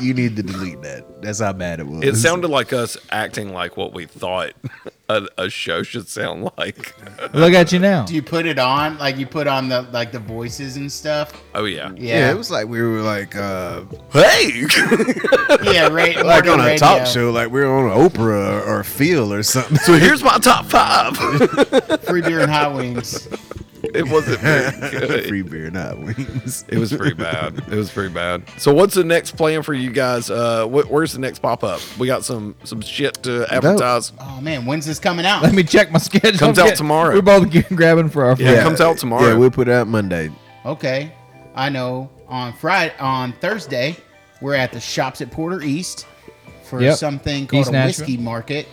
[SPEAKER 1] you need to delete that. That's how bad it was.
[SPEAKER 2] It sounded like us acting like what we thought a, a show should sound like.
[SPEAKER 5] Look at you now.
[SPEAKER 4] Do you put it on? Like you put on the like the voices and stuff?
[SPEAKER 2] Oh yeah.
[SPEAKER 1] Yeah.
[SPEAKER 4] Yeah.
[SPEAKER 1] it was like we were like uh,
[SPEAKER 2] Hey.
[SPEAKER 4] yeah, right.
[SPEAKER 1] like on a talk show, like we were on Oprah or, or Phil or something.
[SPEAKER 2] so here's my top five.
[SPEAKER 4] Free beer and hot wings.
[SPEAKER 2] it wasn't very good.
[SPEAKER 1] Free beer, not wings.
[SPEAKER 2] It was pretty bad. It was pretty bad. So what's the next plan for you guys? Uh, wh- where's the next pop up? We got some some shit to advertise.
[SPEAKER 4] Oh man, when's this coming out?
[SPEAKER 5] Let me check my schedule.
[SPEAKER 2] Comes out tomorrow.
[SPEAKER 5] We're both g- grabbing for our.
[SPEAKER 2] Yeah,
[SPEAKER 5] phone.
[SPEAKER 2] it comes out tomorrow.
[SPEAKER 1] Yeah, we'll put it out Monday.
[SPEAKER 4] Okay, I know. On Friday, on Thursday, we're at the shops at Porter East for
[SPEAKER 5] Yep.
[SPEAKER 4] something called
[SPEAKER 5] East
[SPEAKER 4] a
[SPEAKER 5] Nashville.
[SPEAKER 4] whiskey market.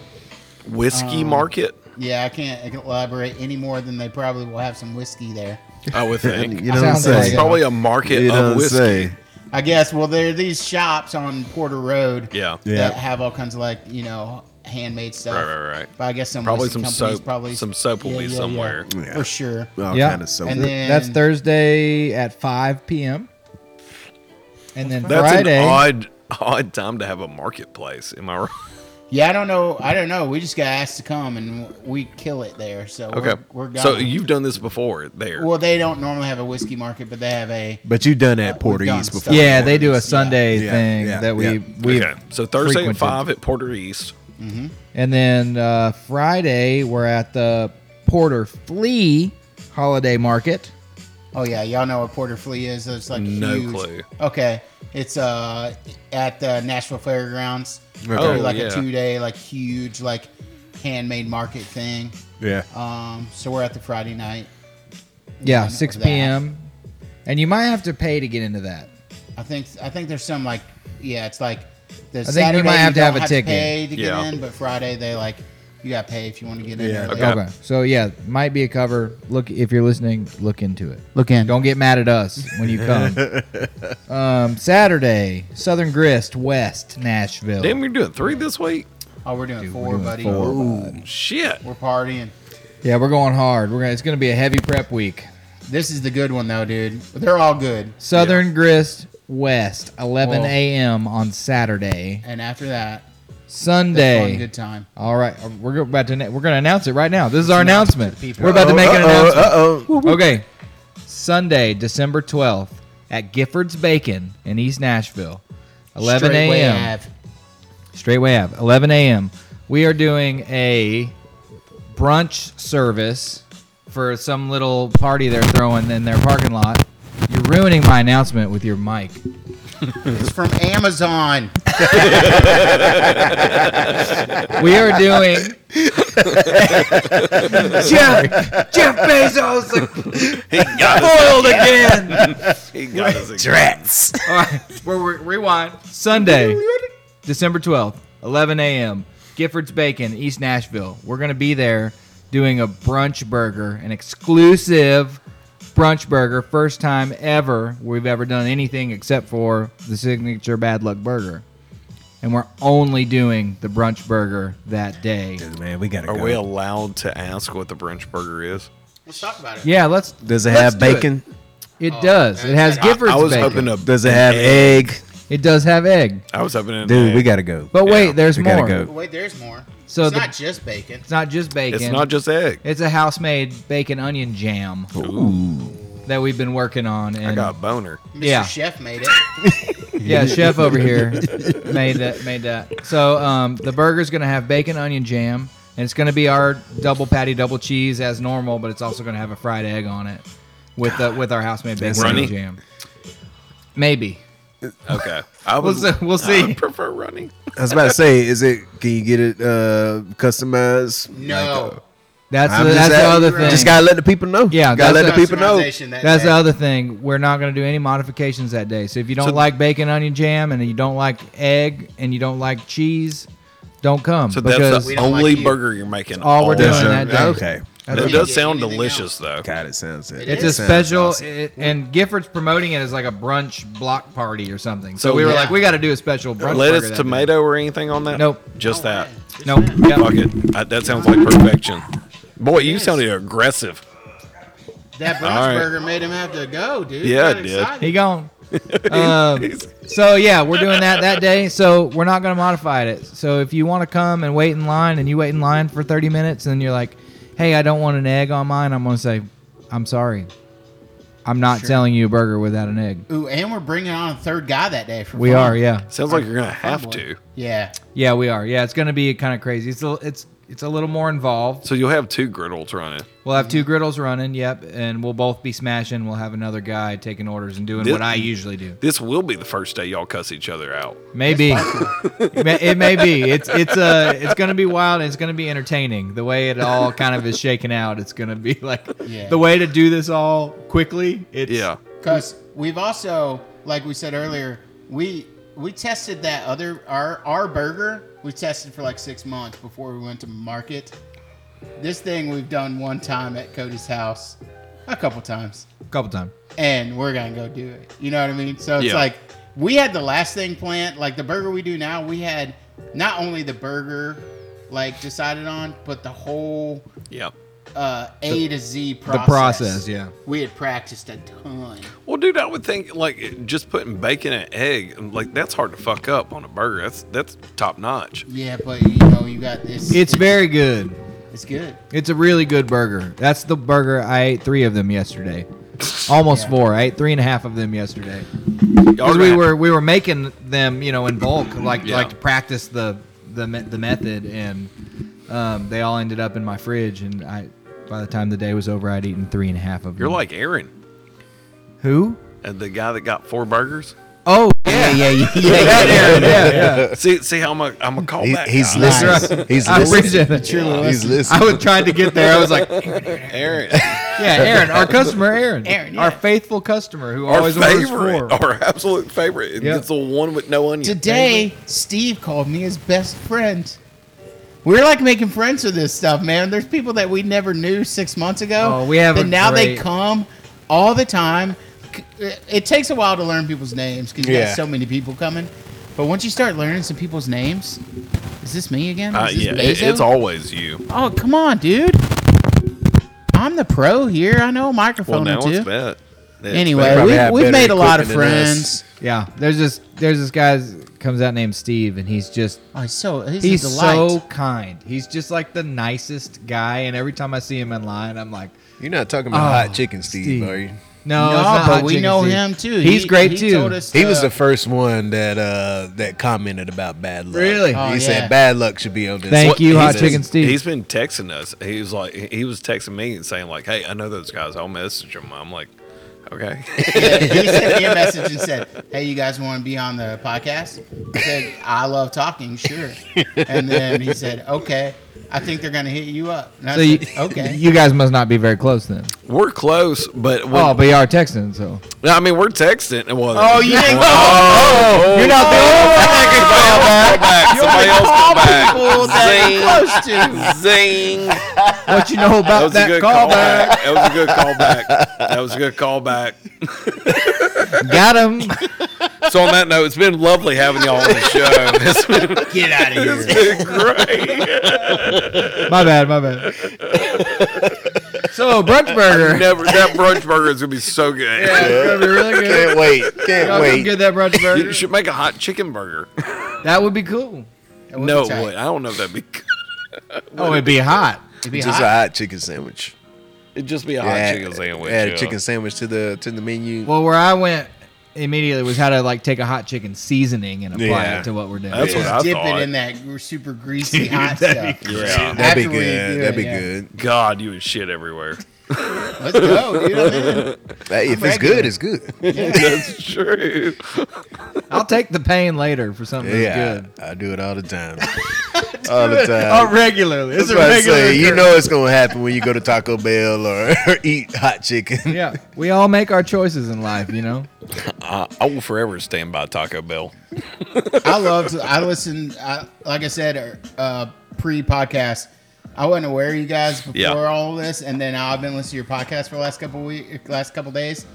[SPEAKER 2] Whiskey market.
[SPEAKER 4] Yeah, I can't I can't elaborate any more than they probably will have some whiskey there.
[SPEAKER 2] I would think
[SPEAKER 1] You know what I'm
[SPEAKER 5] Sounds like
[SPEAKER 1] saying?
[SPEAKER 5] it.
[SPEAKER 2] probably a market
[SPEAKER 1] You know what
[SPEAKER 2] of
[SPEAKER 1] I'm
[SPEAKER 2] whiskey.
[SPEAKER 1] saying?
[SPEAKER 4] I guess. Well, there are these shops on Porter Road.
[SPEAKER 2] Yeah.
[SPEAKER 1] Yeah.
[SPEAKER 4] That have all kinds of like you know handmade stuff.
[SPEAKER 2] Right, right, right.
[SPEAKER 4] But I guess some
[SPEAKER 2] Probably some
[SPEAKER 4] whiskey companies
[SPEAKER 2] soap-
[SPEAKER 4] Probably
[SPEAKER 2] some soap will be somewhere.
[SPEAKER 1] Yeah.
[SPEAKER 4] for sure.
[SPEAKER 1] All
[SPEAKER 5] Yeah.
[SPEAKER 1] kind of soap.
[SPEAKER 4] And then-
[SPEAKER 5] That's Thursday at 5 p.m. And then
[SPEAKER 2] That's
[SPEAKER 5] Friday.
[SPEAKER 2] an odd odd time to have a marketplace. Am I right?
[SPEAKER 4] Yeah, I don't know. I don't know. We just got asked to come and we kill it there. So
[SPEAKER 2] Okay.
[SPEAKER 4] we're, we're
[SPEAKER 2] so
[SPEAKER 4] gone.
[SPEAKER 2] you've done this before there.
[SPEAKER 4] Well, they don't normally have a whiskey market, but they have a.
[SPEAKER 1] but you've done that Porter
[SPEAKER 4] done
[SPEAKER 1] East before.
[SPEAKER 4] stuff.
[SPEAKER 5] yeah, they do a Sunday
[SPEAKER 1] Yeah,
[SPEAKER 5] thing
[SPEAKER 1] yeah,
[SPEAKER 5] that we
[SPEAKER 1] yeah.
[SPEAKER 5] we.
[SPEAKER 2] okay. So Thursday
[SPEAKER 5] frequented.
[SPEAKER 2] at five at Porter East.
[SPEAKER 5] And then uh, Friday we're at the Porter Flea Holiday Market.
[SPEAKER 4] Oh yeah, y'all know what Porter Flea is. It's like
[SPEAKER 2] No
[SPEAKER 4] huge.
[SPEAKER 2] clue.
[SPEAKER 4] Okay, it's uh at the Nashville Fairgrounds. They do,
[SPEAKER 1] Oh,
[SPEAKER 4] like
[SPEAKER 2] yeah.
[SPEAKER 4] a two day, like huge, like handmade market thing.
[SPEAKER 1] Yeah.
[SPEAKER 4] Um, so we're at the Friday night.
[SPEAKER 5] Yeah,
[SPEAKER 4] One
[SPEAKER 5] 6
[SPEAKER 4] of that.
[SPEAKER 5] p.m. And you might have to pay to get into that.
[SPEAKER 4] I think I think there's some like yeah, it's like the I
[SPEAKER 5] think you might have to have a ticket.
[SPEAKER 4] pay to get
[SPEAKER 2] Yeah.
[SPEAKER 4] in, but Friday they like you got to pay if you want to get in.
[SPEAKER 1] Yeah.
[SPEAKER 4] there.
[SPEAKER 2] Okay.
[SPEAKER 5] Okay. So yeah, might be a cover. Look, if you're listening, look into it.
[SPEAKER 4] Look in.
[SPEAKER 5] Don't get mad at us when you come. um, Saturday, Southern Grist, West Nashville.
[SPEAKER 2] Damn, you're doing three this week.
[SPEAKER 4] Oh, we're doing
[SPEAKER 5] Dude, we're
[SPEAKER 4] four,
[SPEAKER 5] doing
[SPEAKER 4] buddy.
[SPEAKER 5] four,
[SPEAKER 4] Ooh.
[SPEAKER 5] bud.
[SPEAKER 2] Shit.
[SPEAKER 4] We're partying.
[SPEAKER 5] Yeah, we're going hard. We're gonna. It's gonna be a heavy prep week.
[SPEAKER 4] This is the good one though, dude. They're all good.
[SPEAKER 5] Southern Grist West, 11
[SPEAKER 4] Whoa.
[SPEAKER 5] a.m. on Saturday.
[SPEAKER 4] And after that, That's fun,
[SPEAKER 5] Sunday.
[SPEAKER 4] good time.
[SPEAKER 5] All right, uh, we're about to we're going to announce it right now. This is our announcement.
[SPEAKER 4] people.
[SPEAKER 5] We're about to make an
[SPEAKER 1] Uh
[SPEAKER 5] announcement.
[SPEAKER 1] oh.
[SPEAKER 5] Okay. Sunday, December 12th at Gifford's Bacon in East Nashville. 11
[SPEAKER 4] Straightway
[SPEAKER 5] a.m.
[SPEAKER 4] Ave.
[SPEAKER 5] Straightway Ave. 11 a.m. We are doing a brunch service for some little party they're throwing in their parking lot. You're ruining my announcement with your mic.
[SPEAKER 4] It's from Amazon.
[SPEAKER 5] We are doing. Jeff, Jeff Bezos
[SPEAKER 2] He got us.
[SPEAKER 5] foiled again.
[SPEAKER 2] He got us. again.
[SPEAKER 1] Drats.
[SPEAKER 5] All right, we're, we're, rewind. Sunday, December 12th, 11 a.m., Gifford's Bacon, East Nashville. We're going to be there doing a brunch burger, an exclusive brunch burger. First time ever we've ever done anything except for the signature Bad Luck Burger. And we're only doing the brunch burger that day.
[SPEAKER 1] Man, we gotta
[SPEAKER 2] Are
[SPEAKER 1] go.
[SPEAKER 2] we allowed to ask what the brunch burger is?
[SPEAKER 4] Let's talk about it.
[SPEAKER 5] Yeah, let's.
[SPEAKER 1] Does it
[SPEAKER 5] let's
[SPEAKER 1] have
[SPEAKER 5] do it.
[SPEAKER 1] bacon?
[SPEAKER 5] It, does. It has
[SPEAKER 4] I- I
[SPEAKER 5] Gifford's
[SPEAKER 2] I was
[SPEAKER 5] bacon.
[SPEAKER 2] hoping to.
[SPEAKER 1] Does it have egg?
[SPEAKER 5] it does have egg.
[SPEAKER 2] I was hoping to.
[SPEAKER 1] Dude, we gotta go.
[SPEAKER 5] But wait,
[SPEAKER 2] Yeah,
[SPEAKER 5] there's
[SPEAKER 1] we gotta
[SPEAKER 5] more.
[SPEAKER 1] go.
[SPEAKER 4] Wait, there's more.
[SPEAKER 5] So
[SPEAKER 4] it's
[SPEAKER 5] the-
[SPEAKER 4] not just bacon.
[SPEAKER 5] It's not just bacon.
[SPEAKER 2] It's not just egg.
[SPEAKER 5] It's a house-made bacon onion jam that we've been working on. And
[SPEAKER 2] I got a boner.
[SPEAKER 4] Mr.
[SPEAKER 5] Yeah.
[SPEAKER 4] Chef made it.
[SPEAKER 5] yeah, chef over here made that. Made that. So um, the burger's gonna have bacon onion jam, and it's gonna be our double patty, double cheese as normal, but it's also gonna have a fried egg on it with the with our house-made bacon
[SPEAKER 2] Runny?
[SPEAKER 5] onion jam. Maybe
[SPEAKER 2] Okay, I
[SPEAKER 5] we'll
[SPEAKER 2] was.
[SPEAKER 5] see. We'll
[SPEAKER 2] I
[SPEAKER 5] see.
[SPEAKER 2] prefer running.
[SPEAKER 1] I was about to say, is it? Can you get it uh, customized?
[SPEAKER 5] uh,
[SPEAKER 4] No.
[SPEAKER 5] That's
[SPEAKER 1] I'm
[SPEAKER 5] the, that's
[SPEAKER 1] just
[SPEAKER 5] the
[SPEAKER 1] at-
[SPEAKER 5] other thing.
[SPEAKER 1] Just gotta let the people know.
[SPEAKER 5] Yeah,
[SPEAKER 1] gotta let
[SPEAKER 5] that's
[SPEAKER 1] the people know.
[SPEAKER 4] Customization that
[SPEAKER 5] That's
[SPEAKER 4] day.
[SPEAKER 5] the other thing. We're not going to do any modifications that day. So if you don't
[SPEAKER 2] So-
[SPEAKER 5] like bacon onion jam and you don't like egg and you don't like cheese, don't come.
[SPEAKER 2] So
[SPEAKER 5] because
[SPEAKER 2] that's
[SPEAKER 4] We
[SPEAKER 2] the
[SPEAKER 4] don't
[SPEAKER 2] only
[SPEAKER 4] like you.
[SPEAKER 2] burger you're making.
[SPEAKER 5] all we're doing
[SPEAKER 1] That's
[SPEAKER 5] that
[SPEAKER 1] right.
[SPEAKER 5] day.
[SPEAKER 1] Okay.
[SPEAKER 5] That's
[SPEAKER 2] It
[SPEAKER 5] it.
[SPEAKER 2] does
[SPEAKER 4] Yeah.
[SPEAKER 2] sound
[SPEAKER 4] Anything
[SPEAKER 2] delicious though.
[SPEAKER 1] God, it sounds. It
[SPEAKER 5] it's a
[SPEAKER 1] sounds
[SPEAKER 5] special,
[SPEAKER 1] awesome.
[SPEAKER 5] it, and Gifford's promoting it as like a brunch block party or something. So,
[SPEAKER 2] So
[SPEAKER 5] we were
[SPEAKER 4] yeah.
[SPEAKER 5] like, we got to do a special brunch. burger
[SPEAKER 2] Lettuce,
[SPEAKER 5] that day.
[SPEAKER 2] tomato, or anything on that?
[SPEAKER 5] Nope.
[SPEAKER 4] Oh,
[SPEAKER 2] Just that.
[SPEAKER 5] Nope.
[SPEAKER 2] Fuck
[SPEAKER 5] Yep.
[SPEAKER 2] it. I- that sounds like perfection. Boy, you sounded aggressive.
[SPEAKER 4] That brunch
[SPEAKER 2] All right.
[SPEAKER 4] burger made him have to go, dude.
[SPEAKER 2] Yeah,
[SPEAKER 4] Got
[SPEAKER 2] it did.
[SPEAKER 4] excited.
[SPEAKER 5] He gone. Um, so yeah, we're doing that that day. So we're not going to modify it. So if you want to come and wait in line, and you wait in line for thirty minutes, and you're like, "Hey, I don't want an egg on mine," I'm going to say, "I'm sorry, I'm not selling you a burger without an egg."
[SPEAKER 4] Ooh, and we're bringing on a third guy that day for
[SPEAKER 5] We
[SPEAKER 4] fun.
[SPEAKER 5] are, yeah,
[SPEAKER 2] Sounds like you're gonna have to.
[SPEAKER 4] Yeah.
[SPEAKER 5] yeah, we are, yeah. It's going to be kind of crazy. It's a, it's it's a little more involved.
[SPEAKER 2] So you'll have two griddles running.
[SPEAKER 5] We'll have
[SPEAKER 4] Mm-hmm.
[SPEAKER 5] two griddles running, yep, and we'll both be smashing. We'll have another guy taking orders and doing
[SPEAKER 2] This-
[SPEAKER 5] what I usually do.
[SPEAKER 2] This will be the first day y'all cuss each other out.
[SPEAKER 5] Maybe it may- it may be. It's it's uh it's gonna be wild. and It's gonna be entertaining. The way it all kind of is shaken out, it's gonna be like
[SPEAKER 4] Yeah.
[SPEAKER 5] the way to do this all quickly. It's
[SPEAKER 2] Yeah.
[SPEAKER 4] Because we've also, like we said earlier, we we tested that other our our burger. We tested for like six months before we went to market. This thing we've done one time at Cody's house, a couple times,
[SPEAKER 5] a couple times.
[SPEAKER 4] and we're gonna go do it. You know what I mean? So it's
[SPEAKER 2] Yeah.
[SPEAKER 4] like we had the last thing planned, like the burger we do now. We had not only the burger like decided on, but the whole
[SPEAKER 2] Yeah.
[SPEAKER 4] uh, A to Z
[SPEAKER 5] The
[SPEAKER 4] process.
[SPEAKER 5] process, yeah.
[SPEAKER 4] We had practiced a ton.
[SPEAKER 2] Well, dude, I would think like just putting bacon and egg, like that's hard to fuck up on a burger. That's that's top notch.
[SPEAKER 4] Yeah, but you know, you got this.
[SPEAKER 5] It's very good.
[SPEAKER 4] It's good.
[SPEAKER 5] It's a really good burger. That's the burger I ate three of them yesterday. Almost
[SPEAKER 4] Yeah.
[SPEAKER 5] four. I ate three and a half of them yesterday.
[SPEAKER 2] Y'all
[SPEAKER 5] because
[SPEAKER 2] are
[SPEAKER 5] we
[SPEAKER 2] gonna-
[SPEAKER 5] were we were making them you know in bulk like
[SPEAKER 2] Yeah.
[SPEAKER 5] like to practice the the me- the method and um, they all ended up in my fridge and I by the time the day was over I'd eaten three and a half of them.
[SPEAKER 2] You're like Aaron,
[SPEAKER 5] who?
[SPEAKER 2] and the guy that got four burgers.
[SPEAKER 5] Oh yeah yeah yeah yeah yeah. yeah.
[SPEAKER 2] See, see how much I'm gonna call
[SPEAKER 1] He-
[SPEAKER 2] that.
[SPEAKER 1] he's
[SPEAKER 2] guy.
[SPEAKER 1] listening.
[SPEAKER 5] That's right.
[SPEAKER 1] He's
[SPEAKER 5] I
[SPEAKER 1] listening.
[SPEAKER 5] appreciate that.
[SPEAKER 1] He's listening.
[SPEAKER 5] I was trying to get there. I was like, yeah,
[SPEAKER 2] Aaron,
[SPEAKER 5] Aaron, our customer, Aaron,
[SPEAKER 4] Aaron, yeah.
[SPEAKER 5] our faithful customer who
[SPEAKER 2] our
[SPEAKER 5] always orders
[SPEAKER 2] favorite,
[SPEAKER 5] four.
[SPEAKER 2] our absolute favorite.
[SPEAKER 5] Yeah.
[SPEAKER 2] It's the one with no onion.
[SPEAKER 4] Today, Steve called me his best friend. We're like making friends with this stuff, man. There's people that we never knew six months ago.
[SPEAKER 5] Oh, we have
[SPEAKER 4] But
[SPEAKER 5] a
[SPEAKER 4] now they
[SPEAKER 5] great-
[SPEAKER 4] come all the time. C- uh, It takes a while to learn people's names because you
[SPEAKER 1] Yeah.
[SPEAKER 4] got so many people coming. But once you start learning some people's names, is this me again?
[SPEAKER 2] Uh,
[SPEAKER 4] Is this
[SPEAKER 2] yeah, it-
[SPEAKER 4] Bezos?
[SPEAKER 2] it's always you.
[SPEAKER 4] Oh, come on, dude. I'm the pro here. I know a
[SPEAKER 2] Well,
[SPEAKER 4] microphone
[SPEAKER 2] now
[SPEAKER 4] or two.
[SPEAKER 2] it's bad. It's
[SPEAKER 4] Anyway,
[SPEAKER 1] probably
[SPEAKER 4] we,
[SPEAKER 1] have
[SPEAKER 4] we've
[SPEAKER 1] better
[SPEAKER 4] made a lot of
[SPEAKER 1] equipment than us.
[SPEAKER 4] friends.
[SPEAKER 5] Yeah, there's just there's this guy comes out named Steve, and he's just
[SPEAKER 4] Oh, he's so he's,
[SPEAKER 5] he's
[SPEAKER 4] a delight.
[SPEAKER 5] so kind. He's just like the nicest guy, and every time I see him in line, I'm like,
[SPEAKER 1] You're not talking about
[SPEAKER 5] Ah,
[SPEAKER 1] hot chicken, Steve,
[SPEAKER 5] Steve.
[SPEAKER 1] are you?
[SPEAKER 5] no,
[SPEAKER 4] No,
[SPEAKER 5] it's not
[SPEAKER 4] but
[SPEAKER 5] hot
[SPEAKER 4] we
[SPEAKER 5] chicken
[SPEAKER 4] know
[SPEAKER 5] Steve.
[SPEAKER 4] him too.
[SPEAKER 5] He's
[SPEAKER 4] He-
[SPEAKER 5] great
[SPEAKER 4] he
[SPEAKER 5] too.
[SPEAKER 4] told us,
[SPEAKER 1] He was
[SPEAKER 4] uh,
[SPEAKER 1] the first one that uh that commented about bad luck.
[SPEAKER 5] Really?
[SPEAKER 1] he
[SPEAKER 5] Oh,
[SPEAKER 4] yeah.
[SPEAKER 1] said bad luck should be on this.
[SPEAKER 5] Thank
[SPEAKER 1] list."
[SPEAKER 5] you,
[SPEAKER 1] He
[SPEAKER 5] Hot
[SPEAKER 1] says-
[SPEAKER 5] Chicken Steve.
[SPEAKER 2] He's been texting us. He was like, he was texting me and saying like, "Hey, I know those guys. I'll message them." I'm like, "Okay."
[SPEAKER 4] he sent me a message and said, "Hey, you guys want to be on the podcast?" I said, "I love talking, sure." And then he said, "Okay, I think they're gonna hit you up." And I
[SPEAKER 5] So you,
[SPEAKER 4] said, "Okay."
[SPEAKER 5] you guys must not be very close then.
[SPEAKER 2] we're close, but we,
[SPEAKER 5] Oh, but you are texting, so
[SPEAKER 2] I mean, we're texting. Well, oh,
[SPEAKER 4] you think-
[SPEAKER 2] oh, oh,
[SPEAKER 5] you're not the only one.
[SPEAKER 2] Somebody else come back.
[SPEAKER 4] People that you're close to.
[SPEAKER 2] Zing! Zing!
[SPEAKER 5] What you know
[SPEAKER 2] That
[SPEAKER 5] about
[SPEAKER 2] was a
[SPEAKER 5] that
[SPEAKER 2] good
[SPEAKER 5] callback?
[SPEAKER 2] callback. That was a good callback. That was a good callback.
[SPEAKER 5] Got him.
[SPEAKER 2] So on that note, it's been lovely having y'all on the show. It's been,
[SPEAKER 4] Get out of here.
[SPEAKER 2] it's been great.
[SPEAKER 5] My bad. My bad. So brunch burger.
[SPEAKER 2] Never that brunch burger is gonna be so good.
[SPEAKER 5] Yeah, it's gonna be really good.
[SPEAKER 1] Can't wait. Can't
[SPEAKER 5] Y'all come
[SPEAKER 1] wait.
[SPEAKER 5] get that brunch
[SPEAKER 2] You
[SPEAKER 5] burger.
[SPEAKER 2] should make a hot chicken burger.
[SPEAKER 5] That would be cool.
[SPEAKER 2] No,
[SPEAKER 4] tight.
[SPEAKER 2] it would. I don't know if that'd be. good.
[SPEAKER 5] Oh, it'd be hot.
[SPEAKER 4] It'd be
[SPEAKER 1] Just a
[SPEAKER 4] hot.
[SPEAKER 1] hot chicken sandwich.
[SPEAKER 2] It'd just be a
[SPEAKER 1] Yeah,
[SPEAKER 2] hot chicken sandwich.
[SPEAKER 1] Add
[SPEAKER 2] yeah.
[SPEAKER 1] a chicken sandwich to the to the menu.
[SPEAKER 5] Well, where I went immediately was how to like take a hot chicken seasoning and apply
[SPEAKER 1] Yeah.
[SPEAKER 5] it to what we're doing.
[SPEAKER 2] That's
[SPEAKER 4] Just
[SPEAKER 2] what I
[SPEAKER 4] dip
[SPEAKER 2] thought.
[SPEAKER 4] it in that gr- super greasy hot stuff.
[SPEAKER 2] Yeah.
[SPEAKER 1] That'd be
[SPEAKER 4] After we
[SPEAKER 1] good.
[SPEAKER 4] do
[SPEAKER 1] That'd
[SPEAKER 4] it,
[SPEAKER 1] be
[SPEAKER 4] yeah.
[SPEAKER 1] good.
[SPEAKER 2] God, you would shit everywhere.
[SPEAKER 4] Let's go, dude. I'm in.
[SPEAKER 1] Hey, if it's
[SPEAKER 4] regular.
[SPEAKER 1] good, it's good.
[SPEAKER 2] That's true.
[SPEAKER 5] I'll take the pain later for something
[SPEAKER 1] yeah,
[SPEAKER 5] that's good.
[SPEAKER 1] I, I do it all the time. all the time.
[SPEAKER 5] Oh, regularly. It's
[SPEAKER 1] That's
[SPEAKER 5] a
[SPEAKER 1] what I
[SPEAKER 5] regular.
[SPEAKER 1] say. You
[SPEAKER 5] occurrence.
[SPEAKER 1] know it's gonna happen when you go to Taco Bell or, or eat hot chicken.
[SPEAKER 5] Yeah, we all make our choices in life, you know.
[SPEAKER 2] I, I will forever stand by Taco Bell.
[SPEAKER 4] I love. To, I listen. I, like I said, uh, pre-podcast, I wasn't aware of you guys before
[SPEAKER 2] Yeah.
[SPEAKER 4] all of this, and then I've been listening to your podcast for the last couple week, last couple days,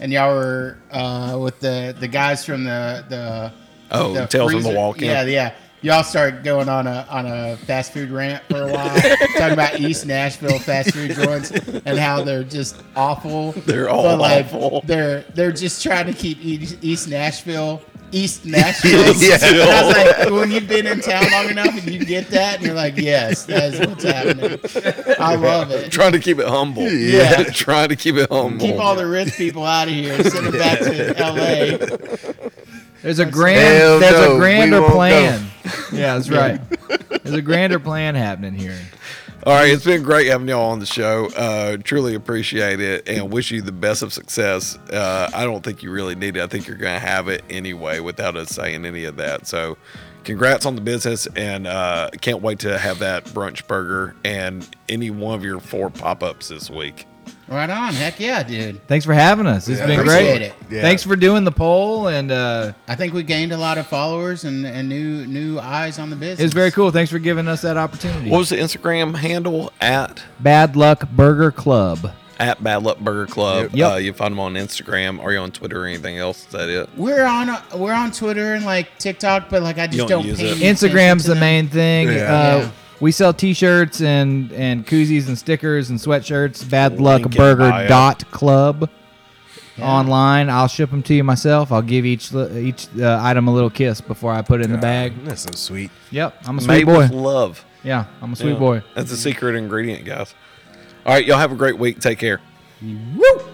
[SPEAKER 4] and y'all were uh, with the the guys from the the
[SPEAKER 2] Oh, Tales from the Walk-In.
[SPEAKER 4] Yeah, yeah. Y'all start going on a on a fast food rant for a while, talking about East Nashville fast food joints and how they're just awful.
[SPEAKER 2] They're all
[SPEAKER 4] But, like,
[SPEAKER 2] awful.
[SPEAKER 4] They're they're just trying to keep East East Nashville East Nashville.
[SPEAKER 1] Yeah.
[SPEAKER 4] And I was like, when you've been in town long enough and you get that, and you're like, yes, that is what's happening. I love it.
[SPEAKER 2] Trying to keep it humble.
[SPEAKER 1] Yeah.
[SPEAKER 2] Trying to keep it humble.
[SPEAKER 4] Keep all the rich people out of here. Send them back to L.A.
[SPEAKER 5] There's a grand,
[SPEAKER 1] Hell
[SPEAKER 5] there's
[SPEAKER 1] no,
[SPEAKER 5] a
[SPEAKER 1] we
[SPEAKER 5] grander
[SPEAKER 1] won't go.
[SPEAKER 5] plan. Yeah, that's right. There's a grander plan happening here.
[SPEAKER 2] All right, it's been great having y'all on the show. Uh, truly appreciate it, and wish you the best of success. Uh, I don't think you really need it. I think you're going to have it anyway, without us saying any of that. So, congrats on the business, and uh, can't wait to have that brunch burger and any one of your four pop ups this week.
[SPEAKER 4] Right on. Heck yeah, dude.
[SPEAKER 5] Thanks for having us. It's
[SPEAKER 1] Yeah,
[SPEAKER 5] been
[SPEAKER 4] appreciate
[SPEAKER 5] great.
[SPEAKER 4] it.
[SPEAKER 1] Yeah.
[SPEAKER 5] Thanks for doing the poll, and uh,
[SPEAKER 4] I think we gained a lot of followers and, and new new eyes on the business.
[SPEAKER 5] it was very cool. Thanks for giving us that opportunity.
[SPEAKER 2] What was the Instagram handle at
[SPEAKER 5] Bad Luck Burger Club.
[SPEAKER 2] at Bad Luck Burger Club?
[SPEAKER 5] Yep.
[SPEAKER 2] Uh, you find them on Instagram. Are you on Twitter or anything else? Is that it?
[SPEAKER 4] We're on we're on Twitter and like TikTok, but like I
[SPEAKER 2] You
[SPEAKER 4] just
[SPEAKER 2] don't
[SPEAKER 4] don't.
[SPEAKER 2] use
[SPEAKER 4] pay
[SPEAKER 2] it.
[SPEAKER 4] any attention
[SPEAKER 5] Instagram's
[SPEAKER 4] to
[SPEAKER 5] the
[SPEAKER 4] them.
[SPEAKER 5] main thing.
[SPEAKER 1] Yeah.
[SPEAKER 5] Uh,
[SPEAKER 4] Yeah.
[SPEAKER 5] We sell T-shirts and and koozies and stickers and sweatshirts.
[SPEAKER 2] Link in bio.
[SPEAKER 5] Badluckburger dot club
[SPEAKER 4] Yeah.
[SPEAKER 5] online. I'll ship them to you myself. I'll give each li- each uh, item a little kiss before I put it in the bag.
[SPEAKER 1] That's so sweet.
[SPEAKER 5] Yep, I'm a
[SPEAKER 2] Made
[SPEAKER 5] sweet boy.
[SPEAKER 2] with love.
[SPEAKER 5] yeah, I'm a sweet
[SPEAKER 2] Yeah.
[SPEAKER 5] boy.
[SPEAKER 2] That's a secret ingredient, guys. All right, y'all have a great week. Take care.
[SPEAKER 5] Woo!